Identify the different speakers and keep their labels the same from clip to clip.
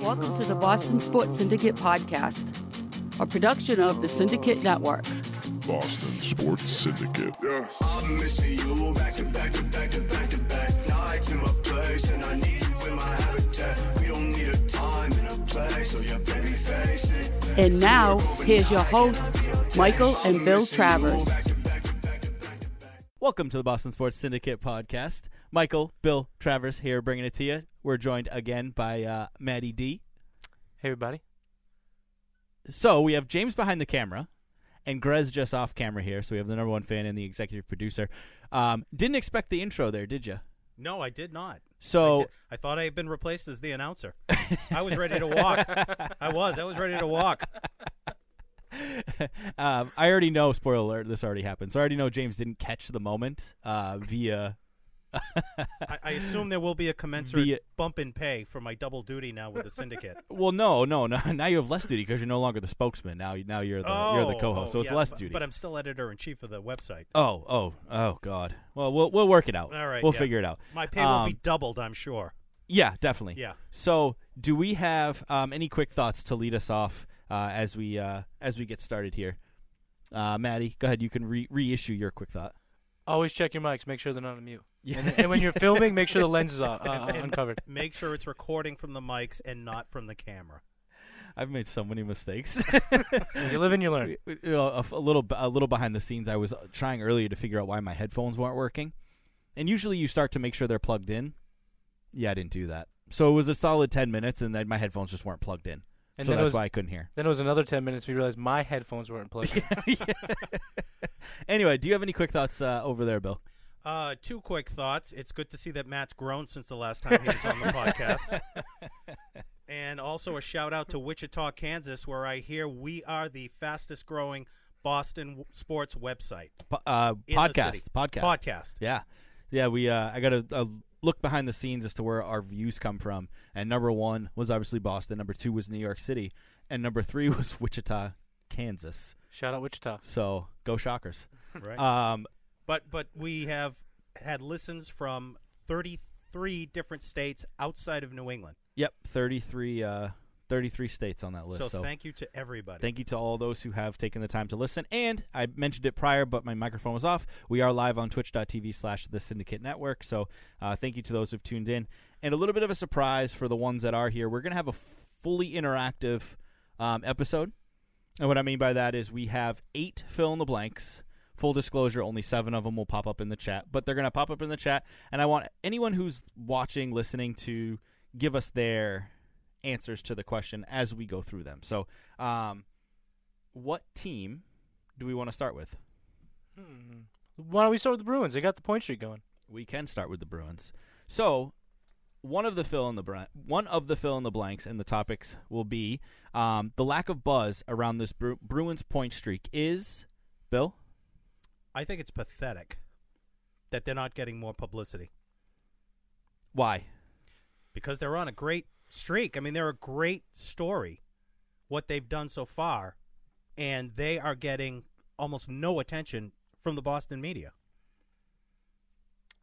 Speaker 1: Welcome to the Boston Sports Syndicate podcast, a production of the Syndicate Network.
Speaker 2: Boston Sports Syndicate.
Speaker 3: I'm missing you back to back to back to back to back nights in my place, and I need you in my habitat. We don't need a time and a place, so yeah, baby, face it.
Speaker 1: And now, here's your hosts, Michael and Bill Travers.
Speaker 4: Welcome to the Boston Sports Syndicate podcast. Michael, Bill, Travers here bringing it to you. We're joined again by uh, Maddie D.
Speaker 5: Hey, everybody.
Speaker 4: So we have James behind the camera and Grez just off camera here. So we have the number one fan and the executive producer. Um, didn't expect the intro there, did you?
Speaker 6: No, I did not. I,
Speaker 4: So
Speaker 6: did- I thought I had been replaced as the announcer. I was ready to walk. I was. I was ready to walk.
Speaker 4: um, I already know, spoiler alert, this already happened. So I already know James didn't catch the moment uh, via.
Speaker 6: I, I assume there will be a commensurate
Speaker 4: The-
Speaker 6: bump in pay for my double duty now with the syndicate.
Speaker 4: Well, no, no, no. Now you have less duty because you're no longer the spokesman. Now, now you're the you're the
Speaker 6: Oh,
Speaker 4: co-host,
Speaker 6: oh,
Speaker 4: so it's
Speaker 6: yeah,
Speaker 4: less
Speaker 6: but-
Speaker 4: duty.
Speaker 6: But I'm still editor in chief of the website.
Speaker 4: Oh, oh, oh, God. Well, we'll we'll work it out.
Speaker 6: All right,
Speaker 4: we'll
Speaker 6: yeah.
Speaker 4: figure it out.
Speaker 6: My pay will be
Speaker 4: Um,
Speaker 6: doubled, I'm sure.
Speaker 4: Yeah, definitely.
Speaker 6: Yeah.
Speaker 4: So, do we have um, any quick thoughts to lead us off uh, as we uh, as we get started here? Uh, Maddie, go ahead. You can re- reissue your quick thought.
Speaker 5: Always check your mics. Make sure they're not on mute.
Speaker 4: Yeah.
Speaker 5: And, and when you're filming, make sure the lens is uh, uh, uncovered.
Speaker 6: Make sure it's recording from the mics and not from the camera.
Speaker 4: I've made so many mistakes.
Speaker 5: You live and you learn.
Speaker 4: Uh, a, a little a little behind the scenes i was uh, trying earlier to figure out why my headphones weren't working and usually you start to make sure they're plugged in yeah i didn't do that so it was a solid 10 minutes and then my headphones just weren't plugged in
Speaker 5: And
Speaker 4: so
Speaker 5: then
Speaker 4: that's
Speaker 5: it was-
Speaker 4: why i couldn't hear
Speaker 5: Then it was another 10 minutes. We realized my headphones weren't plugged in.
Speaker 4: anyway do you have any quick thoughts uh, over there bill
Speaker 6: Uh, two quick thoughts. It's good to see that Matt's grown since the last time he was on the podcast. And also a shout out to Wichita, Kansas, where I hear we are the fastest growing Boston w- sports website.
Speaker 4: Po- uh,
Speaker 6: in the city.
Speaker 4: podcast podcast
Speaker 6: Podcast.
Speaker 4: yeah yeah we uh, i got a, a look behind the scenes as to where our views come from and number one was obviously boston number two was new york city and number three was wichita kansas
Speaker 5: Shout out Wichita.
Speaker 4: so go shockers
Speaker 6: Right.
Speaker 4: Um,
Speaker 6: uh, but but we have had listens from 33 different states outside of New England.
Speaker 4: yep, 33, uh, 33 states on that list.
Speaker 6: So,
Speaker 4: So,
Speaker 6: thank you to everybody.
Speaker 4: thank you to all those who have taken the time to listen. And I mentioned it prior, but my microphone was off. We are live on twitch.tv slash the syndicate network. So uh, thank you to those who've tuned in. And a little bit of a surprise for the ones that are here. We're going to have a fully interactive um, episode. And what I mean by that is we have eight fill in the blanks. Full disclosure, only seven of them will pop up in the chat, but they're going to pop up in the chat. And I want anyone who's watching, listening to give us their answers to the question as we go through them. So, um, what team do we want to start with?
Speaker 5: Hmm. Why don't we start with the Bruins? They got the point streak going.
Speaker 4: We can start with the Bruins. So, one of the fill in the br- one of the fill in the blanks and the topics will be um, the lack of buzz around this Bru- Bruins point streak is Bill.
Speaker 6: I think it's pathetic that they're not getting more publicity
Speaker 4: Why?
Speaker 6: because they're on a great streak. I mean, they're a great story what they've done so far and they are getting almost no attention from the Boston media.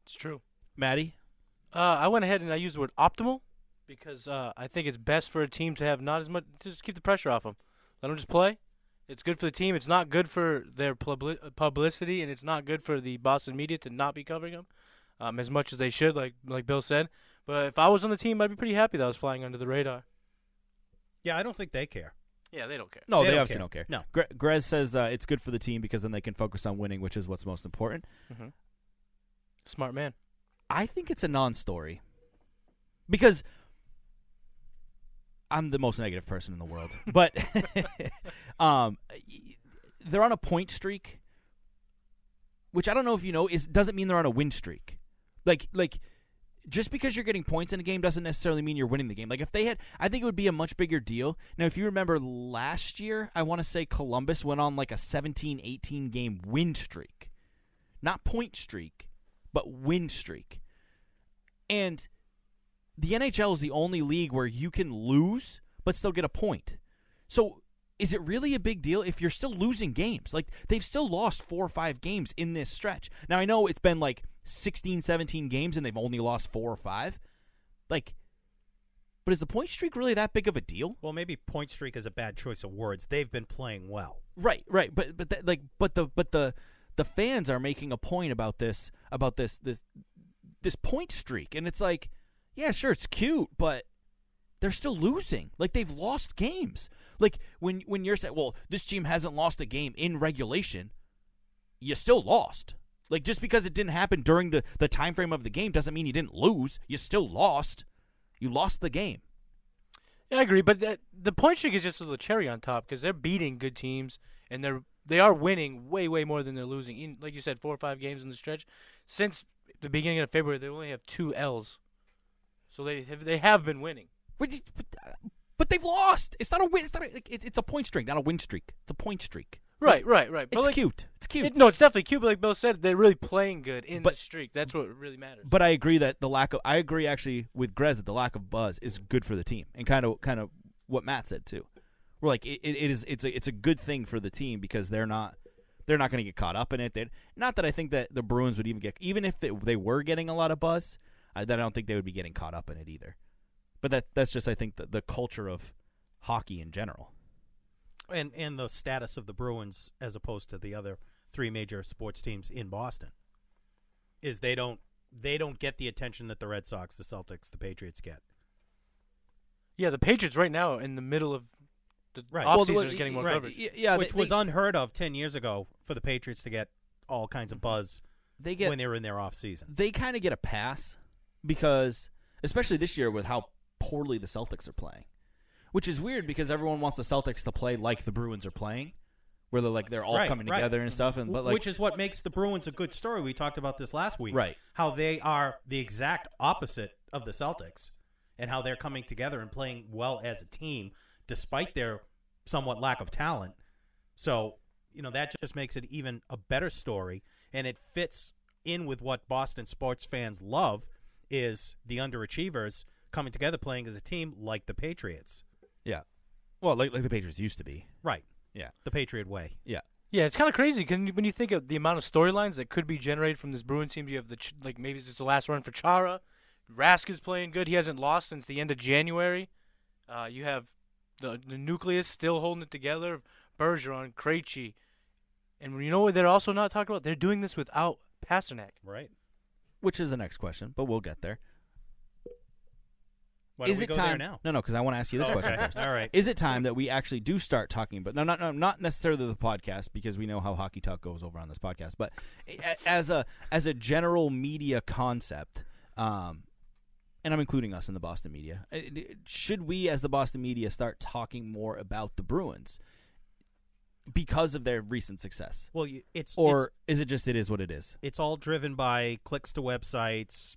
Speaker 5: It's true.
Speaker 4: Maddie?
Speaker 5: Uh, I went ahead and I used the word optimal because uh, I think it's best for a team to have not as much. Just keep the pressure off them. Let them just play. It's good for the team. It's not good for their publi- uh, publicity, and it's not good for the Boston media to not be covering them um, as much as they should, like like Bill said. But if I was on the team, I'd be pretty happy that I was flying under the radar.
Speaker 6: Yeah, I don't think they care.
Speaker 5: Yeah, they don't care.
Speaker 4: No, they,
Speaker 6: They don't
Speaker 4: obviously
Speaker 6: care.
Speaker 4: don't care.
Speaker 6: No.
Speaker 4: Gre- Grez says uh, it's good for the team because then they can focus on winning, which is what's most important.
Speaker 5: hmm Smart man.
Speaker 4: I think it's a non-story because I'm the most negative person in the world. But um, y- they're on a point streak, which I don't know if you know is doesn't mean they're on a win streak. Like like just because you're getting points in a game doesn't necessarily mean you're winning the game. Like if they had, I think it would be a much bigger deal. Now, if you remember last year, I want to say Columbus went on like a 17, 18 game win streak, not point streak, but win streak. And the NHL is the only league where you can lose but still get a point. So is it really a big deal if you're still losing games? Like they've still lost 4 or 5 games in this stretch. Now I know it's been like 16 17 games and they've only lost 4 or 5. Like But is the point streak really that big of a deal?
Speaker 6: Well, maybe point streak is a bad choice of words. They've been playing well.
Speaker 4: Right, right. But but that, like but the but the the fans are making a point about this about this this this point streak, and it's like, yeah, sure, it's cute, but they're still losing. Like they've lost games. Like when when you're saying, well, this team hasn't lost a game in regulation, you still lost. Like just because it didn't happen during the the time frame of the game doesn't mean you didn't lose. You still lost. You lost the game.
Speaker 5: Yeah, I agree, but the, the point streak is just a little cherry on top because they're beating good teams and they're they are winning way way more than they're losing. In, like you said, four or five games in the stretch since the beginning of February, they only have two L's, so they have, they have been winning.
Speaker 4: But, you- but, uh, but they've lost. It's not a win. It's not a, like, it, it's a point streak, not a win streak. It's a point streak.
Speaker 5: Right, right, right. But
Speaker 4: It's
Speaker 5: like-
Speaker 4: cute. It's cute.
Speaker 5: It- no, it's definitely cute. But like Bill said, they're really playing good in
Speaker 4: But-
Speaker 5: the streak. That's what really matters.
Speaker 4: But I agree that the lack of I agree actually with Grez that the lack of buzz is good for the team and kind of kind of what Matt said too. We're like it, it it is it's a it's a good thing for the team because they're not they're not going to get caught up in it. They, not that I think that the Bruins would even get even if it, they were getting a lot of buzz, I, that I don't think they would be getting caught up in it either. But that that's just I think the, the culture of hockey in general.
Speaker 6: And and the status of the Bruins as opposed to the other three major sports teams in Boston is they don't they don't get the attention that the Red Sox, the Celtics, the Patriots get.
Speaker 5: yeah, the Patriots right now are in the middle of the
Speaker 6: Right.
Speaker 5: off
Speaker 6: Well,
Speaker 5: offseason
Speaker 4: Well,
Speaker 5: is getting more
Speaker 4: right,
Speaker 5: coverage.
Speaker 4: y- Yeah,
Speaker 6: which
Speaker 4: they,
Speaker 6: was
Speaker 4: they,
Speaker 6: unheard of 10 years ago for the Patriots to get all kinds of buzz
Speaker 4: they get
Speaker 6: when they were in their offseason.
Speaker 4: they kind of get a pass because especially this year with how poorly the Celtics are playing. Which is weird because everyone wants the Celtics to play like the Bruins are playing, where they're like they're all
Speaker 6: Right,
Speaker 4: coming
Speaker 6: right.
Speaker 4: together and stuff and but like
Speaker 6: Which is what makes the Bruins a good story. We talked about this last week.
Speaker 4: Right.
Speaker 6: How they are the exact opposite of the Celtics and how they're coming together and playing well as a team despite their somewhat lack of talent. So, you know, that just makes it even a better story and it fits in with what Boston sports fans love is the underachievers coming together playing as a team like the Patriots.
Speaker 4: Yeah. Well, like like the Patriots used to be.
Speaker 6: Right.
Speaker 4: Yeah.
Speaker 6: The Patriot way.
Speaker 4: Yeah.
Speaker 5: Yeah, it's kind of crazy 'cause when you think of the amount of storylines that could be generated from this Bruin team. You have the ch- like maybe this is the last run for Chara. Rask is playing good. He hasn't lost since the end of January. Uh, you have the the nucleus still holding it together. Bergeron, Krejci, and you know what? They're also not talking about. They're doing this without Pasternak.
Speaker 6: Right.
Speaker 4: Which is the next question, but we'll get there.
Speaker 6: Why
Speaker 4: Is
Speaker 6: don't we
Speaker 4: it
Speaker 6: go
Speaker 4: time?
Speaker 6: there now?
Speaker 4: No, no, because I want to ask you this
Speaker 6: Oh,
Speaker 4: question
Speaker 6: okay.
Speaker 4: first.
Speaker 6: All right.
Speaker 4: Is it time that we actually do start talking? But no, not no, not necessarily the podcast because we know how hockey talk goes over on this podcast. But a- as a as a general media concept, um, and I'm including us in the Boston media, uh, should we as the Boston media start talking more about the Bruins because of their recent success,
Speaker 6: Well, you, it's
Speaker 4: or
Speaker 6: it's,
Speaker 4: is it just it is what it is?
Speaker 6: it's all driven by clicks to websites,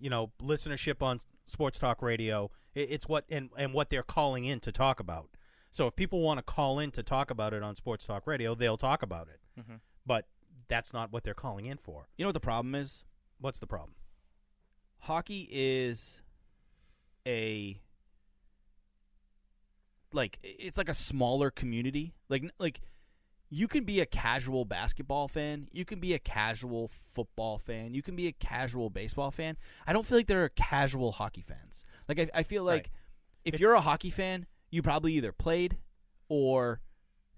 Speaker 6: you know, listenership on sports talk radio. It, it's what and and what they're calling in to talk about. So if people want to call in to talk about it on sports talk radio, they'll talk about it.
Speaker 4: Mm-hmm.
Speaker 6: But that's not what they're calling in for.
Speaker 4: You know what the problem is?
Speaker 6: What's the problem?
Speaker 4: hockey is a like it's like a smaller community like like you can be a casual basketball fan you can be a casual football fan you can be a casual baseball fan i don't feel like there are casual hockey fans like i, I feel like
Speaker 6: Right.
Speaker 4: if
Speaker 6: It-
Speaker 4: you're a hockey fan you probably either played or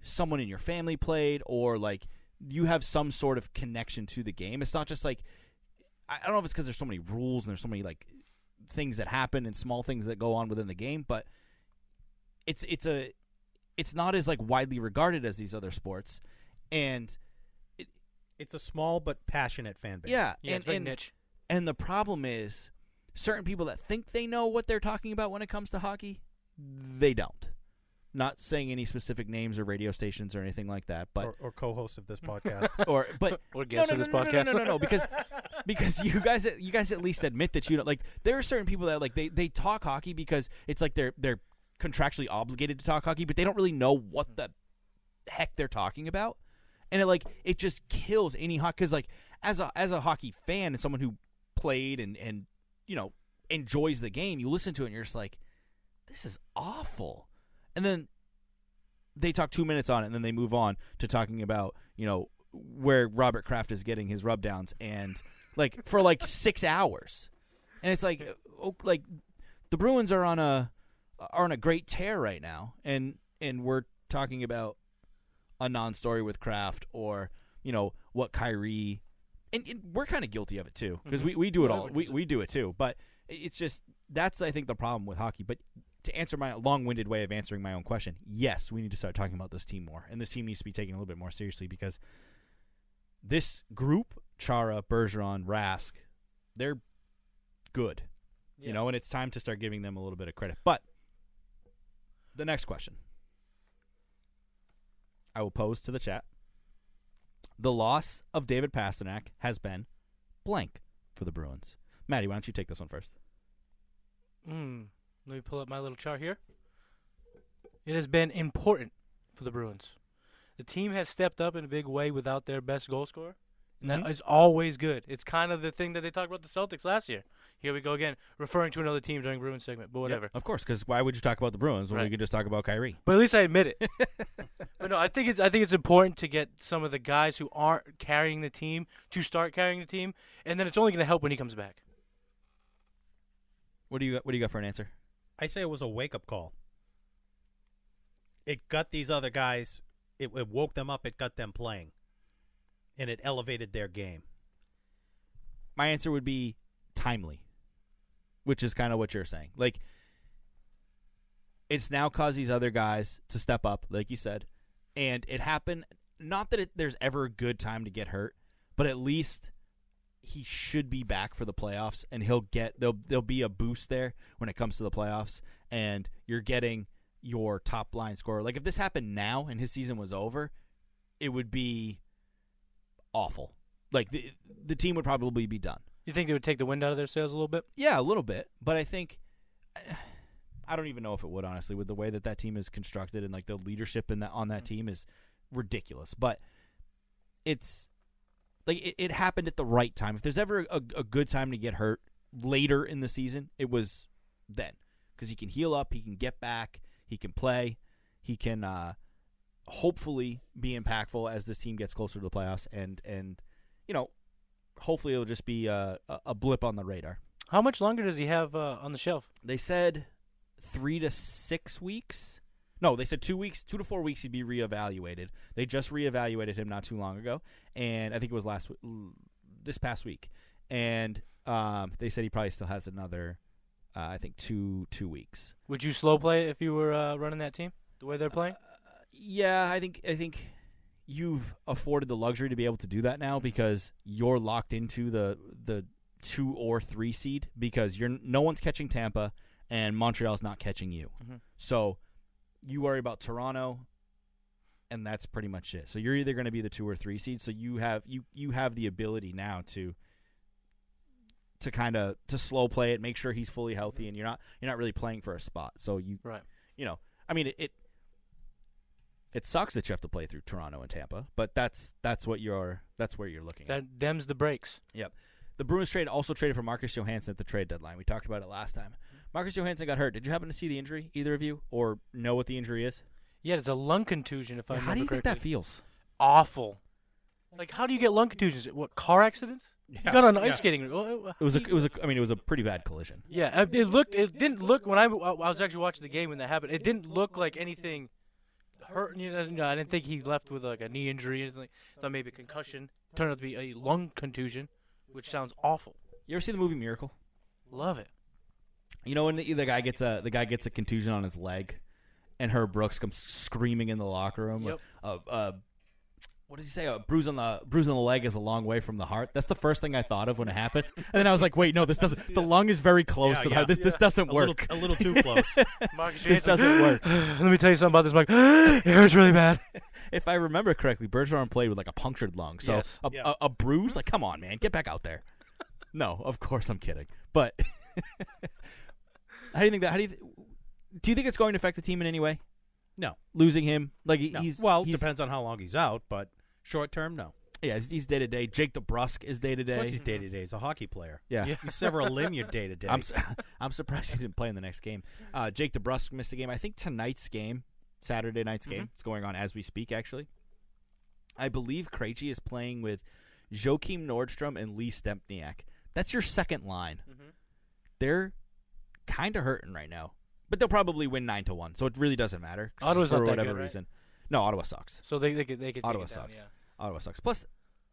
Speaker 4: someone in your family played or like you have some sort of connection to the game it's not just like I I don't know if it's because there's so many rules and there's so many like things that happen and small things that go on within the game, but it's it's a it's not as like widely regarded as these other sports, and
Speaker 6: It's a small but passionate fan base.
Speaker 4: yeah,
Speaker 5: Yeah,
Speaker 4: and,
Speaker 5: it's very
Speaker 4: and-
Speaker 5: niche.
Speaker 4: And the problem is, certain people that think they know what they're talking about when it comes to hockey, they don't. Not saying any specific names or radio stations or anything like that, but
Speaker 6: or, or co-host of this podcast.
Speaker 4: or but
Speaker 5: Or
Speaker 4: no,
Speaker 5: guests
Speaker 4: no, no,
Speaker 5: of this
Speaker 4: no, No, no,
Speaker 5: podcast.
Speaker 4: no, no, no, because because you guys you guys at least admit that you don't like. There are certain people that like they they talk hockey because it's like they're they're contractually obligated to talk hockey, but they don't really know what the heck they're talking about, and it like it just kills any hockey. Because like as a as a hockey fan and someone who played and and you know enjoys the game, you listen to it and you're just like, this is awful, and then they talk two minutes on it and then they move on to talking about you know where Robert Kraft is getting his rub downs and like for like six hours, and it's like oh, like the Bruins are on a are on a great tear right now, and and we're talking about a non-story with Kraft or you know what Kyrie, and, and we're kind of guilty of it too because
Speaker 5: Mhm.
Speaker 4: we, we do it
Speaker 5: Yeah,
Speaker 4: all
Speaker 5: like
Speaker 4: we
Speaker 5: you said.
Speaker 4: we do it too, but it- it's just that's I think the problem with hockey. But to answer my long-winded way of answering my own question, yes, we need to start talking about this team more, and this team needs to be taken a little bit more seriously because this group Chara, Bergeron, Rask, they're good
Speaker 5: Yeah.
Speaker 4: you know, and it's time to start giving them a little bit of credit. But the next question I will pose to the chat. The loss of David Pasternak has been blank for the Bruins. Maddie, why don't you take this one first?
Speaker 5: Mm. Let me pull up my little chart here. It has been important for the Bruins. The team has stepped up in a big way without their best goal scorer. And that
Speaker 4: Mhm.
Speaker 5: is always good. It's kind of the thing that they talked about the Celtics last year. Here we go again, referring to another team during Bruins segment, but whatever.
Speaker 4: of course, because why would you talk about the Bruins when we
Speaker 5: Right.
Speaker 4: could just talk about Kyrie?
Speaker 5: But at least I admit it. but no, I think it's I think it's important to get some of the guys who aren't carrying the team to start carrying the team, and then it's only going to help when he comes back.
Speaker 4: What do you What do you got for an answer?
Speaker 6: I say it was a wake up call. It got these other guys, it, it woke them up, it got them playing, and it elevated their game.
Speaker 4: my answer would be timely, which is kind of what you're saying. Like, it's now caused these other guys to step up, like you said, and it happened. Not that it, there's ever a good time to get hurt, but at least he should be back for the playoffs, and he'll get there'll there'll be a boost there when it comes to the playoffs, and you're getting your top line scorer. Like if this happened now and his season was over, it would be awful. Like the the team would probably be done.
Speaker 5: You think they would take the wind out of their sails a little bit?
Speaker 4: Yeah, a little bit, but I think I don't even know if it would honestly with the way that that team is constructed and like the leadership in that on that team is ridiculous. But it's like it, it happened at the right time. If there's ever a, a good time to get hurt later in the season, it was then because he can heal up, he can get back, he can play, he can uh, hopefully be impactful as this team gets closer to the playoffs, and and you know hopefully it'll just be a, a- a blip on the radar.
Speaker 5: How much longer does he have uh, on the shelf?
Speaker 4: They said three to six weeks. No, they said two weeks, two to four weeks. He'd be reevaluated. They just reevaluated him not too long ago, and I think it was last w- this past week. And um, they said he probably still has another, uh, I think two two weeks.
Speaker 5: Would you slow play it if you were uh, running that team the way they're playing?
Speaker 4: Yeah, I think I think you've afforded the luxury to be able to do that now because you're locked into the the two or three seed because you're no one's catching Tampa and Montreal's not catching you.
Speaker 5: Mhm.
Speaker 4: So you worry about Toronto and that's pretty much it. So you're either going to be the two or three seed. So you have you you have the ability now to to kind of to slow play it, make sure he's fully healthy and you're not you're not really playing for a spot. So you
Speaker 5: Right.
Speaker 4: you know, I mean, it, it it sucks that you have to play through Toronto and Tampa, but that's that's what you're that's where you're looking. at.
Speaker 5: That dems the breaks.
Speaker 4: Yep. The Bruins trade also traded for Marcus Johansson at the trade deadline. We talked about it last time. Marcus Johansson got hurt. Did you happen to see the injury, either of you, or know what the injury is?
Speaker 5: Yeah, it's a lung contusion. If I
Speaker 4: Yeah,
Speaker 5: remember
Speaker 4: how do you think
Speaker 5: correctly.
Speaker 4: that feels?
Speaker 5: Awful. Like, how do you get lung contusions? What car accidents? You got on ice skating. oh, oh,
Speaker 4: It was a
Speaker 5: he-
Speaker 4: it was a I mean it was a pretty bad collision.
Speaker 5: Yeah, uh, it looked. It didn't look when I, w- I was actually watching the game when that happened. It didn't look like anything hurt. You know, you know, I didn't think he left with like a knee injury or anything. Thought maybe a concussion. Turned out to be a lung contusion, which sounds awful.
Speaker 4: You ever see the movie Miracle?
Speaker 5: Love it.
Speaker 4: You know when the, the guy gets a the guy gets a contusion on his leg, and her Brooks comes screaming in the locker room.
Speaker 5: Yep.
Speaker 4: Uh, uh, what does he say? A bruise on the bruise on the leg is a long way from the heart. That's the first thing I thought of when it happened, and then I was like, wait, no, this doesn't. The lung is very close
Speaker 6: Yeah,
Speaker 4: to the
Speaker 6: yeah.
Speaker 4: heart. This this doesn't
Speaker 6: A little,
Speaker 4: work.
Speaker 6: a little too close.
Speaker 5: Marcus
Speaker 4: This
Speaker 5: Johansson,
Speaker 4: doesn't work.
Speaker 5: Let me tell you something about this, Mike. it hurts really bad.
Speaker 4: If I remember correctly, Bergeron played with like a punctured lung, so
Speaker 5: Yes.
Speaker 4: a,
Speaker 6: Yeah.
Speaker 4: a, a bruise. Like, come on, man, get back out there. no, of course I'm kidding, but how do you think that? How do you th- do you think it's going to affect the team in any way?
Speaker 6: No,
Speaker 4: Losing him, like he-
Speaker 6: no.
Speaker 4: he's
Speaker 6: well,
Speaker 4: he's,
Speaker 6: depends on how long he's out, but short term, no.
Speaker 4: Yeah, he's- he's day to day. Jake DeBrusque is day to
Speaker 6: Plus,
Speaker 4: day.
Speaker 6: he's day to day. He's a hockey player.
Speaker 4: Yeah.
Speaker 5: Yeah.
Speaker 6: You sever a limb, you're day to day.
Speaker 4: I'm su- I'm surprised he didn't play in the next game. Uh, Jake DeBrusque missed a game. I think tonight's game, Saturday night's game, it's going on as we speak. Actually, I believe Krejci is playing with Joakim Nordstrom and Lee Stempniak. That's your second line. They're kind of hurting right now, but they'll probably win nine to one. So it really doesn't matter
Speaker 5: Ottawa's
Speaker 4: for
Speaker 5: not that
Speaker 4: whatever
Speaker 5: good, right?
Speaker 4: reason. No, Ottawa sucks.
Speaker 5: So they they could they could take
Speaker 4: Ottawa
Speaker 5: it down,
Speaker 4: sucks.
Speaker 5: yeah.
Speaker 4: Ottawa sucks. Plus,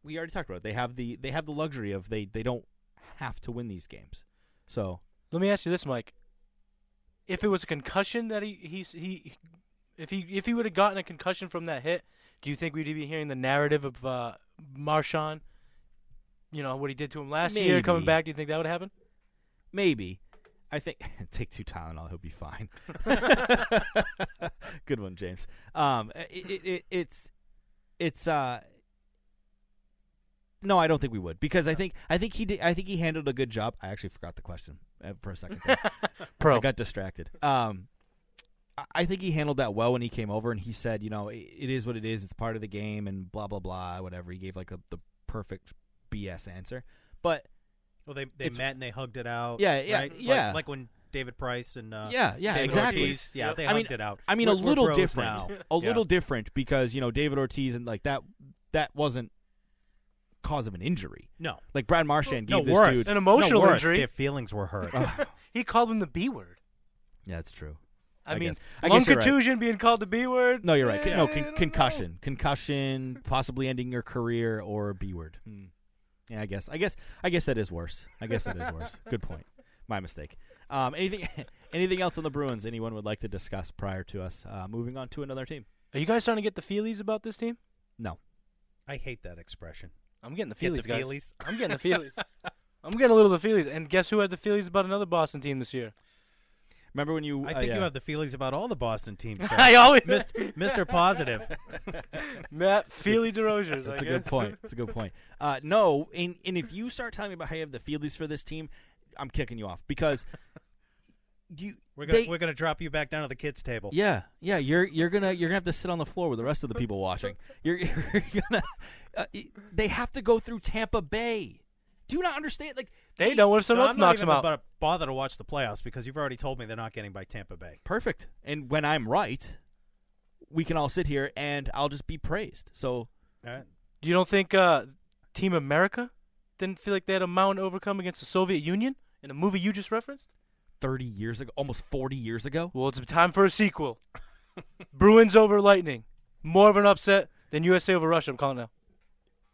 Speaker 4: we already talked about it. they have the they have the luxury of they they don't have to win these games. So
Speaker 5: Let me ask you this, Mike. If it was a concussion that he he's he if he if he would have gotten a concussion from that hit, do you think we'd be hearing the narrative of uh Marshawn, you know, what he did to him last year coming
Speaker 4: Maybe.
Speaker 5: back, do you think that would happen?
Speaker 4: maybe I think take two Tylenol, he'll be fine. Good one, James. Um, i it, it, it's it's uh. No, I don't think we would because I think I think he did, I think he handled a good job. I actually forgot the question uh, for a second. There.
Speaker 5: Pro.
Speaker 4: I got distracted. Um, I- I think he handled that well when he came over, and he said, you know, it, it is what it is. It's part of the game, and blah blah blah, whatever. He gave like a, the perfect BS answer, but
Speaker 6: Well, they they
Speaker 4: It's-
Speaker 6: met and they hugged it out.
Speaker 4: Yeah, yeah,
Speaker 6: right? Like-
Speaker 4: yeah.
Speaker 6: Like, when David Price and uh,
Speaker 4: Yeah, yeah,
Speaker 6: David
Speaker 4: exactly.
Speaker 6: Ortiz, yeah,
Speaker 5: Yep.
Speaker 6: they
Speaker 4: I
Speaker 6: hugged
Speaker 4: mean-
Speaker 6: it out.
Speaker 4: I mean,
Speaker 6: We're-
Speaker 4: a
Speaker 6: we're
Speaker 4: little
Speaker 6: bros
Speaker 4: different,
Speaker 6: now.
Speaker 4: a
Speaker 6: Yeah.
Speaker 4: little different because you know David Ortiz and like that that wasn't cause of an injury.
Speaker 6: No,
Speaker 4: Like Brad Marchand
Speaker 6: no
Speaker 4: gave this
Speaker 6: worse.
Speaker 4: dude.
Speaker 5: An emotional
Speaker 6: no, worse.
Speaker 5: injury.
Speaker 6: Their feelings were hurt.
Speaker 5: he called him the B word.
Speaker 4: Yeah, that's true.
Speaker 5: I,
Speaker 4: I
Speaker 5: mean,
Speaker 4: guess- I
Speaker 5: lung
Speaker 4: guess you're right.
Speaker 5: contusion being called the B word.
Speaker 4: No, you're right. Con- No
Speaker 5: I don't
Speaker 4: con-
Speaker 5: know.
Speaker 4: concussion, concussion, possibly ending your career or B word. Hmm. Yeah, I guess. I guess. I guess that is worse. I guess that is worse. Good point. My mistake. Um, anything? anything else on the Bruins? Anyone would like to discuss prior to us uh, moving on to another team?
Speaker 5: Are you guys starting to get the feelies about this team?
Speaker 4: No.
Speaker 6: I hate that expression.
Speaker 5: I'm getting the
Speaker 6: Get
Speaker 5: feelies,
Speaker 6: the
Speaker 5: guys.
Speaker 6: feelies.
Speaker 5: I'm getting the feelies. I'm getting a little of the feelies. And guess who had the feelies about another Boston team this year?
Speaker 4: Remember when you?
Speaker 6: I
Speaker 4: uh,
Speaker 6: think you
Speaker 4: yeah.
Speaker 6: have the feelings about all the Boston teams. though.
Speaker 5: I always
Speaker 6: Mr. Mr. Positive.
Speaker 5: Matt Feely DeRozier's.
Speaker 4: That's
Speaker 5: I
Speaker 4: a good
Speaker 5: guess.
Speaker 4: point. That's a good point. Uh, no, and and if you start telling me about how you have the fieldies for this team, I'm kicking you off because you
Speaker 6: We're gonna
Speaker 4: they-
Speaker 6: we're gonna drop you back down to the kids table.
Speaker 4: yeah yeah you're you're gonna you're gonna have to sit on the floor with the rest of the people watching. You're, you're gonna uh, y- they have to go through Tampa Bay. Do you not understand? Like
Speaker 5: They don't. What if
Speaker 6: So
Speaker 5: someone
Speaker 6: I'm
Speaker 5: else
Speaker 6: not
Speaker 5: knocks
Speaker 6: even
Speaker 5: them out?
Speaker 6: about to bother to watch the playoffs because you've already told me they're not getting by Tampa Bay.
Speaker 4: perfect. And when I'm right, we can all sit here and I'll just be praised. So
Speaker 6: All right.
Speaker 5: You don't think uh, Team America didn't feel like they had a mountain to overcome against the Soviet Union in a movie you just referenced?
Speaker 4: 30 years ago, almost 40 years ago,
Speaker 5: Well, it's time for a sequel. Bruins over Lightning. More of an upset than USA over Russia. I'm calling now.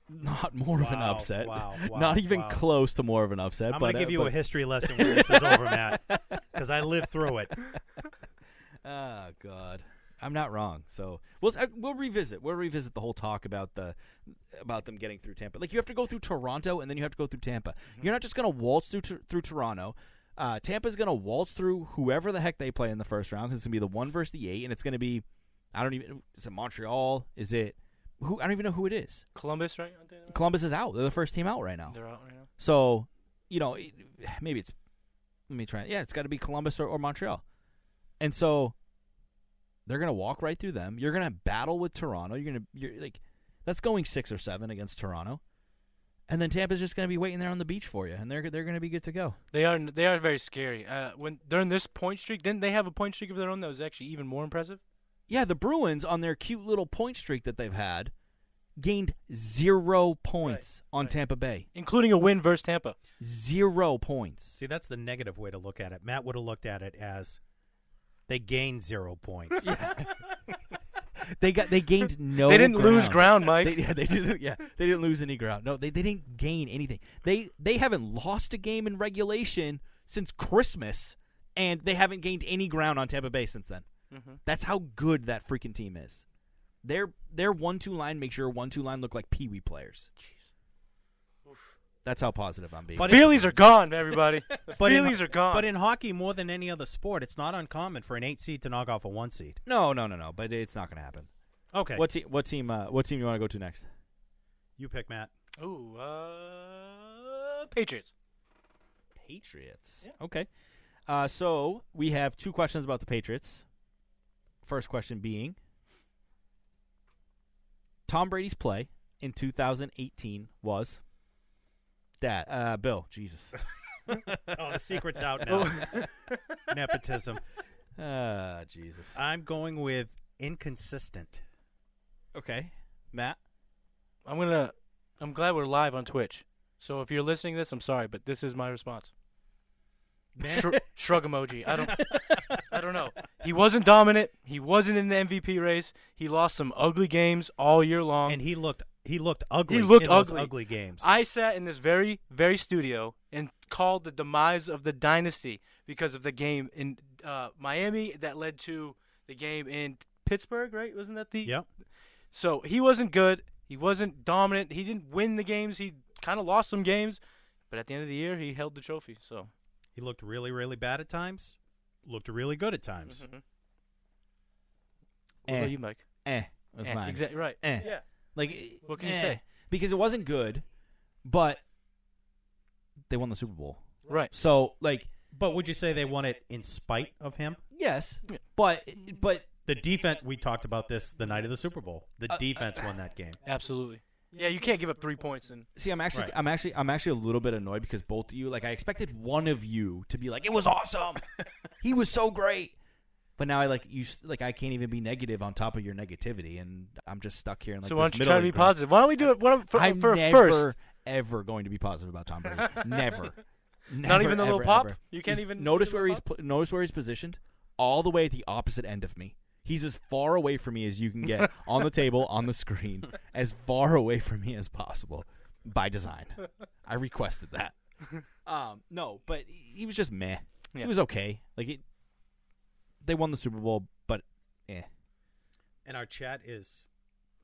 Speaker 4: not more of an
Speaker 6: Wow,
Speaker 4: upset.
Speaker 6: wow, wow,
Speaker 4: not even
Speaker 6: wow.
Speaker 4: close to more of an upset.
Speaker 6: I'm
Speaker 4: but,
Speaker 6: going to give
Speaker 4: uh,
Speaker 6: you
Speaker 4: but-
Speaker 6: a history lesson when this is over, Matt, because I lived through it.
Speaker 4: Oh God, I'm not wrong. So we'll uh, we'll revisit. We'll revisit the whole talk about the about them getting through Tampa. Like you have to go through Toronto and then you have to go through Tampa. You're not just gonna waltz through Tor- through Toronto. Uh, Tampa's gonna waltz through whoever the heck they play in the first round. 'cause it's gonna be the one versus the eight, and it's gonna be I don't even is it Montreal? Is it who? I don't even know who it is.
Speaker 5: Columbus, right? Aren't they-
Speaker 4: Columbus is out. They're the first team out right now.
Speaker 5: They're out right now.
Speaker 4: So, you know, it- maybe it's let me try. it. Yeah, it's got to be Columbus or, or Montreal. And so they're gonna walk right through them. You're gonna battle with Toronto. You're gonna you're like that's going six or seven against Toronto, and then Tampa's just gonna be waiting there on the beach for you, and they're they're gonna be good to go.
Speaker 5: They are they are very scary. Uh, when during this point streak, didn't they have a point streak of their own that was actually even more impressive?
Speaker 4: Yeah, the Bruins on their cute little point streak that they've had gained zero points
Speaker 5: Right,
Speaker 4: on
Speaker 5: right.
Speaker 4: Tampa Bay.
Speaker 5: including a win versus Tampa.
Speaker 4: Zero points.
Speaker 6: See, that's the negative way to look at it. Matt would have looked at it as they gained zero points.
Speaker 4: They got they gained no.
Speaker 5: They didn't lose ground, Mike.
Speaker 4: They, yeah, they didn't. Yeah, they didn't lose any ground. No, they, they didn't gain anything. They they haven't lost a game in regulation since Christmas, and they haven't gained any ground on Tampa Bay since then.
Speaker 6: Mm-hmm.
Speaker 4: That's how good that freaking team is. Their their one two line makes your one two line look like pee wee players. That's how positive I'm being.
Speaker 6: But it-
Speaker 5: Feelies are gone, everybody. The
Speaker 6: But in-
Speaker 5: feelies are gone.
Speaker 6: But in hockey, more than any other sport, it's not uncommon for an eight seed to knock off a one seed.
Speaker 4: no, no, no, no. But it's not going to happen.
Speaker 6: Okay.
Speaker 4: What team? What team? Uh, what team you want to go to next?
Speaker 6: you pick, Matt?
Speaker 5: Ooh, uh, Patriots.
Speaker 4: Patriots. Okay. Uh, so we have two questions about the Patriots. First question being Tom Brady's play in 2018 was that uh, Bill Jesus.
Speaker 6: Oh, the secret's out now. Nepotism.
Speaker 4: Ah, Jesus.
Speaker 6: I'm going with inconsistent.
Speaker 4: okay, Matt.
Speaker 5: I'm gonna. I'm glad we're live on Twitch. So if you're listening to this, I'm sorry, but this is my response.
Speaker 6: Man,
Speaker 5: Shr- shrug emoji. I don't. I don't know. He wasn't dominant. He wasn't in the MVP race. He lost some ugly games all year long.
Speaker 6: and he looked he looked ugly.
Speaker 5: He looked
Speaker 6: in
Speaker 5: ugly.
Speaker 6: Those ugly games.
Speaker 5: I sat in this very, very studio and called the demise of the dynasty because of the game in uh, Miami that led to the game in Pittsburgh, right? Wasn't that the?
Speaker 6: yep.
Speaker 5: So he wasn't good. He wasn't dominant. He didn't win the games. He kind of lost some games, but at the end of the year, he held the trophy. So
Speaker 6: He looked really really bad at times. Looked really good at times.
Speaker 5: Mm-hmm. what
Speaker 4: Eh.
Speaker 5: about you, Mike?
Speaker 4: Eh, was
Speaker 5: Eh,
Speaker 4: mine.
Speaker 5: exact- right.
Speaker 4: Eh.
Speaker 5: Yeah.
Speaker 4: Like,
Speaker 5: What can you
Speaker 4: eh,
Speaker 5: say?
Speaker 4: Because it wasn't good, but they won the Super Bowl.
Speaker 5: Right.
Speaker 4: So, like,
Speaker 6: But would you say they won it in spite of him?
Speaker 4: yes,
Speaker 5: Yeah.
Speaker 4: but but
Speaker 6: The defense. We talked about this the night of the Super Bowl. The defense won that game.
Speaker 5: Absolutely. Yeah, you can't give up three points and
Speaker 4: See, I'm actually,
Speaker 6: Right.
Speaker 4: I'm actually, I'm actually a little bit annoyed because both of you, like, I expected one of you to be like, "It was awesome, he was so great," but now I like you, s- like, I can't even be negative on top of your negativity, and I'm just stuck here in like
Speaker 5: so
Speaker 4: this
Speaker 5: why don't you
Speaker 4: middle
Speaker 5: try to be
Speaker 4: ground.
Speaker 5: positive? Why don't we do it? Why don't, for,
Speaker 4: I'm
Speaker 5: for a
Speaker 4: never,
Speaker 5: first,
Speaker 4: ever going to be positive about Tom Brady. never.
Speaker 5: Not
Speaker 4: Never,
Speaker 5: even the little
Speaker 4: ever,
Speaker 5: pop?
Speaker 4: ever.
Speaker 5: You can't
Speaker 4: He's-
Speaker 5: even-
Speaker 4: notice
Speaker 5: the
Speaker 4: where
Speaker 5: little
Speaker 4: he's pl- notice where he's positioned, all the way at the opposite end of me. He's as far away from me as you can get on the table, on the screen, as far away from me as possible by design. I requested that. Um, no, but he was just meh. He
Speaker 5: Yeah.
Speaker 4: was okay. Like it, they won the Super Bowl, but eh.
Speaker 6: And our chat is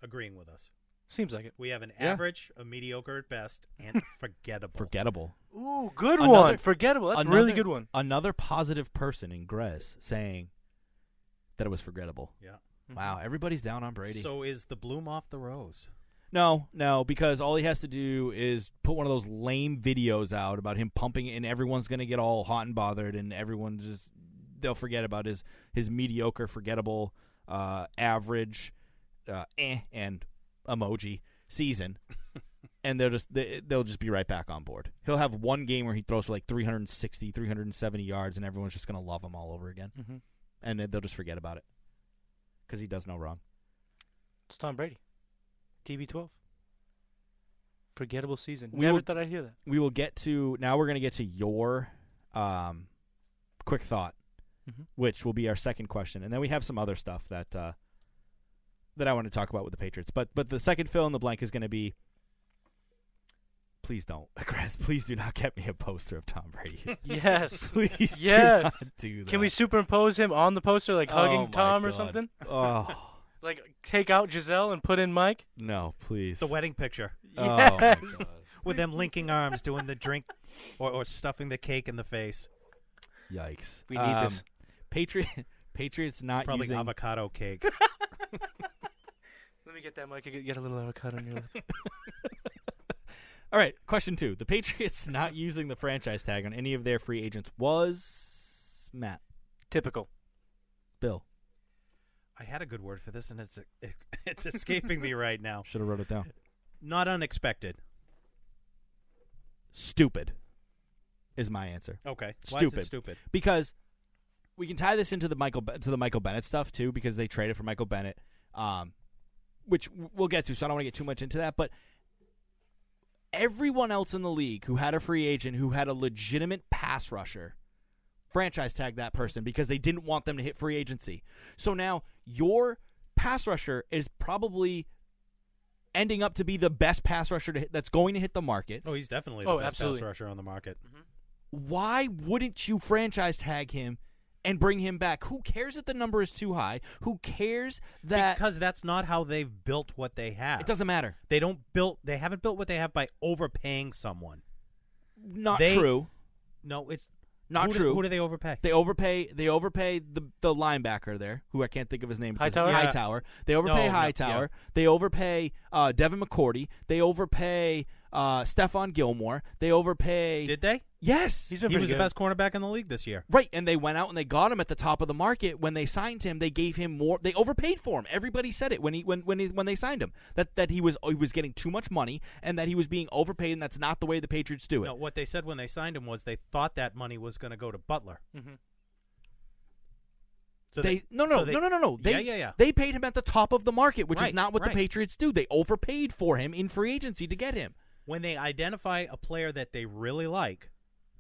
Speaker 6: agreeing with us.
Speaker 5: seems like it.
Speaker 6: We have an
Speaker 4: Yeah.
Speaker 6: average, a mediocre at best, and forgettable.
Speaker 4: forgettable.
Speaker 5: Ooh, good
Speaker 4: Another-
Speaker 5: one. Forgettable. That's a really
Speaker 4: another-
Speaker 5: good one.
Speaker 4: Another positive person in Grez saying that it was forgettable.
Speaker 6: Yeah.
Speaker 4: Wow, everybody's down on Brady.
Speaker 6: So is the bloom off the rose?
Speaker 4: no, no, because all he has to do is put one of those lame videos out about him pumping, it, and everyone's gonna get all hot and bothered, and everyone just they'll forget about his his mediocre, forgettable, uh, average, uh, eh, and emoji season. And they'll just they, they'll just be right back on board. He'll have one game where he throws for like 360, 370 yards, and everyone's just gonna love him all over again.
Speaker 5: Mhm.
Speaker 4: and then they'll just forget about it because he does no wrong.
Speaker 5: It's Tom Brady. TB12. Forgettable season.
Speaker 4: We
Speaker 5: Never
Speaker 4: will-
Speaker 5: thought I'd hear that.
Speaker 4: We will get to now. We're gonna get to your um, quick thought,
Speaker 5: Mhm.
Speaker 4: which will be our second question, and then we have some other stuff that uh, that I want to talk about with the Patriots. But but the second fill in the blank is gonna be. Please don't, Chris. Please do not get me a poster of Tom Brady.
Speaker 5: Yes.
Speaker 4: Please do
Speaker 5: Yes.
Speaker 4: not do that.
Speaker 5: Can we superimpose him on the poster, like
Speaker 4: Oh, my
Speaker 5: hugging Tom or
Speaker 4: God.
Speaker 5: something?
Speaker 4: Oh
Speaker 5: Like take out Giselle and put in Mike?
Speaker 4: no, please.
Speaker 6: The wedding picture
Speaker 4: Oh, my
Speaker 5: Yes.
Speaker 4: God.
Speaker 6: with them linking arms, doing the drink, or, or stuffing the cake in the face.
Speaker 4: Yikes.
Speaker 5: We need
Speaker 4: Um,
Speaker 5: this.
Speaker 4: Patriot. Patriots not
Speaker 6: Probably
Speaker 4: using
Speaker 6: avocado cake.
Speaker 5: Let me get that, Mike. I could get a little avocado on your lip.
Speaker 4: All right, question two. The Patriots not using the franchise tag on any of their free agents was Matt,
Speaker 5: Typical.
Speaker 4: Bill.
Speaker 6: I had a good word for this, and it's it's escaping me right now.
Speaker 4: Should have wrote it down.
Speaker 6: Not unexpected.
Speaker 4: Stupid is my answer.
Speaker 6: Okay. Why is
Speaker 4: Stupid.
Speaker 6: it stupid.
Speaker 4: Because we can tie this into the Michael Be- to the Michael Bennett stuff too, because they traded for Michael Bennett, um, which w- we'll get to. So I don't want to get too much into that, but everyone else in the league who had a free agent who had a legitimate pass rusher franchise tag that person because they didn't want them to hit free agency. So now your pass rusher is probably ending up to be the best pass rusher to hit, that's going to hit the market.
Speaker 6: Oh, he's definitely the
Speaker 5: Oh,
Speaker 6: best
Speaker 5: absolutely.
Speaker 6: pass rusher on the market.
Speaker 4: Why wouldn't you franchise tag him and bring him back? Who cares that the number is too high? Who cares that
Speaker 6: because that's not how they've built what they
Speaker 4: Uh,
Speaker 6: have.
Speaker 4: it doesn't matter?
Speaker 6: They don't built. They haven't built what they have by overpaying someone.
Speaker 4: Not
Speaker 6: They-
Speaker 4: true.
Speaker 6: No, it's
Speaker 4: Not
Speaker 6: who do-
Speaker 4: true.
Speaker 6: who do they overpay?
Speaker 4: They overpay. They overpay the the linebacker there, who I can't think of his name. because-
Speaker 5: Hightower?
Speaker 6: Yeah.
Speaker 4: Hightower. They overpay
Speaker 6: No, no,
Speaker 4: Hightower. They overpay uh, Devin McCourty. They overpay uh, Stefan Gilmore. They overpay.
Speaker 6: Did they?
Speaker 4: yes.
Speaker 5: He's been
Speaker 6: he
Speaker 5: pretty
Speaker 6: was
Speaker 5: good.
Speaker 6: the best cornerback in the league this year.
Speaker 4: Right, and they went out and they got him at the top of the market when they signed him. They gave him more. They overpaid for him. Everybody said it when he when when he, when they signed him that that he was he was getting too much money and that he was being overpaid, and that's not the way the Patriots do it.
Speaker 6: No, what they said when they signed him was they thought that money was going to go to Butler.
Speaker 5: Mhm.
Speaker 6: So
Speaker 4: they, no no
Speaker 6: so they-
Speaker 4: no no no no they
Speaker 6: yeah yeah yeah.
Speaker 4: they paid him at the top of the market, which is
Speaker 6: Right,
Speaker 4: not what the
Speaker 6: right.
Speaker 4: Patriots do. They overpaid for him in free agency to get him.
Speaker 6: when they identify a player that they really like,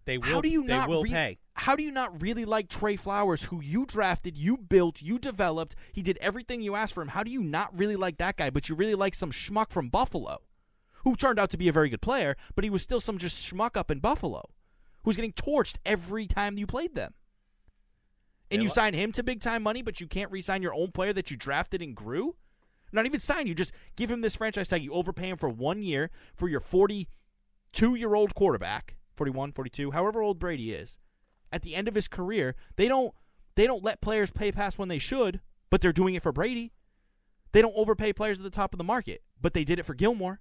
Speaker 6: they will.
Speaker 4: how do you
Speaker 6: they
Speaker 4: not
Speaker 6: will
Speaker 4: re-
Speaker 6: pay?
Speaker 4: How do you not really like Trey Flowers, who you drafted, you built, you developed? He did everything you asked for him. How do you not really like that guy, but you really like some schmuck from Buffalo, who turned out to be a very good player, but he was still some just schmuck up in Buffalo, who's getting torched every time you played them? And
Speaker 6: They
Speaker 4: you
Speaker 6: lo-
Speaker 4: sign him to big time money, but you can't re sign your own player that you drafted and grew? Not even sign, you just give him this franchise tag. You overpay him for one year for your 40- two year old quarterback 41 42 however old brady is at the end of his career they don't they don't let players pay past when they should but they're doing it for brady they don't overpay players at the top of the market but they did it for gilmore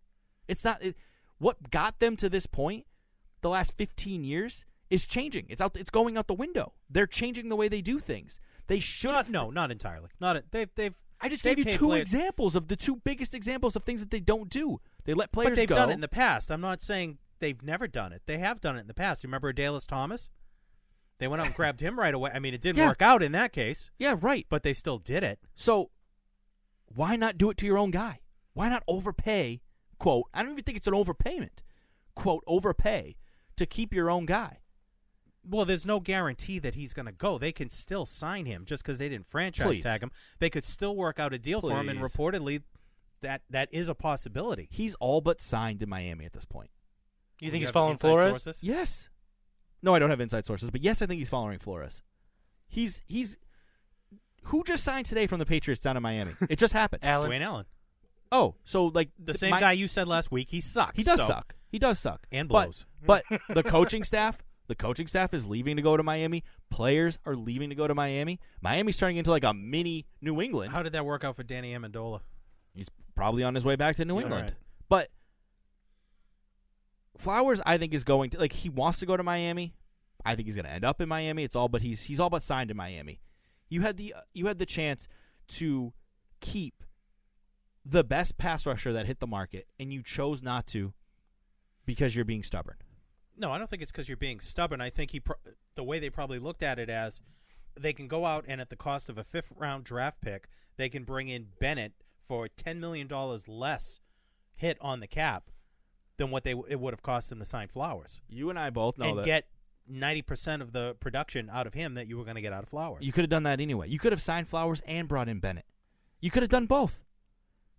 Speaker 4: it's not it, what got them to this point the last 15 years is changing it's out it's going out the window they're changing the way they do things they should
Speaker 6: Not, no, not entirely. Not a, they've they've.
Speaker 4: i just
Speaker 6: they've
Speaker 4: gave you
Speaker 6: paid
Speaker 4: two
Speaker 6: players-
Speaker 4: examples of the two biggest examples of things that they don't do they let players
Speaker 6: But they've
Speaker 4: go
Speaker 6: done it in the past. I'm not saying they've never done it. They have done it in the past. You remember Dallas Thomas? They went out and grabbed him right away. I mean, it didn't
Speaker 4: Yeah.
Speaker 6: work out in that case,
Speaker 4: yeah right
Speaker 6: but they still did it.
Speaker 4: So why not do it to your own guy? Why not overpay, quote, I don't even think it's an overpayment, quote, overpay to keep your own guy.
Speaker 6: Well, there's no guarantee that he's going to go. They can still sign him just because they didn't franchise
Speaker 4: Please.
Speaker 6: tag him. They could still work out a deal for him, and
Speaker 4: Please.
Speaker 6: reportedly, that that is a possibility.
Speaker 4: He's all but signed in Miami at this point.
Speaker 5: You
Speaker 6: We
Speaker 5: think he's
Speaker 6: have
Speaker 5: following
Speaker 6: inside
Speaker 5: Flores?
Speaker 6: sources?
Speaker 4: Yes. No, I don't have inside sources, but yes, I think he's following Flores. He's he's who just signed today from the Patriots down in Miami? It just happened.
Speaker 5: Allen.
Speaker 6: Dwayne Allen,
Speaker 4: Oh, so like
Speaker 6: the
Speaker 4: th-
Speaker 6: same
Speaker 4: my-
Speaker 6: guy you said last week, he sucks.
Speaker 4: He does
Speaker 6: so-
Speaker 4: suck. He does suck.
Speaker 6: And
Speaker 4: But-
Speaker 6: blows.
Speaker 4: But, the coaching staff, the coaching staff is leaving to go to Miami. Players are leaving to go to Miami. Miami's turning into like a mini New England.
Speaker 6: How did that work out for Danny Amendola?
Speaker 4: He's probably on his way back to New
Speaker 6: Yeah,
Speaker 4: England.
Speaker 6: right.
Speaker 4: But Flowers, I think, is going to like he wants to go to Miami. I think he's going to end up in Miami. It's all but he's he's all but signed in Miami. You had the you had the chance to keep the best pass rusher that hit the market, and you chose not to because you're being stubborn.
Speaker 6: No, I don't think it's because you're being stubborn. I think he pro- the way they probably looked at it as they can go out and at the cost of a fifth round draft pick, they can bring in Bennett for ten million dollars less hit on the cap than what they w- it would have cost them to sign Flowers
Speaker 4: You and I both know
Speaker 6: and
Speaker 4: that
Speaker 6: get ninety percent of the production out of him that you were going to get out of Flowers.
Speaker 4: you could have done that anyway. You could have signed Flowers and brought in Bennett. You could have done both.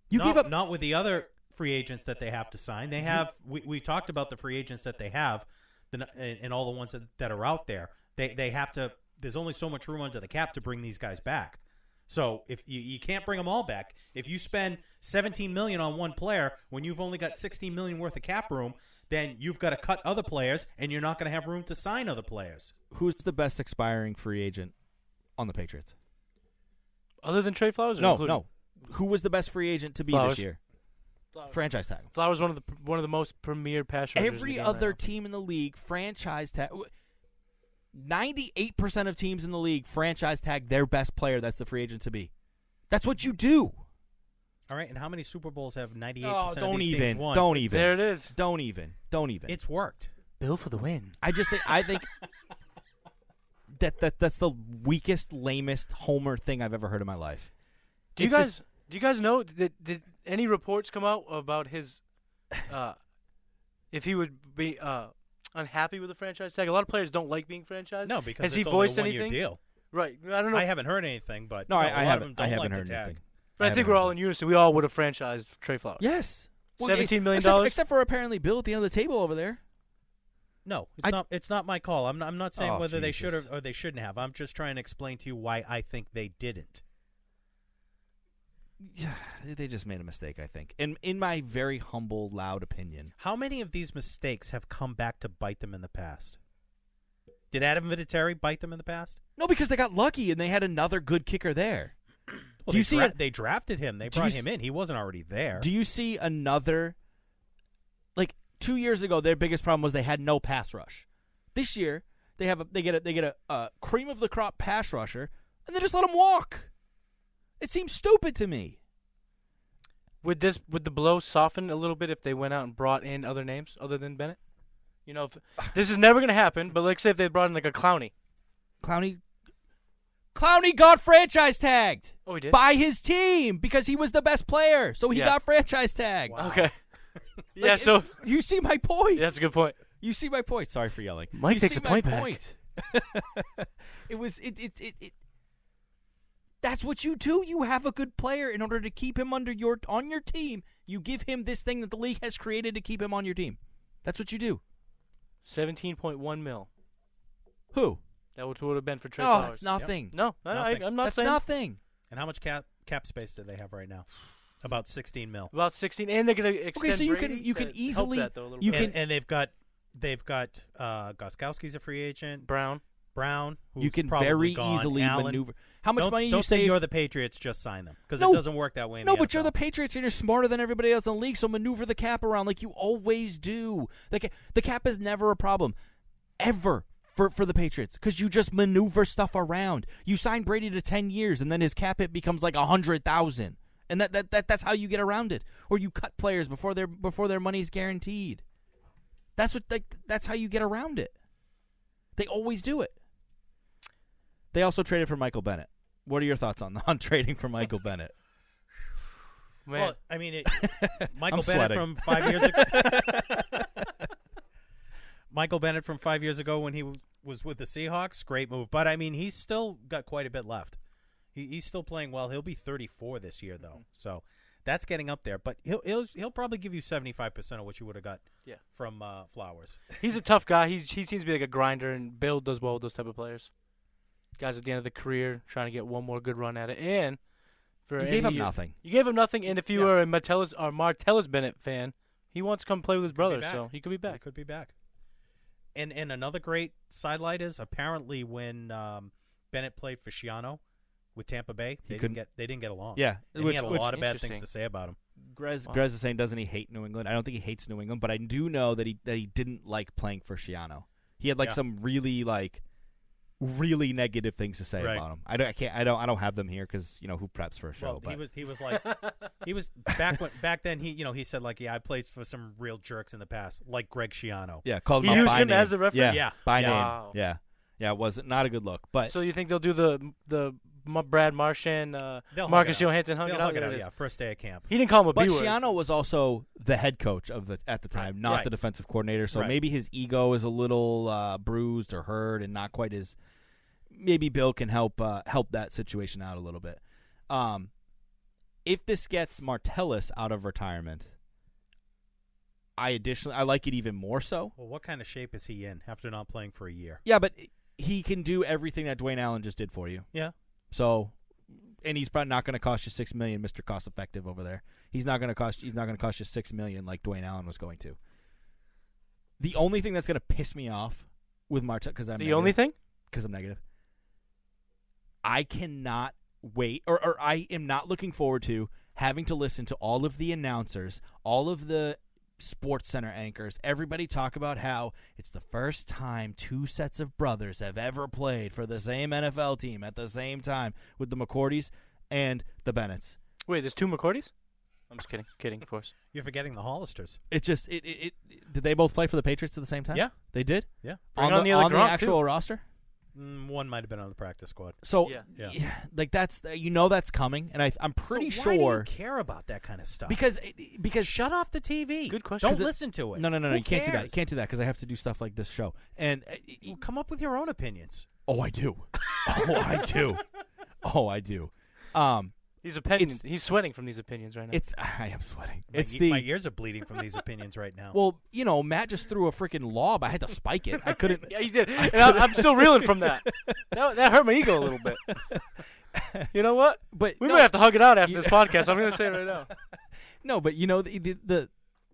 Speaker 4: You
Speaker 6: not,
Speaker 4: give up
Speaker 6: not with the other free agents that they have to sign. They have we, we talked about the free agents that they have, the, n- and, and all the ones that, that are out there. They they have to. There's only so much room under the cap to bring these guys back. So if you, you can't bring them all back, if you spend 17 million on one player when you've only got 16 million worth of cap room, then you've got to cut other players, and you're not going to have room to sign other players.
Speaker 4: who's the best expiring free agent on the Patriots?
Speaker 5: Other than Trey Flowers? Or
Speaker 4: No,
Speaker 5: including?
Speaker 4: no. Who was the best free agent to be
Speaker 5: Flowers.
Speaker 4: this year?
Speaker 5: Flowers.
Speaker 4: Franchise tag.
Speaker 5: Flowers one of the one of the most premier pass rushers. in the
Speaker 4: Every
Speaker 5: game right
Speaker 4: other
Speaker 5: now.
Speaker 4: team in the league franchise tag. Ninety-eight percent of teams in the league franchise tag their best player. That's the free agent to be. That's what you do.
Speaker 6: All right, and how many Super Bowls have 98%
Speaker 4: Oh,
Speaker 6: of
Speaker 4: don't
Speaker 6: these teams
Speaker 4: even.
Speaker 6: won?
Speaker 4: Don't even.
Speaker 5: There it is.
Speaker 4: Don't even. Don't even.
Speaker 6: It's worked.
Speaker 5: Bill for the win.
Speaker 4: I just think I think that, that that's the weakest, lamest Homer thing I've ever heard in my life.
Speaker 5: Do you
Speaker 4: It's
Speaker 5: guys
Speaker 4: just-
Speaker 5: do you guys know did, did any reports come out about his uh, if he would be uh, unhappy with the franchise tag? A lot of players don't like being franchised.
Speaker 6: No, because
Speaker 5: has he
Speaker 6: it's only
Speaker 5: voiced
Speaker 6: a one-year
Speaker 5: anything?
Speaker 6: deal.
Speaker 5: Right. I don't know.
Speaker 6: I haven't heard anything, but
Speaker 4: No,
Speaker 6: a lot
Speaker 4: I, I
Speaker 6: of
Speaker 4: haven't.
Speaker 6: them
Speaker 4: I
Speaker 6: don't
Speaker 4: haven't
Speaker 6: like
Speaker 4: heard
Speaker 6: the tag.
Speaker 4: anything.
Speaker 5: but I,
Speaker 4: haven't
Speaker 5: think we're
Speaker 4: heard
Speaker 5: all in
Speaker 4: anything.
Speaker 5: unison. We all would have franchised Trey Flowers.
Speaker 4: Yes. it-
Speaker 5: $17 million
Speaker 4: except for- Except for apparently Bill at the end of the table over there.
Speaker 6: No, it's
Speaker 4: I-
Speaker 6: not. It's not my call. I'm not, I'm not saying
Speaker 4: Oh,
Speaker 6: whether they should or,
Speaker 4: Jesus.
Speaker 6: or they shouldn't have. I'm just trying to explain to you why I think they didn't.
Speaker 4: Yeah, they just made a mistake, I think. In in my very humble, loud opinion.
Speaker 6: How many of these mistakes have come back to bite them in the past? Did Adam Vinatieri bite them in the past?
Speaker 4: No, because they got lucky and they had another good kicker there.
Speaker 6: Well,
Speaker 4: Do
Speaker 6: they
Speaker 4: you see
Speaker 6: dra-
Speaker 4: it-
Speaker 6: they drafted him. They
Speaker 4: Do you
Speaker 6: brought
Speaker 4: s-
Speaker 6: him in. He wasn't already there.
Speaker 4: Do you see another like 2 years ago their biggest problem was they had no pass rush. This year, they have a, they get a they get a, a cream of the crop pass rusher and they just let him walk. It seems stupid to me.
Speaker 5: Would this would the blow soften a little bit if they went out and brought in other names other than Bennett? You know, if, this is never going to happen. But like, say if they brought in like a Clowney.
Speaker 4: Clowney Clowney got franchise tagged
Speaker 5: Oh, he did.
Speaker 4: by his team because he was the best player, so he
Speaker 5: Yeah.
Speaker 4: got franchise tagged.
Speaker 5: Okay.
Speaker 4: Like,
Speaker 5: yeah. So
Speaker 4: you see my point.
Speaker 5: that's a good point.
Speaker 4: You see my point. Sorry for yelling.
Speaker 5: Mike
Speaker 4: you
Speaker 5: takes
Speaker 4: see
Speaker 5: a
Speaker 4: my
Speaker 5: point back.
Speaker 4: it was it it, it it that's what you do. You have a good player in order to keep him under your on your team. You give him this thing that the league has created to keep him on your team. That's what you do.
Speaker 5: Seventeen point one mil.
Speaker 4: Who?
Speaker 5: That would would have been for Trey
Speaker 4: Oh,
Speaker 5: Flowers.
Speaker 4: that's nothing.
Speaker 5: No, no, I,
Speaker 6: Nothing.
Speaker 5: I'm not
Speaker 4: that's
Speaker 5: saying
Speaker 4: nothing.
Speaker 6: And how much cap cap space do they have right now? About 16 mil.
Speaker 5: about 16, and they're gonna extend.
Speaker 4: Okay, so you
Speaker 5: Brady
Speaker 4: can you
Speaker 5: to
Speaker 4: can
Speaker 5: help
Speaker 4: easily
Speaker 5: that, though, a little
Speaker 4: you
Speaker 5: bit.
Speaker 4: can
Speaker 6: and, and they've got they've got uh, Goskowski's a free agent.
Speaker 5: Brown.
Speaker 6: Brown, who's
Speaker 4: you can
Speaker 6: probably
Speaker 4: very
Speaker 6: gone.
Speaker 4: easily
Speaker 6: Allen.
Speaker 4: maneuver. How much
Speaker 6: don't,
Speaker 4: money
Speaker 6: don't
Speaker 4: you
Speaker 6: say
Speaker 4: save?
Speaker 6: you're the Patriots. Just sign them because
Speaker 4: No.
Speaker 6: it doesn't work that way. In
Speaker 4: no,
Speaker 6: the
Speaker 4: but you're the
Speaker 6: NFL.
Speaker 4: Patriots and you're smarter than everybody else in the league, so maneuver the cap around like you always do. The, ca- the cap is never a problem, ever. For, for the Patriots, because you just maneuver stuff around. You sign Brady to ten years, and then his cap hit becomes like a hundred thousand, and that, that that that's how you get around it. Or you cut players before their before their money's guaranteed. That's what like that's how you get around it. They always do it. They also traded for Michael Bennett. What are your thoughts on on trading for Michael Bennett?
Speaker 5: Man,
Speaker 6: Well, I mean, it, Michael Bennett
Speaker 4: sweating.
Speaker 6: from five years ago. Michael Bennett from five years ago when he w- was with the Seahawks, great move. But I mean, he's still got quite a bit left. He, he's still playing well. He'll be 34 this year, though,
Speaker 4: Mm-hmm.
Speaker 6: so that's getting up there. But he'll he'll, he'll probably give you 75 percent of what you would have got
Speaker 5: Yeah.
Speaker 6: from uh, Flowers.
Speaker 5: he's a tough guy. He's, he seems to be like a grinder, and Bill does well with those type of players. Guys at the end of the career trying to get one more good run at it, and for
Speaker 4: You gave
Speaker 5: any
Speaker 4: up
Speaker 5: year-
Speaker 4: nothing.
Speaker 5: You gave him nothing, and if you
Speaker 6: Yeah.
Speaker 5: are a Martellus or Martellus Bennett fan, he wants to come play with his
Speaker 6: Could be
Speaker 5: brother, so
Speaker 6: back.
Speaker 5: he could be
Speaker 6: He
Speaker 5: back.
Speaker 6: could be back. And and another great sidelight is apparently when um, Bennett played for Shiano with Tampa Bay, they
Speaker 4: couldn't-
Speaker 6: didn't get they didn't get along.
Speaker 4: Yeah,
Speaker 6: and
Speaker 4: which-
Speaker 6: he had a
Speaker 4: which-
Speaker 6: lot of bad things
Speaker 5: Interesting.
Speaker 6: to say about him.
Speaker 4: Grez,
Speaker 5: Wow.
Speaker 4: Grez is saying, doesn't he hate New England? I don't think he hates New England, but I do know that he that he didn't like playing for Shiano. He had like
Speaker 6: Yeah.
Speaker 4: some really like really negative things to say
Speaker 6: Right.
Speaker 4: about him. I don't, I can't, I don't, I don't have them here because you know who preps for a show.
Speaker 6: Well,
Speaker 4: but
Speaker 6: he was he was like he was back when back then he you know he said like yeah I played for some real jerks in the past like Greg Shiano.
Speaker 4: yeah, called
Speaker 5: He
Speaker 4: him out
Speaker 5: used
Speaker 4: by
Speaker 5: him
Speaker 4: name.
Speaker 5: as the reference?
Speaker 4: Yeah,
Speaker 6: Yeah.
Speaker 4: by
Speaker 6: Yeah.
Speaker 5: Wow.
Speaker 4: name. Yeah, yeah, it was not a good look, but
Speaker 5: So you think they'll do the the M- Brad Marchand, uh,
Speaker 6: They'll hug
Speaker 5: Marcus
Speaker 6: it out.
Speaker 5: Johansson hung
Speaker 6: They'll
Speaker 5: it out?
Speaker 6: hug it
Speaker 5: there
Speaker 6: out,
Speaker 5: it is.
Speaker 6: yeah, first day of camp.
Speaker 5: He didn't call him a
Speaker 4: But
Speaker 5: B-word.
Speaker 4: Shiano was also the head coach of the at the time, not
Speaker 6: Right.
Speaker 4: the defensive coordinator. So
Speaker 6: Right.
Speaker 4: maybe his ego is a little uh, bruised or hurt, and not quite as. Maybe Bill can help uh, help that situation out a little bit. Um, if this gets Martellus out of retirement, I additionally I like it even more so.
Speaker 6: Well, what kind of shape is he in after not playing for a year?
Speaker 4: Yeah, but he can do everything that Dwayne Allen just did for you.
Speaker 6: Yeah,
Speaker 4: So, and he's probably not going to cost you six million, Mister Cost Effective over there. He's not going to cost. He's not going to cost you six million like Dwayne Allen was going to. The only thing that's going to piss me off with Martell because I'm
Speaker 5: the only thing?
Speaker 4: because I'm negative. I cannot wait, or, or I am not looking forward to having to listen to all of the announcers, all of the sports center anchors, everybody talk about how it's the first time two sets of brothers have ever played for the same NFL team at the same time with the McCordys and the Bennetts.
Speaker 5: Wait, there's two McCourties? I'm just kidding. kidding, of course.
Speaker 6: you're forgetting the Hollisters.
Speaker 4: It's just it, it, it. Did they both play for the Patriots at the same time?
Speaker 6: Yeah.
Speaker 4: they did.
Speaker 6: Yeah,
Speaker 5: Bring
Speaker 4: on,
Speaker 5: on
Speaker 4: the,
Speaker 5: the other
Speaker 4: on the
Speaker 5: Gronk,
Speaker 4: actual
Speaker 5: too.
Speaker 4: roster.
Speaker 6: mm, one might have been on the practice squad.
Speaker 4: So,
Speaker 5: Yeah.
Speaker 6: Yeah.
Speaker 4: yeah, like that's you know that's coming, and I, I'm pretty
Speaker 6: So why do you
Speaker 4: sure
Speaker 6: care about that kind of stuff
Speaker 4: because it- because
Speaker 6: shut off the TV.
Speaker 5: Good question.
Speaker 6: Don't
Speaker 5: 'Cause it-
Speaker 6: listen to it.
Speaker 4: No, no, no, no.
Speaker 6: Who
Speaker 4: You can't do that. You
Speaker 6: cares?
Speaker 4: can't do that because I have to do stuff like this show. And uh, y- y-
Speaker 6: Well, come up with your own opinions.
Speaker 4: oh, I do. Oh, I do. Oh, I do. Um,
Speaker 5: These opinions. He's sweating from these opinions right now.
Speaker 4: it's I am sweating.
Speaker 6: My,
Speaker 4: It's
Speaker 6: e-
Speaker 4: the
Speaker 6: my ears are bleeding from these opinions right now.
Speaker 4: well, you know, Matt just threw a freaking lob. I had to spike it. I couldn't.
Speaker 5: yeah, you did. And I, I'm still reeling from that. that. That hurt my ego a little bit. You know what?
Speaker 4: But
Speaker 5: We
Speaker 4: no,
Speaker 5: might have to hug it out after
Speaker 4: You-
Speaker 5: this podcast. I'm going to say it right now.
Speaker 4: no, but you know the, the the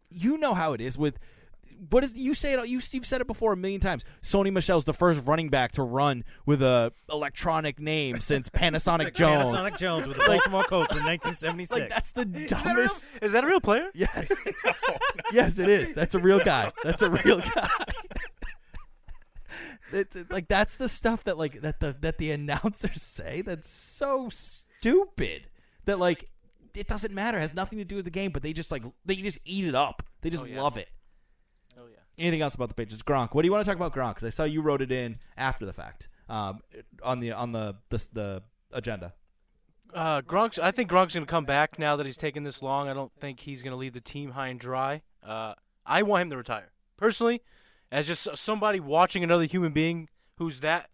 Speaker 4: you know how it is with. What is you say it? You you've said it before a million times. Sony Michelle's the first running back to run with a electronic name since Panasonic Jones.
Speaker 6: Panasonic Jones with the Baltimore Colts in 1976.
Speaker 4: Like that's the dumbest.
Speaker 5: Is that a real player?
Speaker 4: Yes. yes, it is. That's a real guy. That's a real guy. it's it- like that's the stuff that like that the that the announcers say that's so stupid that like it doesn't matter it has nothing to do with the game but they just like they just eat it up they just
Speaker 5: Oh, yeah.
Speaker 4: love it
Speaker 5: Oh, yeah.
Speaker 4: anything else about the pages gronk what do you want to talk about gronk because i saw you wrote it in after the fact um, on the on the the, the agenda
Speaker 5: Uh, Gronk's. I think Gronk's going to come back now that he's taken this long. I don't think he's going to leave the team high and dry. Uh, I want him to retire personally, as just somebody watching another human being who's that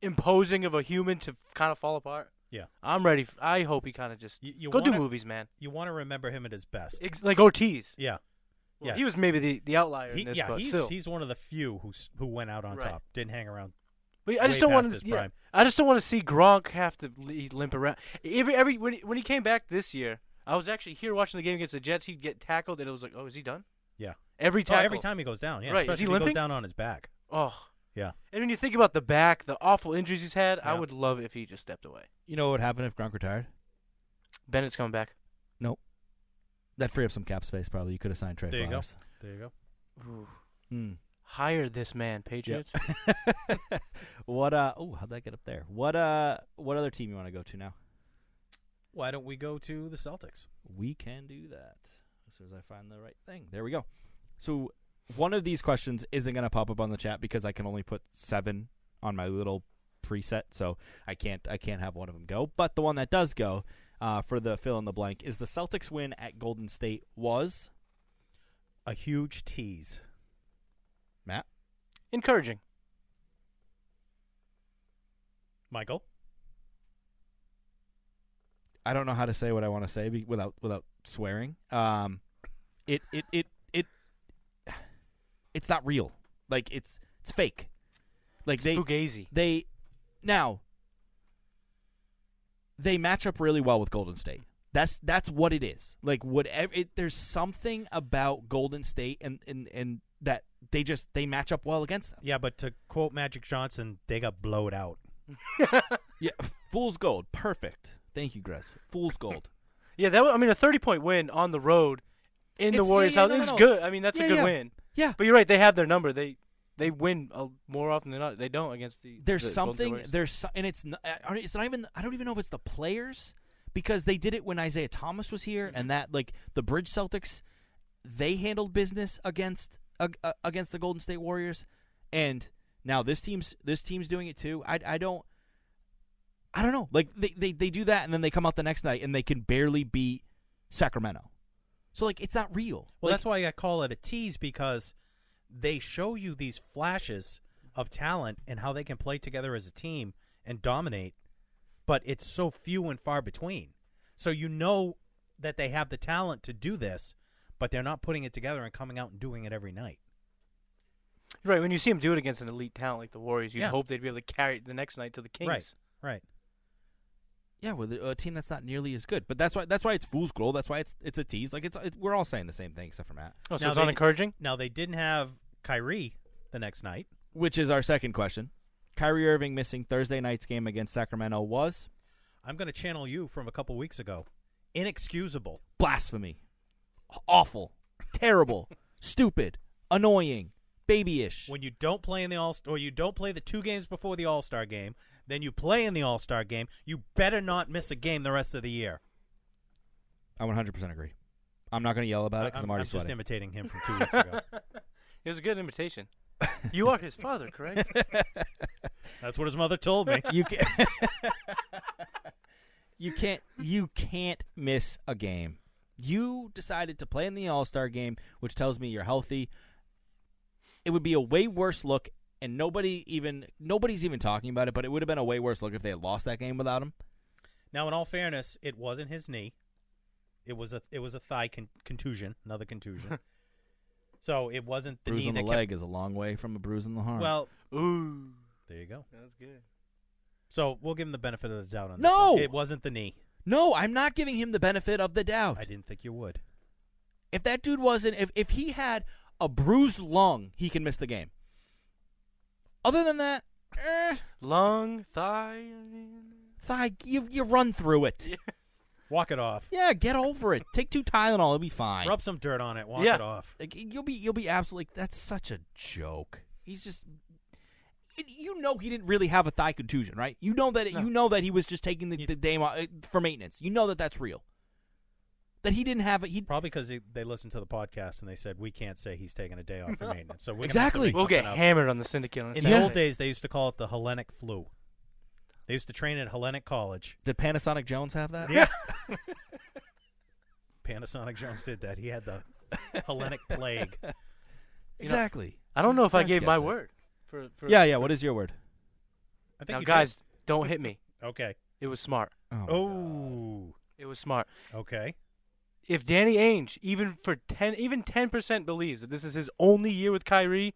Speaker 5: imposing of a human to kind of fall apart.
Speaker 6: Yeah.
Speaker 5: I'm ready. F- I hope he kind of just
Speaker 6: You- you
Speaker 5: go do
Speaker 6: wanna-
Speaker 5: movies, man.
Speaker 6: You want to remember him at his best.
Speaker 5: Ex- like Ortiz.
Speaker 6: yeah.
Speaker 5: Well,
Speaker 6: yeah.
Speaker 5: He was maybe the, the outlier
Speaker 6: He-
Speaker 5: in this,
Speaker 6: yeah,
Speaker 5: but
Speaker 6: he's
Speaker 5: still.
Speaker 6: he's one of the few who s- who went out on
Speaker 5: Right.
Speaker 6: top. Didn't hang around.
Speaker 5: But I
Speaker 6: way
Speaker 5: just don't want
Speaker 6: past
Speaker 5: to.
Speaker 6: his
Speaker 5: Yeah,
Speaker 6: prime.
Speaker 5: I just don't want to see Gronk have to li- limp around. Every every when he, when he came back this year, I was actually here watching the game against the Jets. He'd get tackled, and it was like, oh, is he done?
Speaker 6: Yeah.
Speaker 5: Every
Speaker 6: Oh,
Speaker 5: tackle.
Speaker 6: every time he goes down, yeah.
Speaker 5: Right, is
Speaker 6: Especially
Speaker 5: he
Speaker 6: if he goes
Speaker 5: limping?
Speaker 6: down on his back.
Speaker 5: Oh,
Speaker 6: Yeah.
Speaker 5: and when you think about the back, the awful injuries he's had, I
Speaker 6: Yeah.
Speaker 5: would love if he just stepped away.
Speaker 4: You know what would happen if Gronk retired?
Speaker 5: Bennett's coming back.
Speaker 4: Nope. That free up some cap space. Probably you could have signed Trey
Speaker 6: There you go.
Speaker 4: Flowers.
Speaker 6: There you go.
Speaker 5: Ooh.
Speaker 4: Mm.
Speaker 5: Hire this man, Patriots.
Speaker 4: Yep. what? Uh. Oh, how'd that get up there? What? Uh. What other team you want to go to now?
Speaker 6: Why don't we go to the Celtics?
Speaker 4: We can do that as soon as I find the right thing. There we go. So one of these questions isn't going to pop up on the chat because I can only put seven on my little preset, so I can't I can't have one of them go. But the one that does go uh, for the fill in the blank is the Celtics win at Golden State was
Speaker 6: A huge tease.
Speaker 4: Matt.
Speaker 5: Encouraging.
Speaker 6: Michael.
Speaker 4: I don't know how to say what I want to say be- without without swearing. Um, it it it it it's not real. Like it's it's fake. Like they
Speaker 5: Fugazi.
Speaker 4: they now they match up really well with Golden State. That's that's what it is. Like whatever it, there's something about Golden State and, and and that they just they match up well against them.
Speaker 6: Yeah, but to quote Magic Johnson, they got blowed out.
Speaker 4: Yeah, fool's gold. Perfect. Thank you, Gress. Fool's gold.
Speaker 5: Yeah, that. Was, I mean, a thirty-point win on the road in the
Speaker 4: It's- yeah,
Speaker 5: Warriors'
Speaker 4: yeah,
Speaker 5: house
Speaker 4: no, no,
Speaker 5: is
Speaker 4: no.
Speaker 5: good. I mean, that's
Speaker 4: Yeah,
Speaker 5: a good
Speaker 4: yeah.
Speaker 5: win.
Speaker 4: Yeah.
Speaker 5: But you're right. They have their number. They they win uh, more often than not. They don't against the.
Speaker 4: there's
Speaker 5: the Golden State
Speaker 4: something
Speaker 5: Warriors.
Speaker 4: there's so, and it's not, it's not even I don't even know if it's the players because they did it when Isaiah Thomas was
Speaker 5: Mm-hmm.
Speaker 4: here and that like the Bridge Celtics they handled business against ag- uh, against the Golden State Warriors and now this team's this team's doing it too. I I don't I don't know. Like they, they they do that and then they come out the next night and they can barely beat Sacramento. So like it's not real.
Speaker 6: Well,
Speaker 4: Like,
Speaker 6: that's why I call it a tease because they show you these flashes of talent and how they can play together as a team and dominate, but it's so few and far between. So you know that they have the talent to do this, but they're not putting it together and coming out and doing it every night.
Speaker 5: You're right when you see them do it against an elite talent like the Warriors, you
Speaker 6: Yeah.
Speaker 5: would hope they'd be able to carry it the next night to the Kings.
Speaker 6: Right. Right.
Speaker 4: Yeah, with a a team that's not nearly as good, but that's why that's why it's fool's gold. That's why it's it's a tease. Like it's it, we're all saying the same thing except for Matt,
Speaker 5: Oh, so
Speaker 6: Now
Speaker 5: it's
Speaker 6: they-
Speaker 5: not encouraging.
Speaker 6: Now they didn't have Kyrie the next night.
Speaker 4: which is our second question. Kyrie Irving missing Thursday night's game against Sacramento was
Speaker 6: I'm going to channel you from a couple weeks ago. Inexcusable.
Speaker 4: blasphemy, awful, terrible, stupid, annoying, babyish.
Speaker 6: When you don't play in the All or you don't play the two games before the All Star game, then you play in the All Star game. You better not miss a game the rest of the year.
Speaker 4: I 100% agree. I'm not going to yell about it
Speaker 6: I-
Speaker 4: because I'm, already
Speaker 6: just
Speaker 4: sweating.
Speaker 6: imitating him from two weeks ago.
Speaker 5: It was a good invitation. you are his father, correct?
Speaker 6: That's what his mother told me.
Speaker 4: you can You can't you can't miss a game. You decided to play in the All-Star game, which tells me you're healthy. It would be a way worse look and nobody even nobody's even talking about it, but it would have been a way worse look if they had lost that game without him.
Speaker 6: Now, in all fairness, it wasn't his knee. It was a it was a thigh con- contusion, another contusion. so it wasn't the
Speaker 4: bruise
Speaker 6: knee
Speaker 4: on the
Speaker 6: that
Speaker 4: leg is a long way from a bruise on the
Speaker 6: Kept,
Speaker 4: heart.
Speaker 6: well,
Speaker 5: Ooh,
Speaker 6: there you go.
Speaker 5: that's good.
Speaker 6: So we'll give him the benefit of the doubt on
Speaker 4: No!
Speaker 6: this. one. it wasn't the knee.
Speaker 4: no, I'm not giving him the benefit of the doubt.
Speaker 6: I didn't think you would.
Speaker 4: If that dude wasn't, if, if he had a bruised lung, he can miss the game. Other than that, eh,
Speaker 5: Lung, thigh.
Speaker 4: thigh, you, you run through it.
Speaker 6: Walk it off.
Speaker 4: Yeah, get over it. Take two Tylenol, it'll be fine.
Speaker 6: Rub some dirt on it. Walk
Speaker 5: Yeah.
Speaker 6: it off.
Speaker 4: Like, you'll be you'll be absolutely. That's such a joke. He's just. it- You know he didn't really have a thigh contusion, right? You know that
Speaker 5: No.
Speaker 4: you know that he was just taking the,
Speaker 6: You-
Speaker 4: the day mo- uh, for maintenance. You know that that's real. That he didn't have it. He
Speaker 6: Probably because they listened to the podcast and they said we can't say he's taking a day off for maintenance. So we're gonna
Speaker 4: Exactly.
Speaker 6: Have to make
Speaker 5: We'll get
Speaker 6: something up.
Speaker 5: hammered on the syndicate. On
Speaker 6: In
Speaker 5: Saturday.
Speaker 6: the old days, they used to call it the Hellenic flu. They used to train at Hellenic College.
Speaker 4: did Panasonic Jones have that?
Speaker 6: Yeah. Panasonic Jones did that. He had the Hellenic plague.
Speaker 5: know-
Speaker 4: exactly.
Speaker 5: I don't know if I
Speaker 4: Christ
Speaker 5: gave my
Speaker 4: gets it.
Speaker 5: word. For, for
Speaker 4: Yeah, yeah. What is your word?
Speaker 6: I think
Speaker 5: Now,
Speaker 6: you did.
Speaker 5: guys, don't hit me.
Speaker 6: Okay.
Speaker 5: It was smart.
Speaker 6: Oh.
Speaker 5: It was smart.
Speaker 6: Okay.
Speaker 5: If Danny Ainge, even for ten, even ten percent, believes that this is his only year with Kyrie,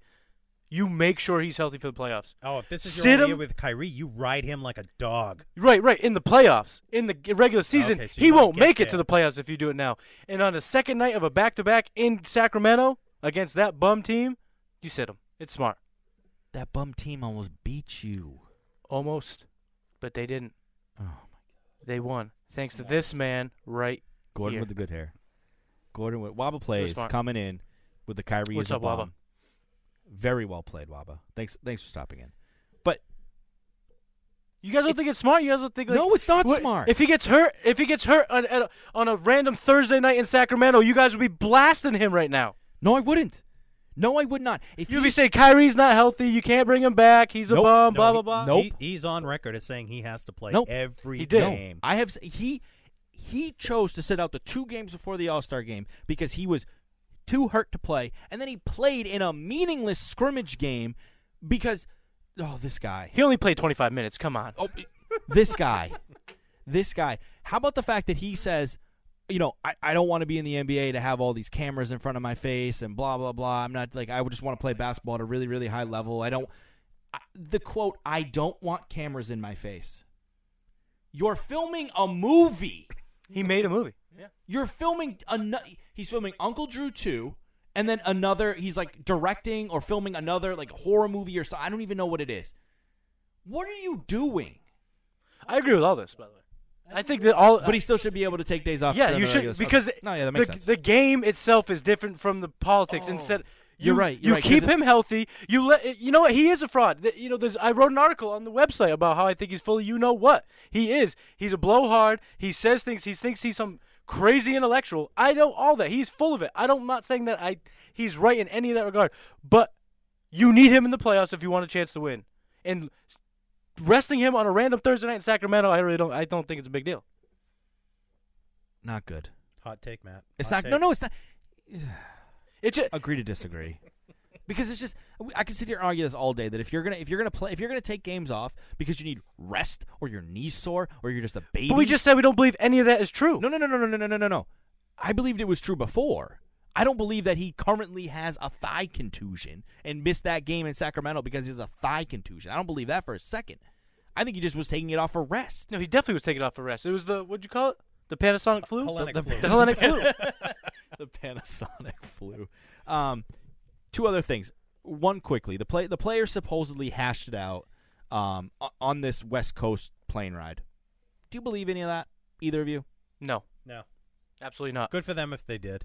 Speaker 5: you make sure he's healthy for the playoffs.
Speaker 6: Oh, if this is your
Speaker 5: Sit
Speaker 6: idea
Speaker 5: him-
Speaker 6: with Kyrie, you ride him like a dog.
Speaker 5: Right, right. In the playoffs, in the g- regular season,
Speaker 6: Okay, so you
Speaker 5: he
Speaker 6: wanna
Speaker 5: won't
Speaker 6: get
Speaker 5: make it to
Speaker 6: there.
Speaker 5: the playoffs if you do it now. And on the second night of a back-to-back in Sacramento against that bum team, you sit him. It's smart,
Speaker 4: That bum team almost beat you.
Speaker 5: almost, but they didn't.
Speaker 4: Oh my.
Speaker 5: They won thanks to this man right
Speaker 4: Gordon
Speaker 5: Here.
Speaker 4: with the good hair. Gordon with Waba plays
Speaker 5: smart.
Speaker 4: coming in with the Kyrie
Speaker 5: What's
Speaker 4: is a
Speaker 5: up, Waba?
Speaker 4: bomb. Very well played, Waba. Thanks, thanks for stopping in. But
Speaker 5: You guys don't
Speaker 4: It's-
Speaker 5: think it's smart? You guys don't think like,
Speaker 4: No, it's not
Speaker 5: what-
Speaker 4: smart.
Speaker 5: If he gets hurt, if he gets hurt on, at a, on a random Thursday night in Sacramento, you guys would be blasting him right now.
Speaker 4: no, I wouldn't. No, I would not. If
Speaker 5: You'd
Speaker 4: he-
Speaker 5: be saying Kyrie's not healthy. You can't bring him back. He's a
Speaker 4: Nope.
Speaker 5: bum.
Speaker 4: No,
Speaker 5: blah
Speaker 4: he-
Speaker 5: blah blah.
Speaker 4: Nope.
Speaker 6: He, he's on record as saying he has to play
Speaker 4: Nope.
Speaker 6: every
Speaker 5: He did. No.
Speaker 6: game.
Speaker 4: I have s- he he chose to sit out the two games before the All Star game because he was too hurt to play, and then he played in a meaningless scrimmage game because oh this guy,
Speaker 5: He only played 25 minutes. Come on.
Speaker 4: oh this guy, this guy. How about the fact that he says, you know, I, I don't want to be in the NBA to have all these cameras in front of my face and blah blah blah. I'm not like I would just want to play basketball at a really really high level. I don't. I, the quote, I don't want cameras in my face. You're filming a movie.
Speaker 5: He made a movie. Yeah.
Speaker 4: You're filming another. He's filming Uncle Drew two, and then another. He's like directing or filming another like horror movie or so. I don't even know what it is. What are you doing?
Speaker 5: I agree with all this, by the way. I think that all.
Speaker 4: But he still should be able to take days off.
Speaker 5: uh, yeah,
Speaker 4: during
Speaker 5: you
Speaker 4: the regular
Speaker 5: should
Speaker 4: season.
Speaker 5: because
Speaker 4: Okay. no, yeah, that makes
Speaker 5: the,
Speaker 4: sense.
Speaker 5: the game itself is different from the politics. Instead, you,
Speaker 4: You're right, you're
Speaker 5: you
Speaker 4: right, 'cause
Speaker 5: keep
Speaker 4: it's-
Speaker 5: him healthy. You let you know what he is a fraud. Th- You know, there's I wrote an article on the website about how I think he's fully. You know what he is? He's a blowhard. He says things. He thinks he's some crazy intellectual. I know all that. He's full of it. I don't. I'm not saying that I. He's right in any of that regard. But you need him in the playoffs if you want a chance to win. And resting him on a random Thursday night in Sacramento, I really don't. I don't think it's a big deal.
Speaker 4: not good.
Speaker 6: Hot take, Matt.
Speaker 4: It's
Speaker 6: Hot
Speaker 4: not. No,
Speaker 6: take.
Speaker 4: no, it's not.
Speaker 5: It just,
Speaker 4: Agree to disagree. Because it's just, I can sit here and argue this all day. That if you're gonna, if you're gonna play, if you're gonna take games off because you need rest or your knee's sore or you're just a baby.
Speaker 5: But we just said we don't believe any of that is true.
Speaker 4: No, no, no, no, no, no, no, no, no, no. I believed it was true before. I don't believe that he currently has a thigh contusion and missed that game in Sacramento because he has a thigh contusion. I don't believe that for a second. I think he just was taking it off for rest.
Speaker 5: No, he definitely was taking off for rest. It was the what'd you call it? The Panasonic flu.
Speaker 6: Hellenic
Speaker 5: the,
Speaker 6: flu.
Speaker 5: the Hellenic flu.
Speaker 4: the Panasonic flu. Um, two other things. One quickly. The play the players supposedly hashed it out um, o- on this West Coast plane ride. Do you believe any of that? Either of you?
Speaker 5: No,
Speaker 6: No.
Speaker 5: absolutely not.
Speaker 6: Good for them if they did.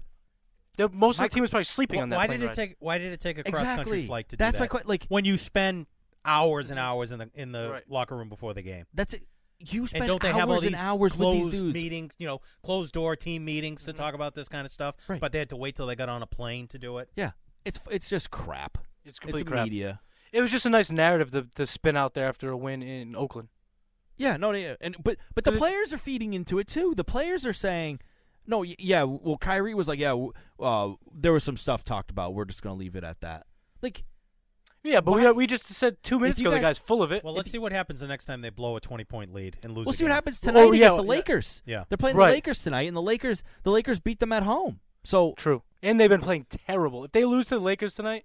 Speaker 5: The, most of
Speaker 4: Mike-
Speaker 5: the team was probably sleeping
Speaker 6: Wh-
Speaker 5: on that.
Speaker 6: why
Speaker 5: plane
Speaker 6: did it
Speaker 5: ride.
Speaker 6: take? Why did it take a cross country
Speaker 4: Exactly.
Speaker 6: flight to do
Speaker 4: That's
Speaker 6: that?
Speaker 4: my que- like-
Speaker 6: when you spend hours and hours in the in the
Speaker 5: Right.
Speaker 6: locker room before the game.
Speaker 4: That's it. You spend
Speaker 6: and don't they
Speaker 4: hours
Speaker 6: have all
Speaker 4: and
Speaker 6: these
Speaker 4: hours with
Speaker 6: closed
Speaker 4: these dudes.
Speaker 6: meetings, you know, closed door team meetings to talk about this kind of stuff?
Speaker 4: Right.
Speaker 6: But they had to wait till they got on a plane to do it.
Speaker 4: Yeah, it's it's just crap.
Speaker 5: It's
Speaker 4: It's
Speaker 5: complete
Speaker 4: the
Speaker 5: crap.
Speaker 4: media.
Speaker 5: It was just a nice narrative to, to spin out there after a win in Oakland.
Speaker 4: Yeah, no, yeah, and but but the
Speaker 5: But it-
Speaker 4: players are feeding into it too. The players are saying, no, y- yeah, well, Kyrie was like, yeah, w- uh, there was some stuff talked about. We're just gonna leave it at that. Like,
Speaker 5: Yeah, but
Speaker 4: Why-
Speaker 5: we, we just said two minutes
Speaker 4: you
Speaker 5: ago the
Speaker 4: guys-
Speaker 5: guy's full of it.
Speaker 6: Well, let's see what happens the next time they blow a twenty point lead and lose.
Speaker 4: we'll
Speaker 6: a
Speaker 4: see what
Speaker 6: game.
Speaker 4: happens
Speaker 5: Oh,
Speaker 4: tonight
Speaker 5: yeah,
Speaker 4: against the
Speaker 5: yeah.
Speaker 4: Lakers.
Speaker 6: Yeah.
Speaker 4: they're playing
Speaker 5: Right.
Speaker 4: the Lakers tonight, and the Lakers the Lakers beat them at home. So
Speaker 5: True, and they've been playing terrible. If they lose to the Lakers tonight,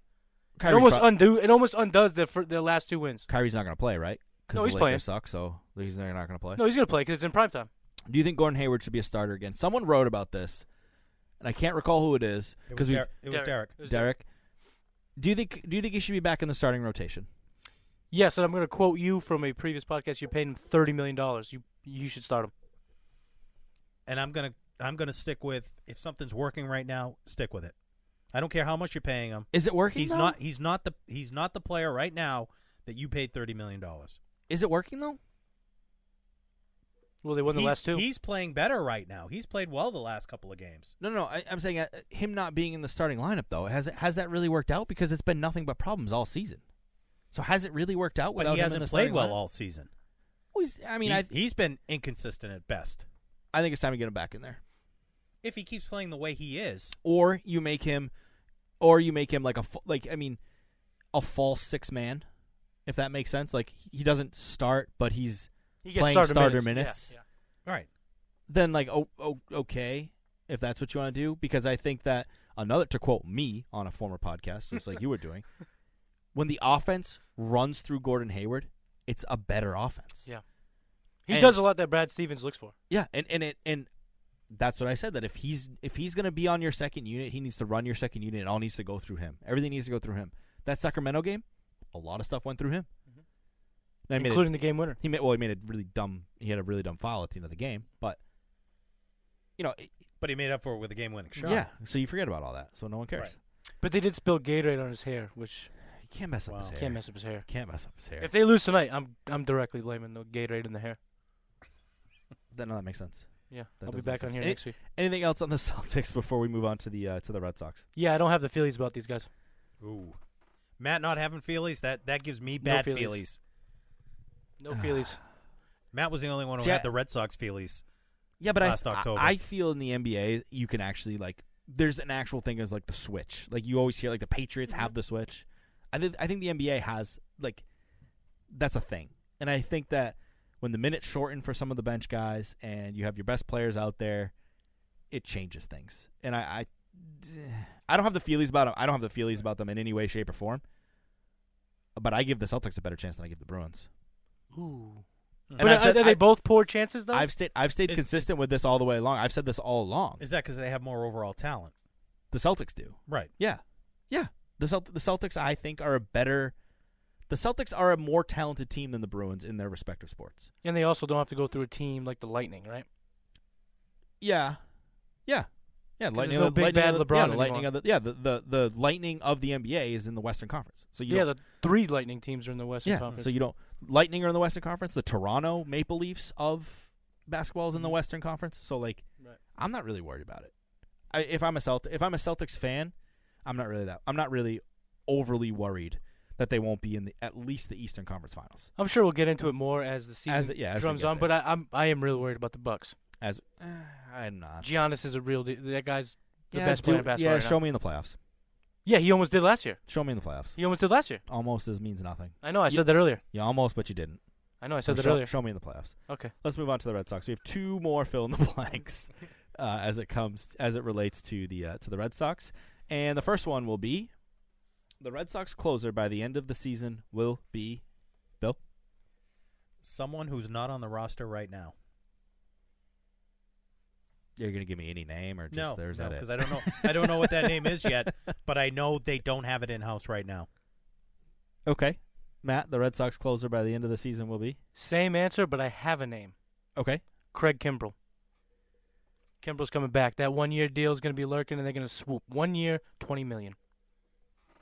Speaker 4: Kyrie's,
Speaker 5: it almost
Speaker 4: prob-
Speaker 5: undo it almost undoes their fir- their last two wins.
Speaker 4: Kyrie's not gonna play, right? Because
Speaker 5: No,
Speaker 4: the
Speaker 5: he's
Speaker 4: Lakers
Speaker 5: playing.
Speaker 4: suck, so he's they're not gonna play.
Speaker 5: No, he's gonna play because it's in prime time.
Speaker 4: Do you think Gordon Hayward should be a starter again? Someone wrote about this, and I can't recall who it is
Speaker 6: It was,
Speaker 4: we
Speaker 6: Der- it was Derek.
Speaker 5: It was
Speaker 4: Derek. Do you think do you think he should be back in the starting rotation?
Speaker 5: Yes, and I'm going to quote you from a previous podcast. You paid him thirty million dollars. You you should start him.
Speaker 6: and I'm gonna I'm gonna stick with if something's working right now, stick with it. I don't care how much you're paying him.
Speaker 4: Is it working?
Speaker 6: He's
Speaker 4: though?
Speaker 6: not he's not the he's not the player right now that you paid thirty million dollars.
Speaker 4: Is it working though?
Speaker 5: Well, they won the
Speaker 6: he's,
Speaker 5: last two.
Speaker 6: He's playing better right now. He's played well the last couple of games.
Speaker 4: No, no. no. I, I'm saying uh, him not being in the starting lineup though. Has it- has that really worked out? Because it's been nothing but problems all season. So has it really worked out
Speaker 6: But
Speaker 4: without
Speaker 6: he
Speaker 4: him in
Speaker 6: hasn't
Speaker 4: the
Speaker 6: played
Speaker 4: starting
Speaker 6: well
Speaker 4: lineup?
Speaker 6: all season.
Speaker 4: Well, he's- I mean, I,
Speaker 6: He's- he's been inconsistent at best.
Speaker 4: I think it's time to get him back in there.
Speaker 6: If he keeps playing the way he is,
Speaker 4: Or you make him, or you make him like a fa- like I mean, a false six man. if that makes sense. Like he doesn't start, but he's
Speaker 5: He gets
Speaker 4: Playing
Speaker 5: starter,
Speaker 4: starter minutes.
Speaker 5: Yeah,
Speaker 6: All right.
Speaker 4: then like oh, oh okay if that's what you want to do because I think that another to quote me on a former podcast just like you were doing when the offense runs through Gordon Hayward it's a better offense
Speaker 5: yeah. yeah. He
Speaker 4: And-
Speaker 5: does a lot that Brad Stevens looks for.
Speaker 4: yeah and and it and that's what I said that if he's if he's going to be on your second unit he needs to run your second unit it all needs to go through him everything needs to go through him that Sacramento game a lot of stuff went through him And I made it-
Speaker 5: Mm-hmm. including the game winner.
Speaker 4: he made well he made a really dumb he had a really dumb foul at the end of the game but you know it-
Speaker 6: But he made up for it with a game winning shot.
Speaker 4: Yeah, so you forget about all that, so no one cares.
Speaker 6: Right.
Speaker 5: But they did spill Gatorade on his hair, which
Speaker 4: You can't mess up
Speaker 6: Wow.
Speaker 4: his hair.
Speaker 5: can't mess up his hair.
Speaker 4: Can't mess up his hair.
Speaker 5: If they lose tonight, I'm I'm directly blaming the Gatorade in the hair.
Speaker 4: That, no, that makes sense.
Speaker 5: Yeah,
Speaker 4: That
Speaker 5: I'll be
Speaker 4: does make
Speaker 5: back on
Speaker 4: sense.
Speaker 5: here
Speaker 4: Any-
Speaker 5: next week.
Speaker 4: Anything else on the Celtics before we move on to the uh, to the Red Sox?
Speaker 5: Yeah, I don't have the feelings about these guys.
Speaker 6: Ooh. Matt not having feelies, that, that gives me
Speaker 5: No
Speaker 6: bad
Speaker 5: feelies.
Speaker 6: feelies.
Speaker 5: No
Speaker 4: Ah.
Speaker 5: feelies.
Speaker 6: Matt was the only one who
Speaker 4: See,
Speaker 6: had
Speaker 4: I-
Speaker 6: the Red Sox feelies.
Speaker 4: Yeah, but I-
Speaker 6: Last
Speaker 4: I,
Speaker 6: October.
Speaker 4: I feel in the NBA you can actually like there's an actual thing as like the switch. Like you always hear like the Patriots have
Speaker 6: Mm-hmm.
Speaker 4: the switch. I think I think the NBA has like that's a thing. And I think that when the minutes shorten for some of the bench guys and you have your best players out there, it changes things. And I I, I don't have the feelings about them. I don't have the feelings about them in any way, shape, or form. But I give the Celtics a better chance than I give the Bruins.
Speaker 5: Ooh.
Speaker 4: And
Speaker 5: But
Speaker 4: I've
Speaker 5: are,
Speaker 4: said-
Speaker 5: are they
Speaker 4: I-
Speaker 5: both poor chances though?
Speaker 4: I've stayed I've stayed
Speaker 6: Is-
Speaker 4: consistent with this all the way along. I've said this all along.
Speaker 6: Is that because they have more overall talent?
Speaker 4: The Celtics do.
Speaker 6: Right.
Speaker 4: Yeah, yeah. The Celt- the Celtics, I think, are a better. The Celtics are a more talented team than the Bruins in their respective sports.
Speaker 5: and they also don't have to go through a team like the Lightning, right?
Speaker 4: Yeah, yeah, yeah. Lightning,
Speaker 5: there's no
Speaker 4: of the-
Speaker 5: big
Speaker 4: lightning
Speaker 5: bad
Speaker 4: of the,
Speaker 5: LeBron
Speaker 4: yeah, the lightning of
Speaker 5: anymore.
Speaker 4: the yeah the, the the lightning of the NBA is in the Western Conference. So you
Speaker 5: yeah,
Speaker 4: don't,
Speaker 5: the three Lightning teams are in the Western
Speaker 4: yeah.
Speaker 5: Conference.
Speaker 4: So you don't Lightning are in the Western Conference. The Toronto Maple Leafs of basketball is in the Western Conference. So like,
Speaker 5: Mm-hmm. Right.
Speaker 4: I'm not really worried about it. I, if I'm a Celt- if I'm a Celtics fan, I'm not really that. I'm not really overly worried that they won't be in the at least the Eastern Conference Finals.
Speaker 5: I'm sure we'll get into it more as the season
Speaker 4: As it- yeah, as we
Speaker 5: drums
Speaker 4: get
Speaker 5: on. But I, I'm I am really worried about the Bucks.
Speaker 4: As eh, I'm not.
Speaker 5: Giannis is a real deal. That guy's the
Speaker 4: yeah,
Speaker 5: best
Speaker 4: do-
Speaker 5: player in basketball.
Speaker 4: Yeah,
Speaker 5: right now.
Speaker 4: show me in the playoffs.
Speaker 5: Yeah, he almost did last year.
Speaker 4: Show me in the playoffs.
Speaker 5: He almost did last year.
Speaker 4: Almost as means nothing.
Speaker 5: I know. I
Speaker 4: Yeah.
Speaker 5: said that earlier.
Speaker 4: You almost, but you didn't.
Speaker 5: I know. I said
Speaker 4: So
Speaker 5: that
Speaker 4: show,
Speaker 5: earlier.
Speaker 4: show me in the playoffs.
Speaker 5: Okay.
Speaker 4: Let's move on to the Red Sox. We have two more fill in the blanks uh, as it comes as it relates to the uh, to the Red Sox, and the first one will be the Red Sox closer by the end of the season will be Bill.
Speaker 6: Someone who's not on the roster right now.
Speaker 4: You're gonna give me any name or just
Speaker 6: no,
Speaker 4: there's that
Speaker 6: because
Speaker 4: it?
Speaker 6: I don't know. I don't know what that name is yet, but I know they don't have it in house right now.
Speaker 4: okay, Matt, the Red Sox closer by the end of the season will be
Speaker 5: Same answer, but I have a name.
Speaker 4: okay.
Speaker 5: Craig Kimbrell. Kimbrell's coming back. That one year deal is going to be lurking, and they're going to swoop one year, twenty million.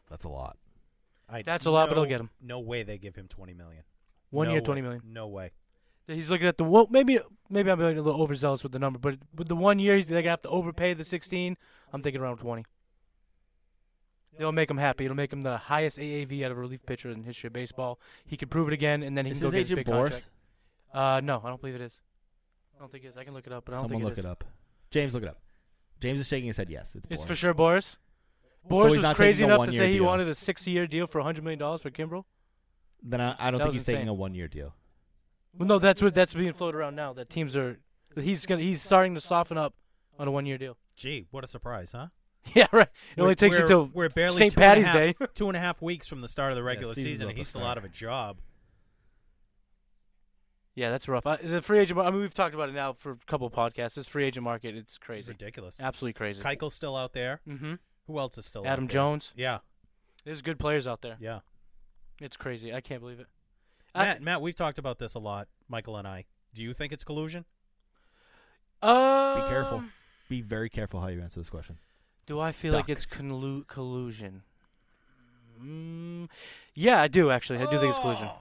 Speaker 4: That's a lot.
Speaker 6: I,
Speaker 5: That's a lot, but
Speaker 6: no-
Speaker 5: I'll get him.
Speaker 6: No way they give him twenty million.
Speaker 5: One
Speaker 6: No
Speaker 5: year,
Speaker 6: way.
Speaker 5: twenty million.
Speaker 6: No way.
Speaker 5: He's looking at the well, maybe maybe I'm being a little overzealous with the number, but with the one year he's they're gonna have to overpay the 16. I'm thinking around 20. It'll make him happy. It'll make him the highest AAV out of a relief pitcher in the history of baseball. He can prove it again, and then he
Speaker 4: Is
Speaker 5: can go
Speaker 4: his
Speaker 5: get his
Speaker 4: agent
Speaker 5: big
Speaker 4: Boris?
Speaker 5: contract. Uh, no, I don't believe it is. I don't think it is. I can look it up, but I don't
Speaker 4: Someone
Speaker 5: think
Speaker 4: look it up. James, look it up. James is shaking his head. Yes, it's
Speaker 5: It's
Speaker 4: Boris.
Speaker 5: for sure Boris. Boris
Speaker 4: he's not
Speaker 5: was
Speaker 4: taking
Speaker 5: crazy
Speaker 4: the
Speaker 5: enough to
Speaker 4: one-year
Speaker 5: say he
Speaker 4: deal.
Speaker 5: wanted a six-year deal for 100 million dollars for Kimbrel.
Speaker 4: Then I, I don't think
Speaker 5: That was
Speaker 4: he's taking
Speaker 5: insane.
Speaker 4: a one year deal.
Speaker 5: Well, no, that's what that's being floated around now. That teams are he's gonna he's starting to soften up on a one-year deal.
Speaker 6: Gee, what a surprise, huh?
Speaker 5: Yeah, right. It
Speaker 6: We're-
Speaker 5: only takes you
Speaker 6: we're-
Speaker 5: till
Speaker 6: we're barely
Speaker 5: St.
Speaker 6: two and a
Speaker 5: Patty's
Speaker 6: half-
Speaker 5: Day.
Speaker 6: two and a half weeks from the start of the regular
Speaker 4: season's
Speaker 6: season,
Speaker 4: about
Speaker 6: and
Speaker 4: to
Speaker 6: he's still
Speaker 4: start.
Speaker 6: out of a job.
Speaker 5: yeah, that's rough. I, the free agent. mar- I mean, we've talked about it now for a couple of podcasts. This free agent market, it's
Speaker 6: It's
Speaker 5: crazy,
Speaker 6: ridiculous.
Speaker 5: absolutely crazy.
Speaker 6: Keuchel's still out there.
Speaker 5: Mm-hmm.
Speaker 6: Who else is still?
Speaker 5: Adam
Speaker 6: out there?
Speaker 5: Jones.
Speaker 6: Yeah,
Speaker 5: There's good players out there.
Speaker 6: yeah.
Speaker 5: It's crazy. I can't believe it. I-
Speaker 6: Matt, Matt, we've talked about this a lot, Michael and I. Do you think it's collusion?
Speaker 5: Uh,
Speaker 4: Be careful.
Speaker 5: Um,
Speaker 4: Be very careful how you answer this question.
Speaker 5: Do I feel like
Speaker 4: Duck.
Speaker 5: it's collu- collusion? Mm, yeah, I do actually. I do think it's collusion.
Speaker 6: Oh.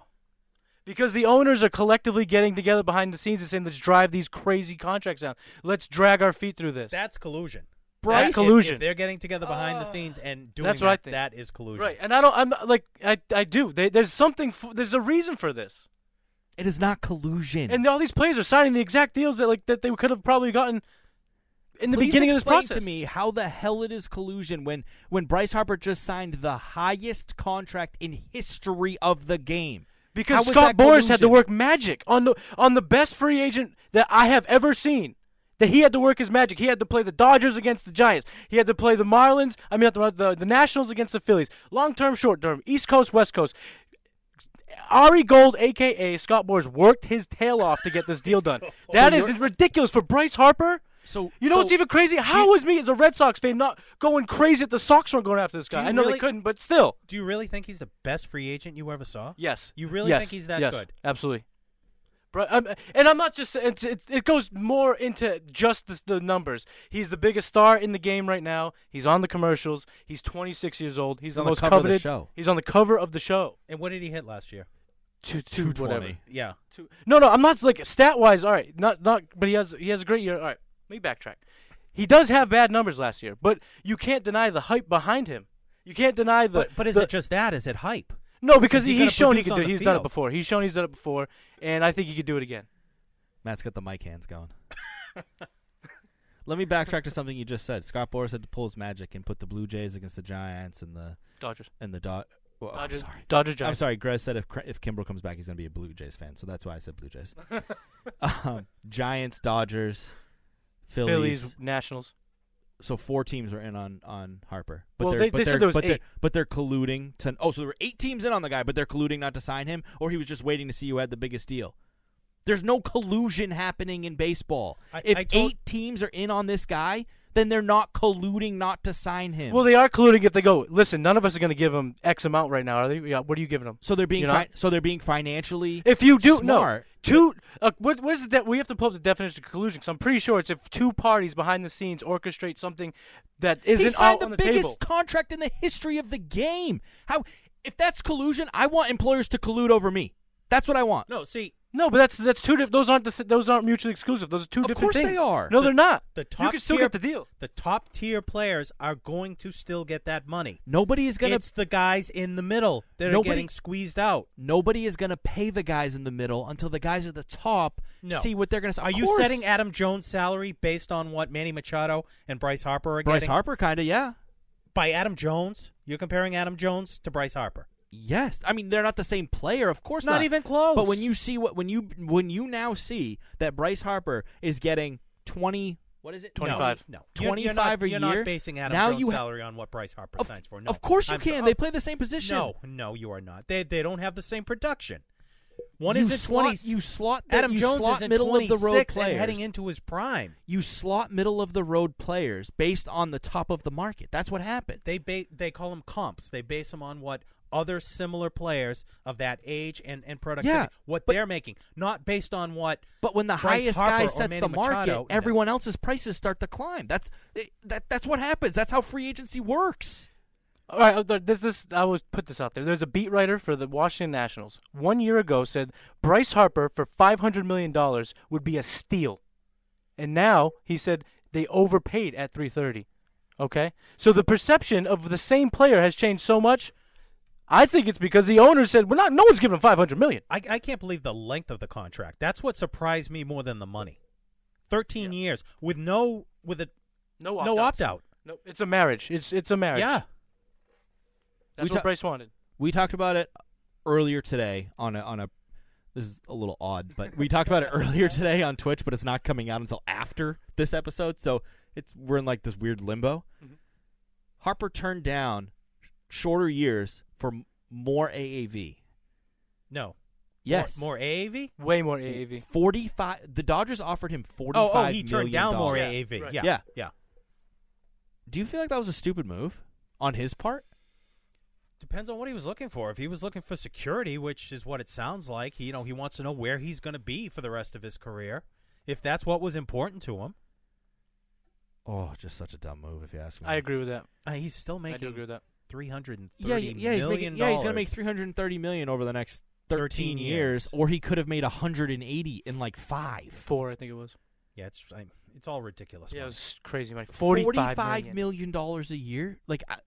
Speaker 5: Because the owners are collectively getting together behind the scenes and saying, "Let's drive these crazy contracts down. Let's drag our feet through this."
Speaker 6: That's collusion.
Speaker 5: Bryce-
Speaker 6: If-
Speaker 5: collusion. Uh,
Speaker 6: If they're getting together behind the scenes and doing
Speaker 5: That's
Speaker 6: that,
Speaker 5: what I think.
Speaker 6: that is collusion.
Speaker 5: right, and I don't. I'm not, like I. I do. They, there's something. F- there's a reason for this.
Speaker 4: It is not collusion.
Speaker 5: And all these players are signing the exact deals that like that they could have probably gotten in the
Speaker 4: Please
Speaker 5: beginning of this
Speaker 4: explain
Speaker 5: process.
Speaker 4: to me how the hell it is collusion when when Bryce Harper just signed the highest contract in history of the game. How
Speaker 5: Because
Speaker 4: is that
Speaker 5: Scott Boris had to
Speaker 4: collusion?
Speaker 5: work magic on the on the best free agent that I have ever seen. That he had to work his magic. He had to play the Dodgers against the Giants. He had to play the Marlins. I mean, not the, Mar- the the Nationals against the Phillies. Long term, short term, East Coast, West Coast. Ari Gold, aka Scott Boris, worked his tail off to get this deal done. That is ridiculous for Bryce Harper.
Speaker 4: So
Speaker 5: You know
Speaker 4: so
Speaker 5: what's even crazy? How was me as a Red Sox fan not going crazy at the Sox weren't going after this guy?
Speaker 6: you
Speaker 5: I know
Speaker 6: really-
Speaker 5: they couldn't, but still.
Speaker 6: Do you really think he's the best free agent you ever saw?
Speaker 5: Yes.
Speaker 6: You really
Speaker 5: Yes.
Speaker 6: think he's that
Speaker 5: Yes.
Speaker 6: good?
Speaker 5: Absolutely. Bru- I'm, and I'm not just it, it- it goes more into just the, the numbers. He's the biggest star in the game right now. He's on the commercials. He's 26 years old. He's, the
Speaker 4: on the
Speaker 5: most
Speaker 4: cover of the
Speaker 5: coveted.
Speaker 4: show.
Speaker 5: He's on the cover of the show.
Speaker 6: And what did he hit last year?
Speaker 5: Two, two, whatever.
Speaker 4: 220.
Speaker 6: Yeah.
Speaker 5: Two- no, no, I'm not like stat wise. All right, not not, but he has he has a great year. All right, let me backtrack. He does have bad numbers last year, but you can't deny the hype behind him. You can't deny the.
Speaker 6: but but is
Speaker 5: the-
Speaker 6: it just that? Is it hype?
Speaker 5: No, because
Speaker 6: is he
Speaker 5: he,
Speaker 6: gonna
Speaker 5: he's shown he
Speaker 6: produce
Speaker 5: can
Speaker 6: on
Speaker 5: do. it.
Speaker 6: the
Speaker 5: He's done it
Speaker 6: field?
Speaker 5: before. He's shown he's done it before, and I think he could do it again.
Speaker 4: Matt's got the mic hands going. Let me backtrack to something you just said. Scott Boras had to pull his magic and put the Blue Jays against the Giants and the
Speaker 5: Dodgers.
Speaker 4: and the dot. Well, Oh, I'm
Speaker 5: Dodgers.
Speaker 4: sorry.
Speaker 5: Dodgers. Giants.
Speaker 4: I'm sorry. Grez said if Cr- if Kimbrel comes back, he's gonna be a Blue Jays fan. So that's why I said Blue Jays. um, Giants, Dodgers, Phillies.
Speaker 5: Phillies. Nationals.
Speaker 4: So four teams were in on on Harper. But
Speaker 5: Well,
Speaker 4: they're,
Speaker 5: they-
Speaker 4: but
Speaker 5: they said
Speaker 4: they're,
Speaker 5: there was
Speaker 4: but They're,
Speaker 5: eight.
Speaker 4: but they're colluding to. Oh, so there were eight teams in on the guy, but they're colluding not to sign him, or he was just waiting to see who had the biggest deal. There's no collusion happening in baseball.
Speaker 6: I-
Speaker 4: if
Speaker 6: I told-
Speaker 4: eight teams are in on this guy, then they're not colluding not to sign him.
Speaker 5: Well, they are colluding if they go. Listen, none of us are going to give him X amount right now, are they? Yeah, what are you giving them?
Speaker 4: so they're being
Speaker 5: you know?
Speaker 4: fi- so they're being financially.
Speaker 5: If you do
Speaker 4: smart.
Speaker 5: no two, uh, what what is it that we have to pull up the definition of collusion? Because I'm pretty sure it's if two parties behind the scenes orchestrate something that
Speaker 4: he
Speaker 5: isn't
Speaker 4: signed
Speaker 5: out
Speaker 4: the,
Speaker 5: on the
Speaker 4: biggest
Speaker 5: table.
Speaker 4: contract in the history of the game. How if that's collusion, I want employers to collude over me. That's what I want.
Speaker 6: No, see,
Speaker 5: No, but that's that's two. Diff- those aren't the, s- those aren't mutually exclusive. Those are two
Speaker 4: Of
Speaker 5: different
Speaker 4: course they
Speaker 5: things.
Speaker 4: are.
Speaker 5: No, they're not.
Speaker 6: the
Speaker 5: you
Speaker 6: top
Speaker 5: can still
Speaker 6: tier-
Speaker 5: get the deal.
Speaker 6: the top tier players are going to still get that money.
Speaker 4: Nobody is gonna
Speaker 6: it's the guys in the middle that
Speaker 4: Nobody-
Speaker 6: are getting squeezed out.
Speaker 4: nobody is gonna pay the guys in the middle until the guys at the top
Speaker 6: No.
Speaker 4: see what they're gonna.
Speaker 6: Are you setting Adam Jones' salary based on what Manny Machado and Bryce Harper are
Speaker 4: Bryce
Speaker 6: getting?
Speaker 4: Harper? Kind of, yeah.
Speaker 6: By Adam Jones, you're comparing Adam Jones to Bryce Harper.
Speaker 4: Yes, I mean they're not the same player, of course.
Speaker 6: Not
Speaker 4: Not,
Speaker 6: even close.
Speaker 4: But when you see what when you when you now see that Bryce Harper is getting twenty. What is it?
Speaker 5: 25.
Speaker 6: No, no. You're-
Speaker 4: Twenty
Speaker 6: you're,
Speaker 4: five
Speaker 6: not,
Speaker 4: a
Speaker 6: you're
Speaker 4: year.
Speaker 6: not basing Adam
Speaker 4: now
Speaker 6: Jones'
Speaker 4: you ha-
Speaker 6: salary on what Bryce Harper
Speaker 4: Of,
Speaker 6: signs for. No,
Speaker 4: of course you
Speaker 6: I'm so-
Speaker 4: can.
Speaker 6: oh,
Speaker 4: they play the same position.
Speaker 6: No, no, you are not. They they don't have the same production. One
Speaker 4: You
Speaker 6: is in
Speaker 4: slot-
Speaker 6: twenty.
Speaker 4: you slot that-
Speaker 6: Adam
Speaker 4: you
Speaker 6: Jones
Speaker 4: slot
Speaker 6: is in
Speaker 4: middle of the road
Speaker 6: 26 and
Speaker 4: players.
Speaker 6: heading into his prime.
Speaker 4: you slot middle of the road players based on the top of the market. That's what happens.
Speaker 6: They ba- they call them comps. They base them on what other similar players of that age and and productivity
Speaker 4: Yeah,
Speaker 6: what
Speaker 4: but-
Speaker 6: they're making, not based on what.
Speaker 4: but when the
Speaker 6: Bryce
Speaker 4: highest
Speaker 6: Harper
Speaker 4: guy
Speaker 6: or
Speaker 4: sets
Speaker 6: Manny
Speaker 4: the market,
Speaker 6: Machado-
Speaker 4: everyone else's prices start to climb. That's that, that's what happens. That's how free agency works.
Speaker 5: All right, uh, th- this this I was put this out there. There's a beat writer for the Washington Nationals one year ago said Bryce Harper for 500 million dollars would be a steal, and now he said they overpaid at 330. Okay, so the perception of the same player has changed so much. I think it's because the owner said we're not. No one's giving him 500 million.
Speaker 6: I, I can't believe the length of the contract. That's what surprised me more than the money. Thirteen years with no with a
Speaker 5: No
Speaker 6: no opt out.
Speaker 5: No, it's a marriage. It's it's a marriage.
Speaker 6: Yeah,
Speaker 5: that's
Speaker 4: We
Speaker 5: what
Speaker 4: ta-
Speaker 5: Bryce wanted.
Speaker 4: we talked about it earlier today on a, on a this is a little odd, but we talked about it earlier today on Twitch, but it's not coming out until after this episode, so it's we're in like this weird limbo. Harper turned down shorter years for m- more AAV.
Speaker 6: no.
Speaker 4: Yes,
Speaker 6: more, more AAV.
Speaker 5: Way more AAV.
Speaker 4: forty-five. The Dodgers offered him
Speaker 6: Oh,
Speaker 4: forty-five
Speaker 6: oh, he turned
Speaker 4: million
Speaker 6: down more
Speaker 4: dollars.
Speaker 5: Yes,
Speaker 6: AAV.
Speaker 5: right.
Speaker 6: Yeah,
Speaker 4: Yeah.
Speaker 6: yeah.
Speaker 4: Do you feel like that was a stupid move on his part?
Speaker 6: Depends on what he was looking for. If he was looking for security, which is what it sounds like, you know, he wants to know where he's going to be for the rest of his career. If that's what was important to him,
Speaker 4: Oh, just such a dumb move, if you ask me.
Speaker 5: I agree with that.
Speaker 6: uh, he's still
Speaker 5: I do
Speaker 6: making
Speaker 5: agree with that.
Speaker 6: three hundred and
Speaker 4: yeah,
Speaker 6: thirty
Speaker 4: y-
Speaker 6: million
Speaker 4: yeah, he's making, yeah, he's gonna make
Speaker 6: dollars.
Speaker 4: three hundred and thirty million over the next thirteen,
Speaker 6: 13
Speaker 4: years,
Speaker 6: years.
Speaker 4: or he could have made hundred and eighty in like five.
Speaker 5: Four, I think it was.
Speaker 6: Yeah, it's I, it's all ridiculous.
Speaker 5: Yeah, it
Speaker 6: money.
Speaker 5: was crazy money.
Speaker 4: Forty-five
Speaker 5: Forty-five
Speaker 4: million dollars a year. Like, I,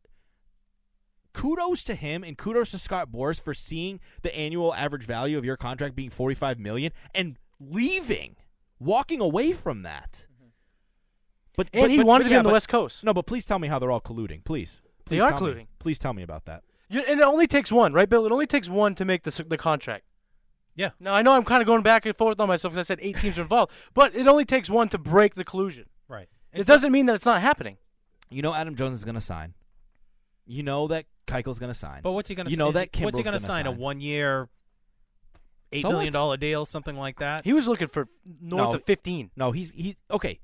Speaker 4: kudos to him and kudos to Scott Boris for seeing the annual average value of your contract being forty-five million and leaving, walking away from that. But
Speaker 5: And
Speaker 4: but-
Speaker 5: he
Speaker 4: but-
Speaker 5: wanted
Speaker 4: but
Speaker 5: to be
Speaker 4: yeah,
Speaker 5: on the
Speaker 4: but-
Speaker 5: West Coast.
Speaker 4: No, but please tell me how they're all colluding. Please,
Speaker 5: They
Speaker 4: Please
Speaker 5: are
Speaker 4: tell me.
Speaker 5: colluding.
Speaker 4: Please tell me about that.
Speaker 5: You, and it only takes one, right, Bill? It only takes one to make the s- the contract.
Speaker 6: Yeah.
Speaker 5: Now I know I'm kind of going back and forth on myself because I said eight teams are involved, but it only takes one to break the collusion.
Speaker 6: Right.
Speaker 5: it doesn't mean that it's not happening.
Speaker 4: You know Adam Jones is going to sign. You know that Keichel's going to sign.
Speaker 6: But what's he going to?
Speaker 4: You know that
Speaker 6: What's he
Speaker 4: Kimbrel's
Speaker 6: gonna
Speaker 4: gonna
Speaker 6: sign? A
Speaker 4: sign.
Speaker 6: one-year, eight
Speaker 4: So
Speaker 6: million
Speaker 4: what?
Speaker 6: dollar deal, something like that.
Speaker 5: He was looking for north
Speaker 4: No.
Speaker 5: of 15.
Speaker 4: No, he's he okay.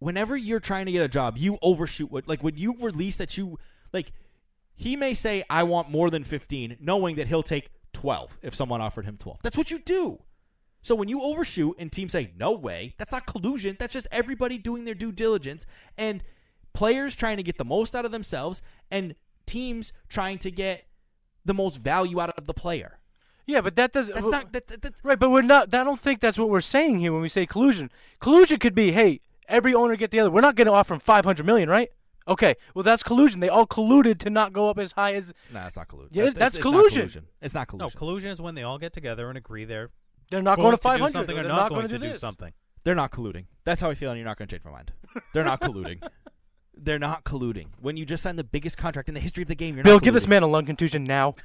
Speaker 4: Whenever you're trying to get a job, you overshoot what like when you release that you like he may say I want more than 15 knowing that he'll take 12 if someone offered him 12. That's what you do. So when you overshoot and teams say no way, that's not collusion, that's just everybody doing their due diligence and players trying to get the most out of themselves and teams trying to get the most value out of the player.
Speaker 5: Yeah, but that doesn't.
Speaker 4: That's not that, that, that's
Speaker 5: Right, but we're not. I don't think that's what we're saying here when we say collusion. Collusion could be, hey, every owner get the other. We're not going to offer him 500 million, right? Okay, well that's collusion. They all colluded to not go up as high as.
Speaker 4: No, that's not collusion.
Speaker 5: Yeah,
Speaker 4: That-
Speaker 5: that's
Speaker 4: it's not
Speaker 5: collusion.
Speaker 4: It's not collusion.
Speaker 6: No, collusion is when they all get together and agree they're
Speaker 5: They're not
Speaker 6: going
Speaker 5: going, to 500.
Speaker 6: do something
Speaker 5: or
Speaker 6: or
Speaker 5: they're
Speaker 6: not, going,
Speaker 5: gonna
Speaker 6: to do
Speaker 5: this.
Speaker 6: something.
Speaker 4: They're not colluding. That's how I feel, and you're not going to change my mind. They're not colluding. They're not colluding. When you just signed the biggest contract in the history of the game, you're
Speaker 5: Bill,
Speaker 4: not
Speaker 5: give this
Speaker 4: colluding.
Speaker 5: man a lung contusion now.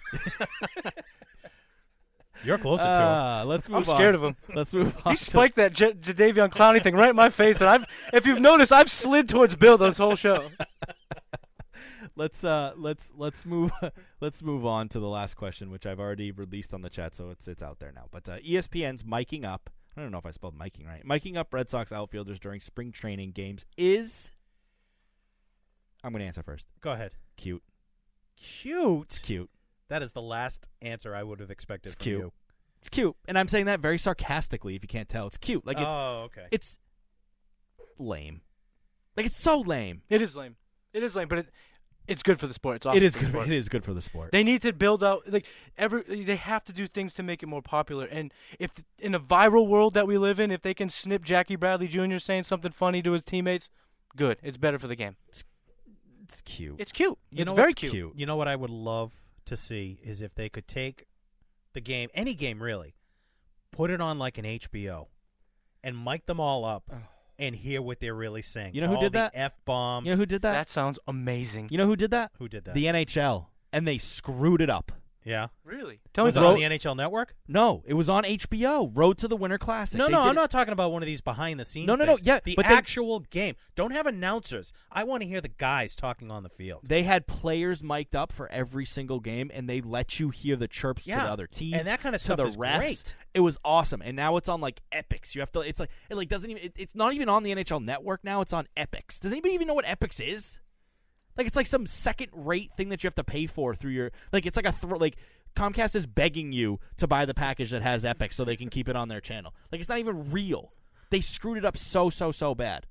Speaker 6: You're closer to him.
Speaker 4: Ah, let's
Speaker 5: I'm
Speaker 4: move on.
Speaker 5: scared of him.
Speaker 4: Let's move on.
Speaker 5: He
Speaker 4: to-
Speaker 5: spiked that J- Jadavion Clowney thing right in my face, and I've, if you've noticed, I've slid towards Bill this whole show.
Speaker 4: Let's uh, let's let's move let's move on to the last question, which I've already released on the chat, so it's it's out there now. But uh, ESPN's miking up. I don't know if I spelled miking right. Miking up Red Sox outfielders during spring training games is. I'm going to answer first.
Speaker 6: Go ahead.
Speaker 4: Cute. It's
Speaker 6: Cute.
Speaker 4: cute.
Speaker 6: That is the last answer I would have expected
Speaker 4: It's
Speaker 6: from
Speaker 4: cute.
Speaker 6: you.
Speaker 4: It's cute, and I'm saying that very sarcastically. If you can't tell, it's cute. Like it's
Speaker 6: oh, okay.
Speaker 4: it's lame. Like it's so lame.
Speaker 5: It is lame. It is lame, but it, it's good for the sport. It's awesome
Speaker 4: It is
Speaker 5: for the
Speaker 4: good.
Speaker 5: sport.
Speaker 4: It is good for the sport.
Speaker 5: They need to build out like every. They have to do things to make it more popular. And if in a viral world that we live in, if they can snip Jackie Bradley Jr. saying something funny to his teammates, good. It's better for the game.
Speaker 4: it's cute.
Speaker 5: It's cute.
Speaker 6: You
Speaker 5: it's
Speaker 6: know
Speaker 5: very
Speaker 6: what's
Speaker 5: cute.
Speaker 6: You know what I would love to see is if they could take the game, any game really, put it on like an HBO, and mic them all up, and hear what they're really saying.
Speaker 4: You know who
Speaker 6: All
Speaker 4: did
Speaker 6: the
Speaker 4: that?
Speaker 6: F bombs.
Speaker 4: You know who did that?
Speaker 5: That sounds amazing.
Speaker 4: you know who did that?
Speaker 6: who did that?
Speaker 4: The NHL, and they screwed it up.
Speaker 6: yeah.
Speaker 5: Really? Tell me
Speaker 6: was it
Speaker 5: about
Speaker 6: on
Speaker 5: it.
Speaker 6: the NHL Network?
Speaker 4: No, it was on HBO. Road to the Winter Classic.
Speaker 6: No,
Speaker 4: They
Speaker 6: no,
Speaker 4: did
Speaker 6: I'm
Speaker 4: it-
Speaker 6: not talking about one of these behind the scenes.
Speaker 4: No, no, no, yeah,
Speaker 6: the
Speaker 4: but they-
Speaker 6: actual game. Don't have announcers. I want to hear the guys talking on the field.
Speaker 4: They had players mic'd up for every single game, and they let you hear the chirps to
Speaker 6: Yeah,
Speaker 4: the other team
Speaker 6: and that kinda
Speaker 4: to
Speaker 6: stuff
Speaker 4: the
Speaker 6: is
Speaker 4: refs.
Speaker 6: great.
Speaker 4: It was awesome, and now it's on like Epics. You have to. It's like it like doesn't even. it- it's not even on the NHL Network now. It's on Epics. Does anybody even know what Epics is? Like it's like some second rate thing that you have to pay for through your like it's like a thr like Comcast is begging you to buy the package that has Epics so they can keep it on their channel. Like it's not even real. They screwed it up so so so bad.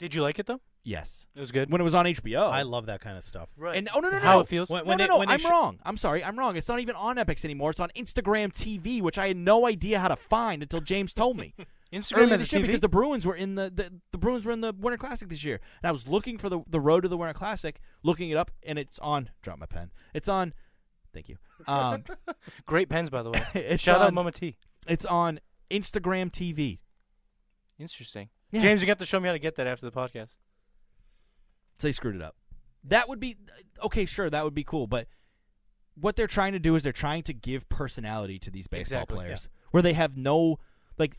Speaker 5: Did you like it though?
Speaker 4: Yes,
Speaker 5: It was good.
Speaker 4: when it was on HBO,
Speaker 6: I love that kind of stuff.
Speaker 5: right.
Speaker 4: Oh. and oh no no no
Speaker 5: How
Speaker 4: no.
Speaker 5: it feels.
Speaker 6: When-
Speaker 4: no, no,
Speaker 6: they-
Speaker 4: no.
Speaker 6: they
Speaker 4: I'm
Speaker 6: sh-
Speaker 4: wrong. I'm sorry. I'm wrong. It's not even on Epics anymore. It's on Instagram TV, which I had no idea how to find until James told me
Speaker 5: Instagram
Speaker 4: earlier
Speaker 5: has a
Speaker 4: this year
Speaker 5: TV.
Speaker 4: because the Bruins were in the, the the Bruins were in the Winter Classic this year, and I was looking for the the road to the Winter Classic, looking it up, and it's on. Drop my pen. It's on. Thank you. Um,
Speaker 5: Great pens, by the way.
Speaker 4: It's
Speaker 5: Shout out
Speaker 4: on-
Speaker 5: Mama T.
Speaker 4: it's on Instagram TV.
Speaker 5: Interesting.
Speaker 4: Yeah.
Speaker 5: James, you got to show me how to get that after the podcast.
Speaker 4: So they screwed it up. That would be okay. Sure, that would be cool, but what they're trying to do is they're trying to give personality to these baseball
Speaker 5: Exactly,
Speaker 4: players where they have no like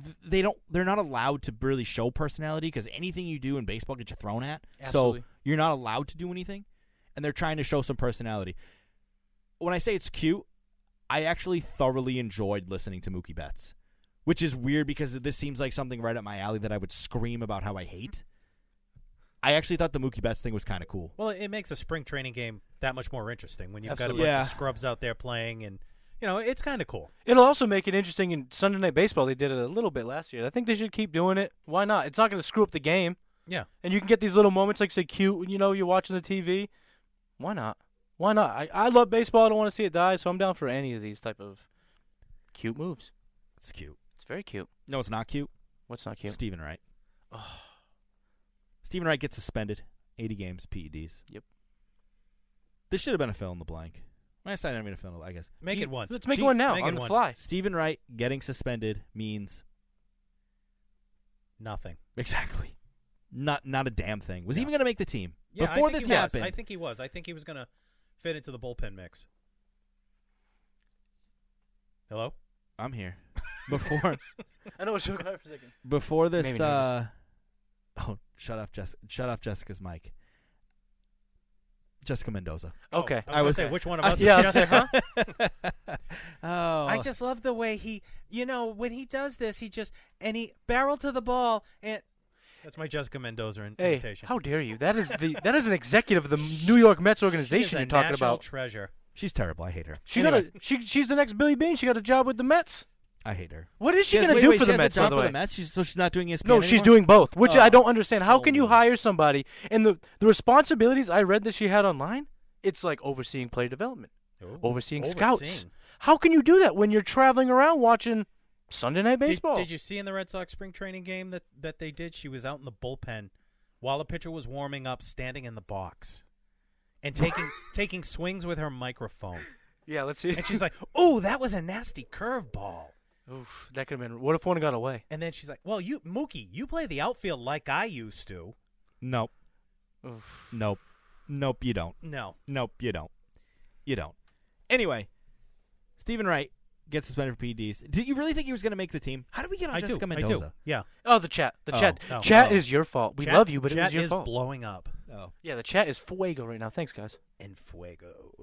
Speaker 4: th- they don't they're not allowed to really show personality because anything you do in baseball gets you thrown at
Speaker 5: Absolutely.
Speaker 4: so you're not allowed to do anything and they're trying to show some personality when i say it's cute i actually thoroughly enjoyed listening to mookie betts which is weird because this seems like something right up my alley that i would scream about how i hate i actually thought the mookie betts thing was kind of cool
Speaker 6: Well, it makes a spring training game that much more interesting when you've
Speaker 5: Absolutely.
Speaker 6: got a bunch
Speaker 4: Yeah.
Speaker 6: of scrubs out there playing, and you know it's kind of cool.
Speaker 5: It'll also make it interesting in Sunday Night Baseball. They did it a little bit last year. I think they should keep doing it. Why not? It's not going to screw up the game.
Speaker 6: Yeah,
Speaker 5: And you can get these little moments like, say, cute, you know, you're watching the TV. Why not? Why not? I, I love baseball. I don't want to see it die, so I'm down for any of these type of cute moves.
Speaker 4: it's cute
Speaker 5: It's very cute.
Speaker 4: no it's not cute
Speaker 5: What's not cute?
Speaker 4: Stephen Wright. Stephen Wright gets suspended, 80 games, PEDs.
Speaker 5: Yep.
Speaker 4: This should have been a fill in the blank. I decided I'm going to fill in the blank, I guess.
Speaker 6: make
Speaker 4: Do
Speaker 6: it one.
Speaker 5: Let's make
Speaker 4: Do you-
Speaker 5: one now
Speaker 6: make it
Speaker 5: on the
Speaker 6: one.
Speaker 5: fly.
Speaker 4: Stephen Wright getting suspended means
Speaker 6: Nothing.
Speaker 4: Exactly. Not not a damn thing. Was he
Speaker 6: Yeah.
Speaker 4: even going to make the team
Speaker 6: Yeah, I
Speaker 4: before
Speaker 6: think
Speaker 4: this
Speaker 6: he was.
Speaker 4: happened?
Speaker 6: I think he was. I think he was going to fit into the bullpen mix. Hello?
Speaker 4: I'm here. Before
Speaker 5: I know what you're going for a second.
Speaker 4: before
Speaker 5: Made
Speaker 4: this.
Speaker 5: me nervous.
Speaker 4: Uh, oh, shut off, Jess. Shut off, Jessica's mic. Jessica Mendoza.
Speaker 5: Okay.
Speaker 6: Oh, I, was going to say, which one of us
Speaker 5: yeah, I
Speaker 6: is
Speaker 5: was
Speaker 6: Jessica?
Speaker 5: like, huh?
Speaker 4: oh,
Speaker 5: Uh.
Speaker 6: I just love the way he, you know, when he does this, he just and he barrel to the ball and that's my Jessica Mendoza in-
Speaker 5: Hey,
Speaker 6: imitation.
Speaker 5: how dare you? That is the that is an executive of the New York Mets
Speaker 6: She is
Speaker 5: organization
Speaker 6: a
Speaker 5: you're talking
Speaker 6: national
Speaker 5: about.
Speaker 6: treasure.
Speaker 4: she's terrible. I hate her.
Speaker 5: She
Speaker 4: Anyway,
Speaker 5: got a she she's the next Billy Bean. She got a job with the Mets.
Speaker 4: I hate her.
Speaker 5: What is she,
Speaker 4: She has-
Speaker 5: gonna
Speaker 4: wait,
Speaker 5: do
Speaker 4: wait,
Speaker 5: for
Speaker 4: she
Speaker 5: the
Speaker 4: has a
Speaker 5: Mets?
Speaker 4: job
Speaker 5: by the
Speaker 4: for
Speaker 5: way,
Speaker 4: the Mets. She's, so she's not doing E ESPN.
Speaker 5: no, she's
Speaker 4: anymore?
Speaker 5: doing both, which
Speaker 4: Oh.
Speaker 5: I don't understand. How can you
Speaker 4: Holy.
Speaker 5: hire somebody and the the responsibilities I read that she had online? It's like overseeing player development, overseeing, scouts.
Speaker 6: Overseeing.
Speaker 5: How can you do that when you're traveling around watching Sunday night
Speaker 6: Did-
Speaker 5: baseball?
Speaker 6: Did, you see in the Red Sox spring training game that, that they did? She was out in the bullpen while a pitcher was warming up, standing in the box and taking taking swings with her microphone.
Speaker 5: Yeah, let's see.
Speaker 6: And she's like, "Oh, that was a nasty curveball."
Speaker 5: Oof, that could have been. What if one got away?
Speaker 6: And then she's like, "Well, you Mookie, you play the outfield like I used to."
Speaker 4: Nope.
Speaker 5: Oof.
Speaker 4: Nope. Nope. You don't.
Speaker 6: No,
Speaker 4: Nope, you don't. You don't. Anyway, Stephen Wright gets suspended for PEDs. Did you really think he was going to make the team? How did we get on
Speaker 6: I
Speaker 4: Jessica
Speaker 6: do.
Speaker 4: Mendoza?
Speaker 6: I do. Yeah.
Speaker 5: Oh, the chat. The
Speaker 4: Oh,
Speaker 5: chat.
Speaker 6: oh,
Speaker 5: chat
Speaker 4: oh.
Speaker 5: is your fault. We
Speaker 6: Chat-
Speaker 5: love you, but it
Speaker 6: chat
Speaker 5: was your
Speaker 6: is
Speaker 5: fault.
Speaker 6: blowing up
Speaker 4: Oh.
Speaker 5: yeah, the chat is fuego right now. Thanks, guys.
Speaker 6: in fuego.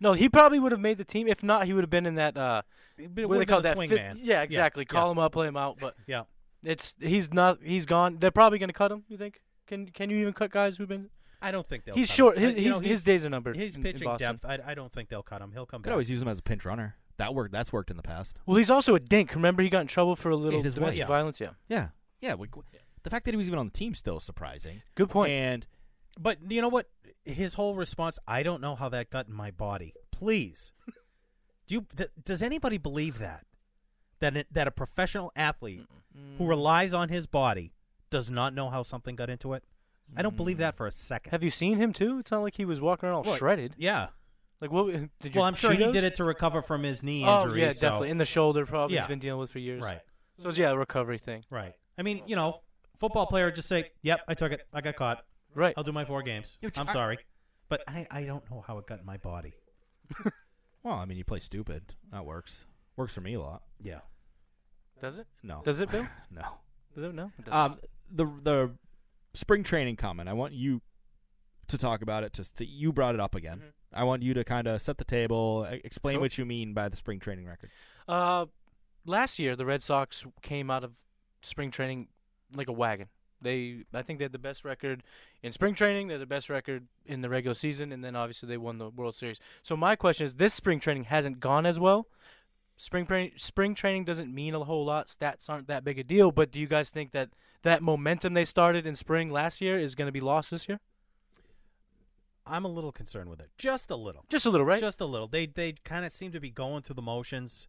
Speaker 5: No, he probably would have made the team. If not, he would have been in that. Uh,
Speaker 6: But it
Speaker 5: what do they
Speaker 6: would've
Speaker 5: call
Speaker 6: been
Speaker 5: that?
Speaker 6: the swing
Speaker 5: fifth-
Speaker 6: man.
Speaker 5: Yeah, exactly. Call him up, play him out. But
Speaker 6: Yeah.
Speaker 5: it's he's not. He's gone. They're probably going to cut him. You think? Can Can you even cut guys who've been?
Speaker 6: I don't think they'll.
Speaker 5: He's
Speaker 6: cut
Speaker 5: short. His,
Speaker 6: Him. I-
Speaker 5: his,
Speaker 6: you know,
Speaker 5: his days are numbered.
Speaker 6: His
Speaker 5: in- in
Speaker 6: pitching
Speaker 5: Boston.
Speaker 6: depth. I, I don't think they'll cut him. He'll come
Speaker 4: Could
Speaker 6: back.
Speaker 4: always use him as a pinch runner. That worked. That's worked in the past.
Speaker 5: Well, he's also a dink. Remember, he got in trouble for a little
Speaker 4: Hit his
Speaker 5: domestic
Speaker 6: wife.
Speaker 5: violence. Yeah.
Speaker 4: Yeah. Yeah. we- the fact that he was even on the team still is surprising.
Speaker 5: Good point.
Speaker 4: And
Speaker 6: But you know what? His whole response, I don't know how that got in my body. Please. Do you d- does anybody believe that? That it, that a professional athlete who relies on his body does not know how something got into it? I don't believe that for a second.
Speaker 5: Have you seen him too? It's not like he was walking around all
Speaker 6: Look,
Speaker 5: shredded.
Speaker 6: Yeah.
Speaker 5: Like what? Did you
Speaker 6: Well, I'm sure he
Speaker 5: Cheetos?
Speaker 6: did it to recover from his knee
Speaker 5: Oh
Speaker 6: injury.
Speaker 5: yeah,
Speaker 6: so-
Speaker 5: definitely in the shoulder. Probably
Speaker 6: Yeah.
Speaker 5: he's been dealing with for years.
Speaker 6: Right.
Speaker 5: So it's, yeah, a recovery thing.
Speaker 6: Right. I mean, you know, football player just say, "Yep, I took it. I got caught.
Speaker 5: Right.
Speaker 6: I'll do my four games.
Speaker 4: Yo, Ch-
Speaker 6: I'm
Speaker 4: I-
Speaker 6: sorry." But I, I don't know how it got in my body.
Speaker 4: well, I mean, you play stupid. That works. Works for me a lot.
Speaker 6: Yeah.
Speaker 5: Does it?
Speaker 4: No.
Speaker 5: Does it, Bill?
Speaker 4: no.
Speaker 5: Does it? No. It doesn't.
Speaker 4: Um, the the spring training comment. I want you to talk about it. To, to you brought it up again. I want you to kind of set the table, e- explain
Speaker 5: Mm-hmm. Sure.
Speaker 4: what you mean by the spring training record.
Speaker 5: Uh, last year the Red Sox came out of spring training like a wagon. They, I think they had the best record in spring training. They're the best record in the regular season, and then obviously they won the World Series. So my question is, this spring training hasn't gone as well. Spring training, spring training doesn't mean a whole lot. Stats aren't that big a deal. But do you guys think that that momentum they started in spring last year is going to be lost this year?
Speaker 6: I'm a little concerned with it. Just a little.
Speaker 5: Just a little, right?
Speaker 6: Just a little. They they kind of seem to be going through the motions,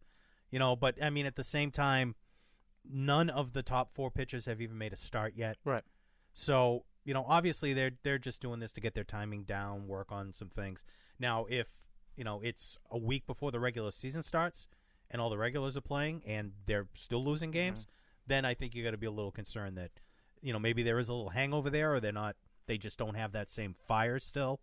Speaker 6: you know, but I mean at the same time none of the top 4 pitchers have even made a start yet.
Speaker 5: right.
Speaker 6: So, you know, obviously they're they're just doing this to get their timing down, work on some things. Now, if, you know, it's a week before the regular season starts and all the regulars are playing and they're still losing games, then I think you got to be a little concerned that, you know, maybe there is a little hangover there or they're not they just don't have that same fire still.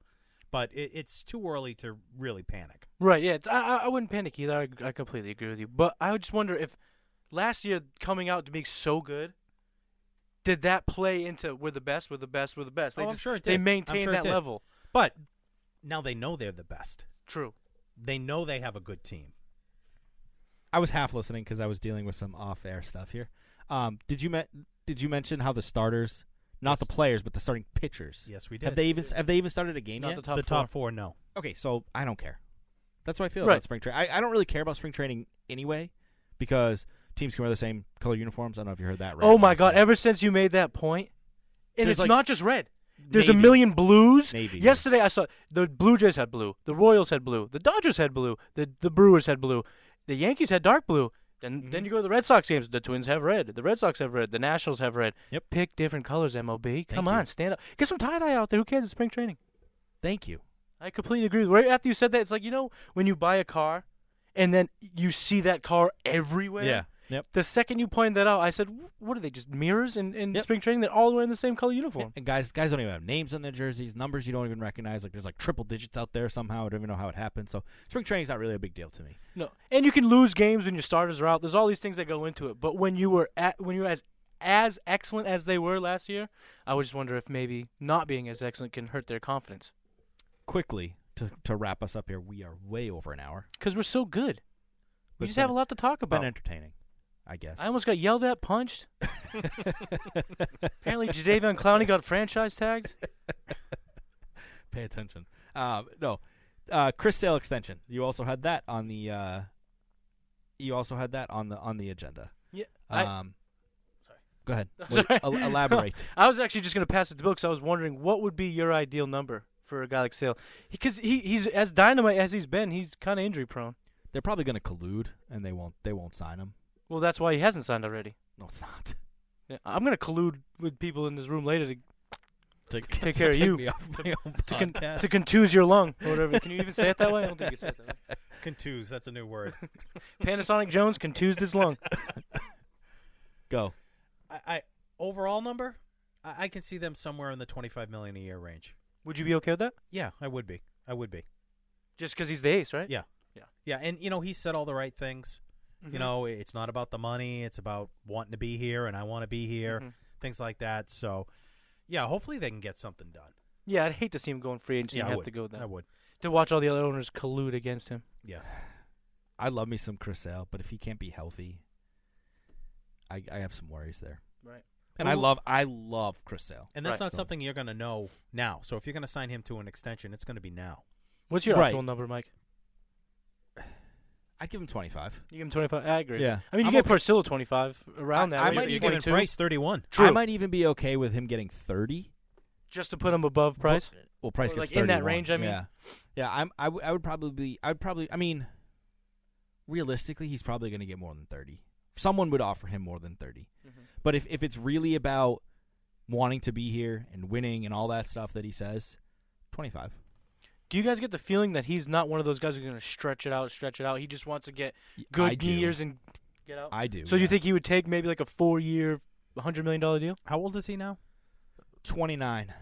Speaker 6: But it, it's too early to really panic.
Speaker 5: Right. Yeah. I- I, I wouldn't panic either. I, I completely agree with you. But I would just wonder if last year coming out to be so good, did that play into we're the best, we're the best, we're the best? They
Speaker 6: Oh, I'm
Speaker 5: just-
Speaker 6: sure it
Speaker 5: They
Speaker 6: did. I'm
Speaker 5: maintained
Speaker 6: sure it
Speaker 5: that
Speaker 6: did.
Speaker 5: level.
Speaker 6: But now they know they're the best.
Speaker 5: True.
Speaker 6: They know they have a good team.
Speaker 4: I was half listening because I was dealing with some off-air stuff here. Um, did you me- did you mention how the starters, not the players, but the starting pitchers?
Speaker 6: Yes, we
Speaker 4: Have
Speaker 6: did.
Speaker 4: they even have they even started a game
Speaker 5: Not
Speaker 4: yet?
Speaker 5: the top
Speaker 6: the
Speaker 5: four.
Speaker 6: top four, no.
Speaker 4: okay, so I don't care. That's what I feel
Speaker 5: Right.
Speaker 4: about spring training. I don't really care about spring training anyway because teams can wear the same color uniforms. I don't know if you heard that.
Speaker 5: oh
Speaker 4: rant
Speaker 5: my
Speaker 4: last
Speaker 5: God!
Speaker 4: night.
Speaker 5: Ever since you made that point, and
Speaker 4: There's
Speaker 5: it's
Speaker 4: like
Speaker 5: not just red. There's a
Speaker 4: navy.
Speaker 5: million blues.
Speaker 4: Navy, yeah.
Speaker 5: Yesterday I saw the Blue Jays had blue, the Royals had blue, the Dodgers had blue, the the Brewers had blue, the Yankees had dark blue. Then
Speaker 4: Mm-hmm.
Speaker 5: then you go to the Red Sox games. The Twins have red. The Red Sox have red. The Nationals have red.
Speaker 4: Yep.
Speaker 5: Pick different colors, MLB. Come
Speaker 4: you.
Speaker 5: on, stand up. Get some tie dye out there. Who cares? It's spring training.
Speaker 4: Thank you.
Speaker 5: I completely agree. Right after you said that, it's like you know when you buy a car, and then you see that car everywhere.
Speaker 4: Yeah. Yep.
Speaker 5: The second you pointed that out, I said, "Wh- "What are they? Just mirrors in, in
Speaker 4: Yep.
Speaker 5: spring training? They're all wearing the same color uniform."
Speaker 4: And guys, guys don't even have names on their jerseys, numbers you don't even recognize. Like there's like triple digits out there somehow. I don't even know how it happened. So spring training's not really a big deal to me.
Speaker 5: No, and you can lose games when your starters are out. There's all these things that go into it. But when you were at, when you were as as excellent as they were last year, I would just wonder if maybe not being as excellent can hurt their confidence
Speaker 4: Quickly to, to wrap us up here, we are way over an hour.
Speaker 5: because we're so good.
Speaker 4: But
Speaker 5: We
Speaker 4: it's
Speaker 5: just have
Speaker 4: been-
Speaker 5: a lot to talk
Speaker 4: It's
Speaker 5: about.
Speaker 4: been entertaining, I guess.
Speaker 5: I almost got yelled at, punched. Apparently, Jadavion Clowney got franchise tagged.
Speaker 4: Pay attention. Um, no, uh, Chris Sale extension. You also had that on the. Uh, you also had that on the on the agenda.
Speaker 5: Yeah, I,
Speaker 4: Um, Go ahead.
Speaker 5: Sorry.
Speaker 4: Wait, el- elaborate.
Speaker 5: I was actually just going to pass it to Bill because I was wondering what would be your ideal number for a guy like Sale, because he, he's as dynamite as he's been. He's kind of injury prone.
Speaker 4: They're probably going to collude, and they won't. They won't sign him.
Speaker 5: Well, that's why he hasn't signed already.
Speaker 4: No, it's not.
Speaker 5: Yeah, I'm going to collude with people in this room later to
Speaker 4: To,
Speaker 5: Take care of
Speaker 4: take
Speaker 5: you.
Speaker 4: me off my own
Speaker 5: to, con-
Speaker 4: podcast.
Speaker 5: to contuze your lung or whatever. Can you even say it that way? I don't think you can say it that way.
Speaker 6: Contused. That's a new word.
Speaker 5: Panasonic Jones contused his lung.
Speaker 4: Go.
Speaker 6: I, I overall number. I, I can see them somewhere in the twenty-five million a year range.
Speaker 5: Would you be okay with that?
Speaker 6: Yeah, I would be. I would be.
Speaker 5: Just because he's the ace, right?
Speaker 6: Yeah.
Speaker 5: Yeah.
Speaker 6: Yeah, and you know he said all the right things. You
Speaker 5: Mhm.
Speaker 6: know, i- it's not about the money; it's about wanting to be here, and I want to be here,
Speaker 5: Mhm.
Speaker 6: things like that. So, yeah, hopefully they can get something done.
Speaker 5: Yeah, I'd hate to see him going free agency
Speaker 6: yeah,
Speaker 5: and
Speaker 6: I
Speaker 5: have
Speaker 6: would.
Speaker 5: to go with
Speaker 6: I
Speaker 5: that.
Speaker 6: would.
Speaker 5: To watch all the other owners collude against him.
Speaker 6: Yeah.
Speaker 4: I love me some Chris Sale, but if he can't be healthy, I, I have some worries there.
Speaker 5: Right.
Speaker 4: And I love I love Chris Sale.
Speaker 6: And that's
Speaker 5: Right.
Speaker 6: not something you're going to know now. So if you're going to sign him to an extension, it's going to be now.
Speaker 5: What's your
Speaker 4: Right.
Speaker 5: optimal number, Mike?
Speaker 4: I'd give him twenty five.
Speaker 5: You give him 25. I agree.
Speaker 4: Yeah.
Speaker 5: I mean, you
Speaker 4: I'm
Speaker 5: get
Speaker 4: okay-
Speaker 5: Priscilla 25 around
Speaker 4: I-
Speaker 5: that.
Speaker 4: I
Speaker 5: right?
Speaker 4: might
Speaker 5: Or
Speaker 4: even
Speaker 6: Even
Speaker 5: 22?
Speaker 6: Price, thirty-one.
Speaker 4: I
Speaker 5: True.
Speaker 4: might even be okay with him getting thirty.
Speaker 5: Just to put him above Price.
Speaker 4: Well, Price
Speaker 5: Or,
Speaker 4: gets
Speaker 5: like, in that
Speaker 4: 31.
Speaker 5: range, I mean.
Speaker 4: yeah, yeah. I'm I, w- I would probably I would probably I mean, realistically, he's probably going to get more than thirty. Someone would offer him more than 30
Speaker 5: Mm-hmm.
Speaker 4: But if if it's really about wanting to be here and winning and all that stuff that he says, twenty five.
Speaker 5: Do you guys get the feeling that he's not one of those guys who's going to stretch it out, stretch it out? He just wants to get
Speaker 4: I
Speaker 5: good
Speaker 4: do.
Speaker 5: years and get out.
Speaker 4: I do.
Speaker 5: so you
Speaker 4: yeah.
Speaker 5: think he would take maybe like a four-year, hundred million dollar deal?
Speaker 6: How old is he now?
Speaker 4: 29.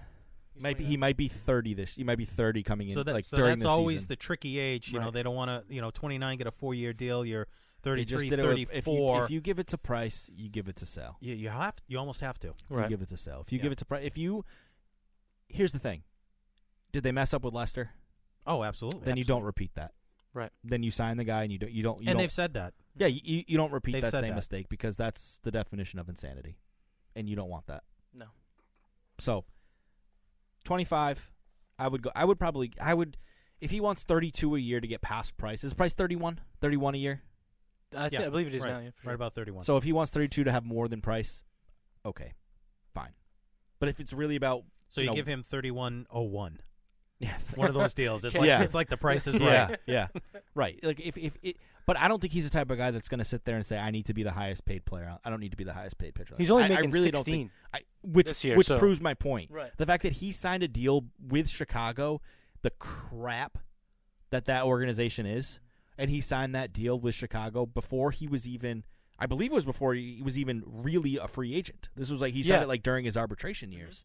Speaker 4: Might be, he might be 30 this. He might be 30 coming in
Speaker 6: so that's,
Speaker 4: like
Speaker 6: so
Speaker 4: during
Speaker 6: that's
Speaker 4: the
Speaker 6: always
Speaker 4: season.
Speaker 6: the tricky age. You know,
Speaker 5: Right.
Speaker 6: they don't want to, you know, 29, get a four year deal. You're
Speaker 4: They
Speaker 6: 33,
Speaker 4: just did it with- if, you,
Speaker 6: 34.
Speaker 4: if you give it to Price, you give it to Sell.
Speaker 6: you, you have, you almost have to.
Speaker 4: You
Speaker 5: Right.
Speaker 4: give it to Sell. If you give
Speaker 6: Yeah.
Speaker 4: it to Price, if you Here's the thing. Did they mess up with Lester?
Speaker 6: Oh, absolutely.
Speaker 4: Then you don't repeat that.
Speaker 5: Right.
Speaker 4: Then you sign the guy and you don't you don't you
Speaker 6: and
Speaker 4: don't
Speaker 6: they've said that.
Speaker 4: Yeah, you- you, you don't repeat
Speaker 6: They've
Speaker 4: that
Speaker 6: said
Speaker 4: same
Speaker 6: that.
Speaker 4: mistake because that's the definition of insanity. And you don't want that.
Speaker 5: No.
Speaker 4: So, 25, I would go. I would probably. I would. If he wants 32 a year to get past price, is price 31? 31 a year?
Speaker 5: I, thi-
Speaker 6: Yeah,
Speaker 5: I believe it is
Speaker 6: right,
Speaker 5: now. Yeah, for
Speaker 6: Right
Speaker 5: sure.
Speaker 6: about 31.
Speaker 4: So if he wants 32 to have more than price, okay, fine. But if it's really about.
Speaker 6: So you
Speaker 4: know,
Speaker 6: give him thirty-one oh one.
Speaker 4: Yeah. th-
Speaker 6: One of those deals. It's like
Speaker 4: Yeah.
Speaker 6: it's like the price is right.
Speaker 4: yeah, yeah, right. Like if if it, but I don't think he's the type of guy that's going to sit there and say, "I need to be the highest paid player. I don't need to be the highest paid pitcher."
Speaker 5: He's only
Speaker 4: I, I
Speaker 5: making
Speaker 4: really
Speaker 5: 16.
Speaker 4: don't think I, which
Speaker 5: this year,
Speaker 4: which
Speaker 5: so-
Speaker 4: proves my point.
Speaker 5: Right.
Speaker 4: The fact that he signed a deal with Chicago, the crap that that organization is, and he signed that deal with Chicago before he was even, I believe it was before he was even really a free agent. This was like he
Speaker 5: Yeah. Mm-hmm.
Speaker 4: signed it like during his arbitration years.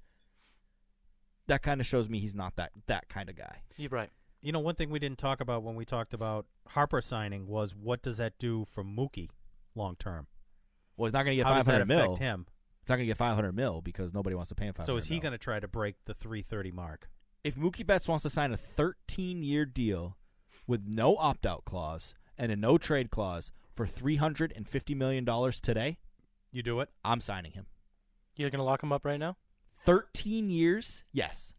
Speaker 4: That kind of shows me he's not that that kind of guy.
Speaker 5: You're right.
Speaker 6: You know, one thing we didn't talk about when we talked about Harper signing was what does that do for Mookie long term?
Speaker 4: Well, he's not going to get
Speaker 6: How
Speaker 4: five
Speaker 6: does that
Speaker 4: hundred
Speaker 6: affect
Speaker 4: mil. He's
Speaker 6: him?
Speaker 4: not going to get five hundred mil because nobody wants to pay him five hundred.
Speaker 6: So is he going to try to break the 330 mark?
Speaker 4: if Mookie Betts wants to sign a 13 year deal with no opt out clause and a no trade clause for $350 million today,
Speaker 6: You do it.
Speaker 4: I'm signing him.
Speaker 5: You're going to lock him up right now?
Speaker 4: 13 years? Yes.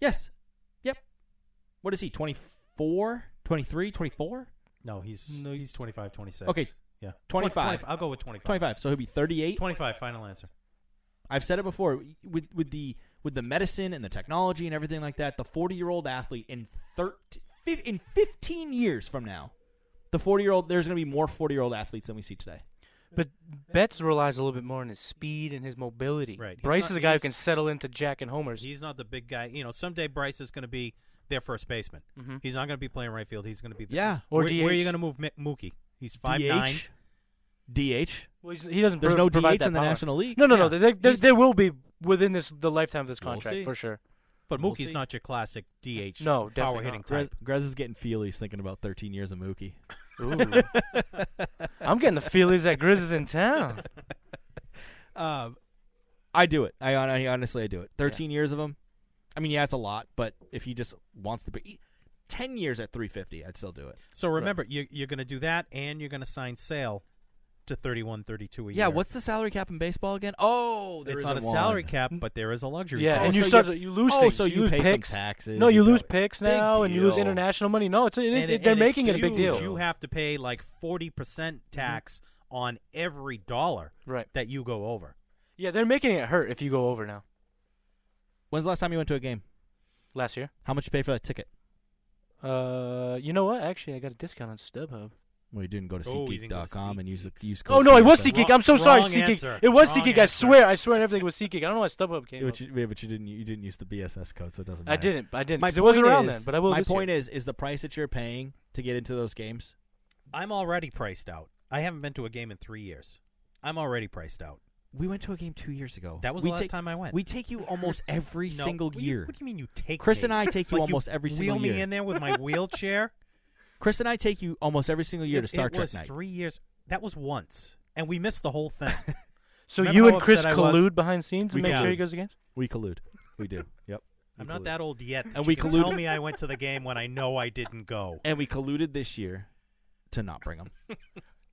Speaker 4: Yes. Yep. What is he, 24, 23, 24?
Speaker 6: No, he's
Speaker 5: No,
Speaker 6: he's 25, 26.
Speaker 4: Okay.
Speaker 6: Yeah.
Speaker 4: 25.
Speaker 6: I'll go with 25.
Speaker 4: 25. So he'll be 38.
Speaker 6: 25 final answer.
Speaker 4: I've said it before with with the with the medicine and the technology and everything like that. The forty year old athlete in thir- fif- in fifteen years from now, the forty year old there's going to be more forty year old athletes than we see today.
Speaker 5: But Betts relies a little bit more on his speed and his mobility.
Speaker 6: Right, he's
Speaker 5: Bryce
Speaker 6: not-
Speaker 5: is a guy who can
Speaker 6: he's-
Speaker 5: settle into Jack and Homers.
Speaker 6: He's not the big guy. You know, someday Bryce is going to be their first baseman.
Speaker 5: Mhm.
Speaker 6: He's not going to be playing right field. He's going to be the,
Speaker 4: Yeah.
Speaker 5: Or
Speaker 6: where, where are you
Speaker 5: DH.
Speaker 6: going to move Mi- Mookie? He's five nine.
Speaker 4: DH? DH.
Speaker 5: Well, he's, he doesn't.
Speaker 4: There's
Speaker 5: pro-
Speaker 4: no
Speaker 5: provide
Speaker 4: DH in
Speaker 5: that
Speaker 4: the
Speaker 5: power.
Speaker 4: National League.
Speaker 5: No, no, no.
Speaker 4: Yeah.
Speaker 5: There, there,
Speaker 4: He's-
Speaker 5: there will be within this the lifetime of this
Speaker 4: We'll
Speaker 5: contract
Speaker 4: see.
Speaker 5: for sure.
Speaker 6: But
Speaker 4: We'll
Speaker 6: Mookie's
Speaker 4: see.
Speaker 6: not your classic DH
Speaker 5: No,
Speaker 6: power
Speaker 5: definitely
Speaker 6: hitting
Speaker 5: not.
Speaker 4: Grez,
Speaker 6: type.
Speaker 4: Grez is getting feelies thinking about 13 years of Mookie.
Speaker 5: I'm getting the feelings that Grizz is in town.
Speaker 4: Um, I do it. I, hon- I honestly, I do it. 13 years of him. I mean, yeah, it's a lot, but if he just wants to be 10 years at 350, I'd still do it.
Speaker 6: So remember, you, you're going to do that, and you're going to sign Sale to 31, 32 a year.
Speaker 4: Yeah, what's the salary cap in baseball again? Oh, there
Speaker 6: It's
Speaker 4: isn't
Speaker 6: not a
Speaker 4: one.
Speaker 6: salary cap, but there is a luxury.
Speaker 5: yeah,
Speaker 6: tax.
Speaker 5: and you
Speaker 4: so
Speaker 5: start
Speaker 4: you-
Speaker 5: to, you lose
Speaker 4: oh,
Speaker 5: things.
Speaker 4: so you
Speaker 5: lose
Speaker 4: pay some
Speaker 5: picks.
Speaker 4: taxes,
Speaker 5: No,
Speaker 4: you
Speaker 5: you,
Speaker 4: go-
Speaker 5: lose picks
Speaker 4: Big
Speaker 5: now, and you lose
Speaker 4: deal.
Speaker 5: international money. No, it's it,
Speaker 6: And
Speaker 5: it,
Speaker 6: it-
Speaker 5: they're
Speaker 6: and it's
Speaker 5: making it a big
Speaker 6: huge.
Speaker 5: deal.
Speaker 6: You have to pay like 40%
Speaker 4: Mm-hmm.
Speaker 6: tax on every dollar
Speaker 5: Right.
Speaker 6: that you go over.
Speaker 5: Yeah, they're making it hurt if you go over now.
Speaker 4: When's the last time you went to a game?
Speaker 5: Last year.
Speaker 4: How much you pay for that ticket?
Speaker 5: Uh, you know what? Actually, I got a discount on StubHub.
Speaker 4: Well, you didn't go to
Speaker 6: Oh, you didn't go to
Speaker 4: SeatGeek.com and use the
Speaker 6: SeatGeeks.
Speaker 4: use
Speaker 5: Oh
Speaker 4: code
Speaker 5: no, it was
Speaker 4: PSN.
Speaker 5: SeatGeek. I'm so
Speaker 6: Wrong
Speaker 5: sorry, SeatGeek.
Speaker 6: answer.
Speaker 5: It was
Speaker 6: Wrong
Speaker 5: SeatGeek. I
Speaker 6: answer.
Speaker 5: swear, I swear, everything was SeatGeek. I don't know why StubHub
Speaker 4: Yeah,
Speaker 5: came. up.
Speaker 4: But you, yeah, but you didn't you didn't use the BSS code, so it doesn't matter.
Speaker 5: I didn't. I didn't.
Speaker 4: My
Speaker 5: 'cause it wasn't
Speaker 4: point
Speaker 5: around
Speaker 4: is-
Speaker 5: then. But I will.
Speaker 4: My
Speaker 5: this
Speaker 4: point
Speaker 5: year.
Speaker 4: is, is the price that you're paying to get into those games?
Speaker 6: I'm already priced out. I haven't been to a game in three years. I'm already priced out.
Speaker 4: We went to a game two years ago.
Speaker 6: That was
Speaker 4: we
Speaker 6: the last
Speaker 4: take-
Speaker 6: time I went.
Speaker 4: We take you almost every
Speaker 6: No,
Speaker 4: single
Speaker 6: what do you-
Speaker 4: year.
Speaker 6: what do you mean you take?
Speaker 4: Chris
Speaker 6: me?
Speaker 4: and I take you
Speaker 6: Like
Speaker 4: almost every single
Speaker 6: wheel me
Speaker 4: year.
Speaker 6: in there with my wheelchair.
Speaker 4: Chris and I take you almost every single year
Speaker 6: it,
Speaker 4: to Star
Speaker 6: it
Speaker 4: Trek
Speaker 6: was
Speaker 4: night.
Speaker 6: Three years. That was once, and we missed the whole thing.
Speaker 5: So
Speaker 6: Remember
Speaker 5: you
Speaker 6: how
Speaker 5: and Chris
Speaker 6: upset I was?
Speaker 5: collude behind scenes and
Speaker 4: We
Speaker 5: make sure
Speaker 4: collude.
Speaker 5: he goes against.
Speaker 4: We collude. We do. Yep.
Speaker 6: I'm
Speaker 4: We
Speaker 6: not
Speaker 4: collude.
Speaker 6: that old yet. that
Speaker 4: And
Speaker 6: you
Speaker 4: we
Speaker 6: can
Speaker 4: colluded.
Speaker 6: Tell me I went to the game when I know I didn't go.
Speaker 4: And we colluded this year to not bring them.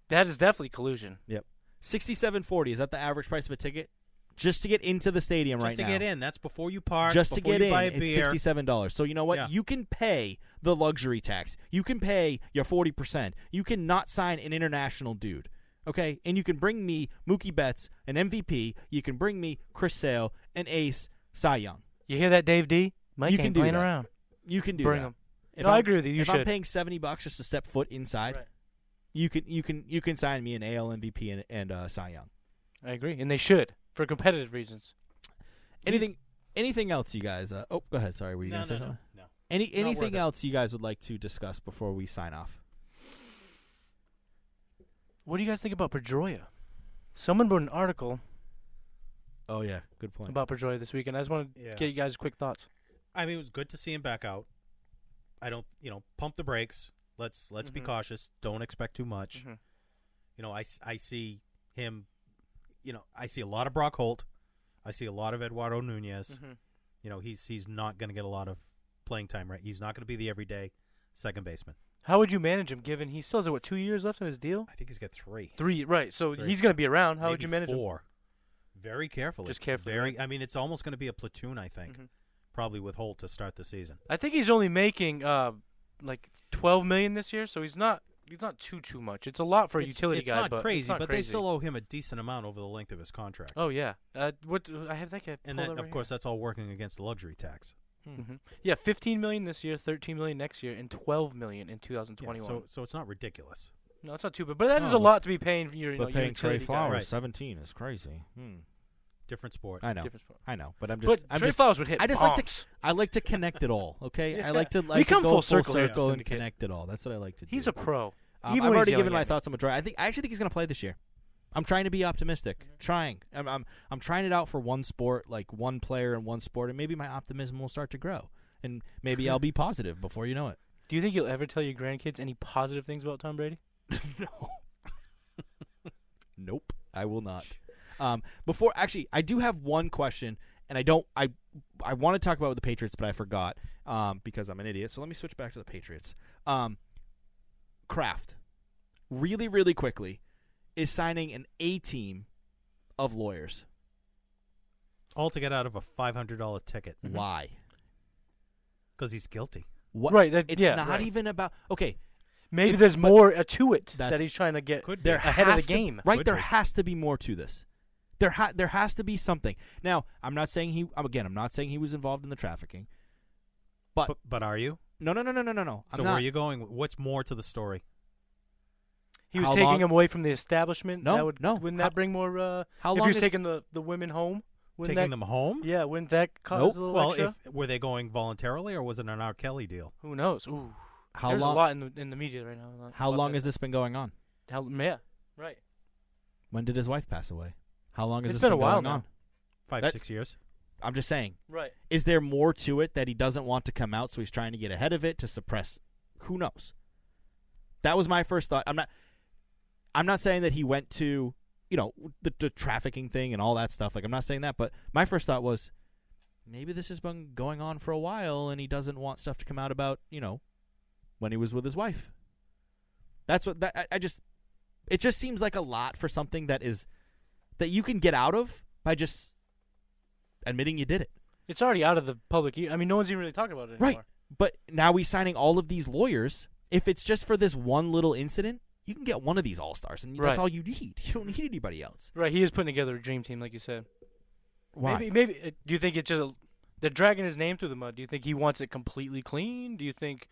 Speaker 5: That is definitely collusion.
Speaker 4: yep. Sixty-seven forty is that the average price of a ticket just to get into the stadium
Speaker 6: Just
Speaker 4: right
Speaker 6: to
Speaker 4: now?
Speaker 6: get in. That's before you park.
Speaker 4: just to
Speaker 6: before
Speaker 4: get
Speaker 6: you
Speaker 4: in,
Speaker 6: buy a
Speaker 4: it's
Speaker 6: beer.
Speaker 4: sixty-seven dollars. So you know what?
Speaker 6: Yeah.
Speaker 4: You can pay the luxury tax. You can pay your forty percent. You can not sign an international dude. Okay, and you can bring me Mookie Betts, an MVP. You can bring me Chris Sale, an ace, Cy Young.
Speaker 5: You hear that, Dave D? Mike
Speaker 4: You
Speaker 5: ain't
Speaker 4: can do
Speaker 5: playing
Speaker 4: that.
Speaker 5: around.
Speaker 4: You can do
Speaker 5: Bring
Speaker 4: that.
Speaker 5: 'em. No, I agree with you. You
Speaker 4: if I'm
Speaker 5: should.
Speaker 4: paying seventy bucks just to step foot inside,
Speaker 5: Right.
Speaker 4: you can you can you can sign me an AL MVP and, and uh, Cy Young.
Speaker 5: I agree, and they should for competitive reasons.
Speaker 4: Anything anything else you guys? Uh, oh, go ahead. Sorry, were you
Speaker 6: No,
Speaker 4: gonna
Speaker 6: no,
Speaker 4: say
Speaker 6: no,
Speaker 4: something?
Speaker 6: no.
Speaker 4: Any
Speaker 6: Not worth
Speaker 4: anything
Speaker 6: it.
Speaker 4: else you guys would like to discuss before we sign off?
Speaker 5: What do you guys think about Pedroia? Someone wrote an article
Speaker 4: Oh yeah, good point.
Speaker 5: about Pedroia this weekend. I just want to
Speaker 6: Yeah.
Speaker 5: get you guys quick thoughts.
Speaker 6: I mean, it was good to see him back out. I don't, you know, pump the brakes. Let's let's be
Speaker 5: Mhm.
Speaker 6: cautious. Don't expect too much.
Speaker 5: Mhm.
Speaker 6: You know, I, s- I see him. You know, I see a lot of Brock Holt. I see a lot of Eduardo Nunez.
Speaker 5: Mm-hmm.
Speaker 6: You know, he's he's not going to get a lot of playing time. Right, he's not going to be the everyday second baseman.
Speaker 5: How would you manage him given he still has what two years left of his deal?
Speaker 6: I think he's got three.
Speaker 5: Three, right? So
Speaker 6: Three.
Speaker 5: he's going to be around. How would
Speaker 6: maybe
Speaker 5: you manage him?
Speaker 6: four? Very carefully.
Speaker 5: Just carefully,
Speaker 6: Very.
Speaker 5: right?
Speaker 6: I mean, it's almost going to be a platoon. I think
Speaker 5: Mhm.
Speaker 6: probably with Holt to start the season.
Speaker 5: I think he's only making uh, like twelve million this year, so he's not he's not too too much. It's a lot for a
Speaker 6: it's,
Speaker 5: utility
Speaker 6: it's
Speaker 5: guy,
Speaker 6: not
Speaker 5: but
Speaker 6: crazy,
Speaker 5: it's not
Speaker 6: but
Speaker 5: crazy.
Speaker 6: they still owe him a decent amount over the length of his contract.
Speaker 5: Oh yeah. Uh, what I have that guy. pulled
Speaker 6: and that,
Speaker 5: up
Speaker 6: of
Speaker 5: right
Speaker 6: course, that's all working against the luxury
Speaker 5: here.
Speaker 6: tax.
Speaker 5: Mhm. Yeah, fifteen million this year, thirteen million next year, and twelve million in two thousand
Speaker 6: Yeah,
Speaker 5: twenty-one.
Speaker 6: so, so it's not ridiculous.
Speaker 5: no, it's not too bad, but that is
Speaker 4: No,
Speaker 5: a
Speaker 4: but-
Speaker 5: lot to be paying for your. You know, your utility guy.
Speaker 6: Right.
Speaker 4: seventeen is crazy. Hmm.
Speaker 6: Different sport.
Speaker 4: I know,
Speaker 5: Different sport.
Speaker 4: I know, but I'm
Speaker 5: But
Speaker 4: just I'm
Speaker 5: Trey
Speaker 4: just
Speaker 5: Flowers would hit
Speaker 4: I just like
Speaker 5: bombs.
Speaker 4: to I like to connect it all. Okay, I like to
Speaker 5: We
Speaker 4: like
Speaker 5: come
Speaker 4: to go
Speaker 5: full
Speaker 4: full circle,
Speaker 5: circle here at
Speaker 4: and
Speaker 5: Syndicate.
Speaker 4: connect it all. That's what I like to do.
Speaker 5: He's a pro.
Speaker 4: Um, I've
Speaker 5: Even when he's
Speaker 4: already given
Speaker 5: yelling
Speaker 4: my
Speaker 5: at me.
Speaker 4: thoughts on Madrid. I think I actually think he's going to play this year. I'm trying to be optimistic.
Speaker 5: Mm-hmm.
Speaker 4: Trying. I'm, I'm I'm trying it out for one sport, like one player and one sport, and maybe my optimism will start to grow, and maybe I'll be positive before you know it.
Speaker 5: Do you think you'll ever tell your grandkids any positive things about Tom Brady?
Speaker 4: no. nope. I will not. Um, before actually, I do have one question, and I don't. I I want to talk about the Patriots, but I forgot um, because I'm an idiot. So let me switch back to the Patriots. Um, Kraft, really, really quickly, is signing an A team of lawyers.
Speaker 6: All to get out of a five hundred dollar ticket
Speaker 5: Mm. Mm-hmm.
Speaker 4: Why?
Speaker 6: because he's guilty.
Speaker 4: What?
Speaker 5: Right, that-
Speaker 4: it's
Speaker 5: yeah,
Speaker 4: not
Speaker 5: right.
Speaker 4: even about. Okay.
Speaker 5: Maybe
Speaker 4: If-
Speaker 5: there's
Speaker 4: but
Speaker 5: more uh, to it that
Speaker 4: that's-
Speaker 5: he's trying to get
Speaker 6: Could be.
Speaker 4: there
Speaker 5: ahead of the
Speaker 4: has to-
Speaker 5: game.
Speaker 4: right,
Speaker 6: Could
Speaker 4: there
Speaker 6: be.
Speaker 4: has to be more to this. There ha- there has to be something. Now, I'm not saying he I'm- again. I'm not saying he was involved in the trafficking. But,
Speaker 6: But but are you?
Speaker 4: no, no, no, no, no, no, no. I'm
Speaker 6: so where
Speaker 4: not-
Speaker 6: are you going? What's more to the story?
Speaker 5: He was
Speaker 4: How
Speaker 5: taking
Speaker 4: long-
Speaker 5: him away from the establishment.
Speaker 4: No,
Speaker 5: that would,
Speaker 4: no.
Speaker 5: Wouldn't
Speaker 4: How-
Speaker 5: that bring more? Uh,
Speaker 4: how
Speaker 5: if
Speaker 4: long
Speaker 5: he was
Speaker 4: is-
Speaker 5: taking the, the women home? Wouldn't
Speaker 6: Taking
Speaker 5: that,
Speaker 6: them home?
Speaker 5: Yeah, wouldn't that cause
Speaker 4: Nope.
Speaker 5: a little
Speaker 6: Well,
Speaker 5: extra?
Speaker 6: if were they going voluntarily or was it an R. Kelly deal?
Speaker 5: Who knows? Ooh,
Speaker 4: How
Speaker 5: there's
Speaker 4: long?
Speaker 5: a lot in the in the media right now.
Speaker 4: how long
Speaker 5: is
Speaker 4: has this been going on?
Speaker 5: How yeah, right.
Speaker 4: When did his wife pass away? How long has
Speaker 5: It's
Speaker 4: this
Speaker 5: been a while
Speaker 4: going
Speaker 5: now.
Speaker 4: on?
Speaker 6: Five,
Speaker 4: That's-
Speaker 6: six years.
Speaker 4: I'm just saying.
Speaker 5: Right.
Speaker 4: Is there more to it that he doesn't want to come out, so he's trying to get ahead of it to suppress? Who knows? That was my first thought. I'm not. I'm not saying that he went to, you know, the, the trafficking thing and all that stuff. Like I'm not saying that, but my first thought was, maybe this has been going on for a while, and he doesn't want stuff to come out about, you know, when he was with his wife. That's what that I, I just. It just seems like a lot for something that is, that you can get out of by just admitting you did it.
Speaker 5: It's already out of the public. e- I mean, no one's even really talking about it anymore.
Speaker 4: Right. But now he's signing all of these lawyers. If it's just for this one little incident, you can get one of these all stars, and
Speaker 5: Right.
Speaker 4: that's all you need. You don't need anybody else.
Speaker 5: Right. He is putting together a dream team, like you said.
Speaker 4: Why?
Speaker 5: Maybe. Maybe. uh, Do you think it's just a, they're dragging his name through the mud? Do you think he wants it completely clean? Do you think?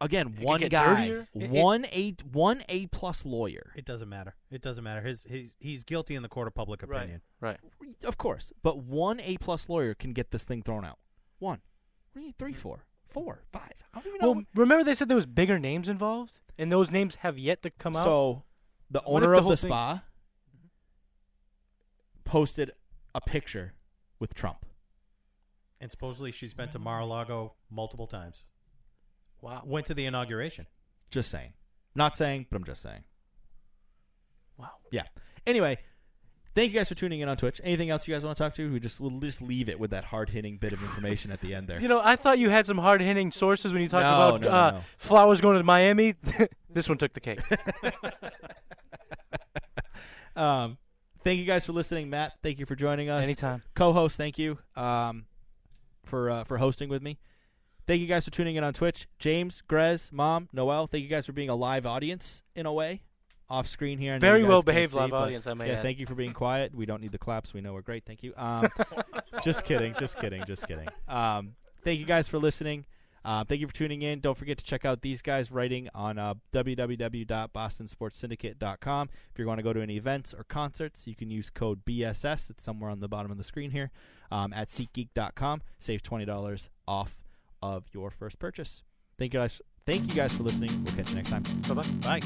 Speaker 4: Again,
Speaker 5: It could
Speaker 4: one
Speaker 5: get
Speaker 4: guy,
Speaker 5: dirtier.
Speaker 6: It- it-
Speaker 4: one a one a plus lawyer,
Speaker 6: It doesn't matter. It doesn't matter. His, he's he's guilty in the court of public
Speaker 5: Right.
Speaker 6: opinion.
Speaker 5: Right.
Speaker 4: of course. But one a plus lawyer can get this thing thrown out. One, three, three, four, four, five. I don't even know.
Speaker 5: Mm-hmm. Well, remember they said there was bigger names involved, and those names have yet to come out.
Speaker 4: so the
Speaker 5: What if
Speaker 4: owner
Speaker 5: the
Speaker 4: of
Speaker 5: whole
Speaker 4: the
Speaker 5: thing-
Speaker 4: spa posted a picture with Trump.
Speaker 6: And supposedly she's been to Mar-a-Lago multiple times.
Speaker 5: Wow.
Speaker 6: Went to the inauguration.
Speaker 4: Just saying. Not saying, but I'm just saying.
Speaker 5: Wow.
Speaker 4: Yeah. Anyway, thank you guys for tuning in on Twitch. Anything else you guys want to talk to? We just we'll just leave it with that hard hitting bit of information at the end there.
Speaker 5: You know, I thought you had some hard hitting sources when you talked
Speaker 4: No,
Speaker 5: about
Speaker 4: no, no,
Speaker 5: uh,
Speaker 4: no.
Speaker 5: flowers going to Miami. this one took the cake.
Speaker 4: Um, thank you guys for listening, Matt. Thank you for joining us.
Speaker 5: Anytime.
Speaker 4: Co-host, thank you um, for uh, for hosting with me. Thank you guys for tuning in on Twitch. James, Grez, Mom, Noel, thank you guys for being a live audience in a way, off screen here. I know
Speaker 5: Very
Speaker 4: you guys
Speaker 5: well
Speaker 4: can't
Speaker 5: behaved
Speaker 4: see,
Speaker 5: live
Speaker 4: but-
Speaker 5: audience, I may
Speaker 4: Yeah,
Speaker 5: add.
Speaker 4: thank you for being quiet. We don't need the claps. We know we're great. Thank you. Um, just kidding. Just kidding. Just kidding. Um, thank you guys for listening. Uh, thank you for tuning in. Don't forget to check out these guys writing on uh, www.bostonsportssyndicate.com. If you're going to go to any events or concerts, you can use code BSS. It's somewhere on the bottom of the screen here um, at SeatGeek.com. Save $20 off of your first purchase. Thank you guys. Thank you guys for listening. We'll catch you next time.
Speaker 5: Bye bye.
Speaker 6: Bye.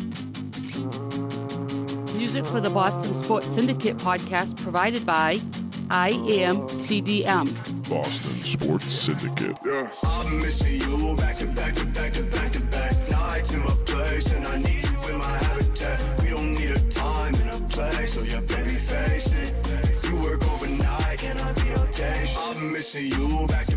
Speaker 1: Music for the Boston Sports Syndicate podcast provided by IMCDM.
Speaker 2: Boston Sports Syndicate.
Speaker 3: Yes. I'm missing you back to back to back to back to back nights in my place, and I need you in my habitat. We don't need a time and a place, so yeah, baby, face it. You work overnight, can I be your patient? I'm missing you back to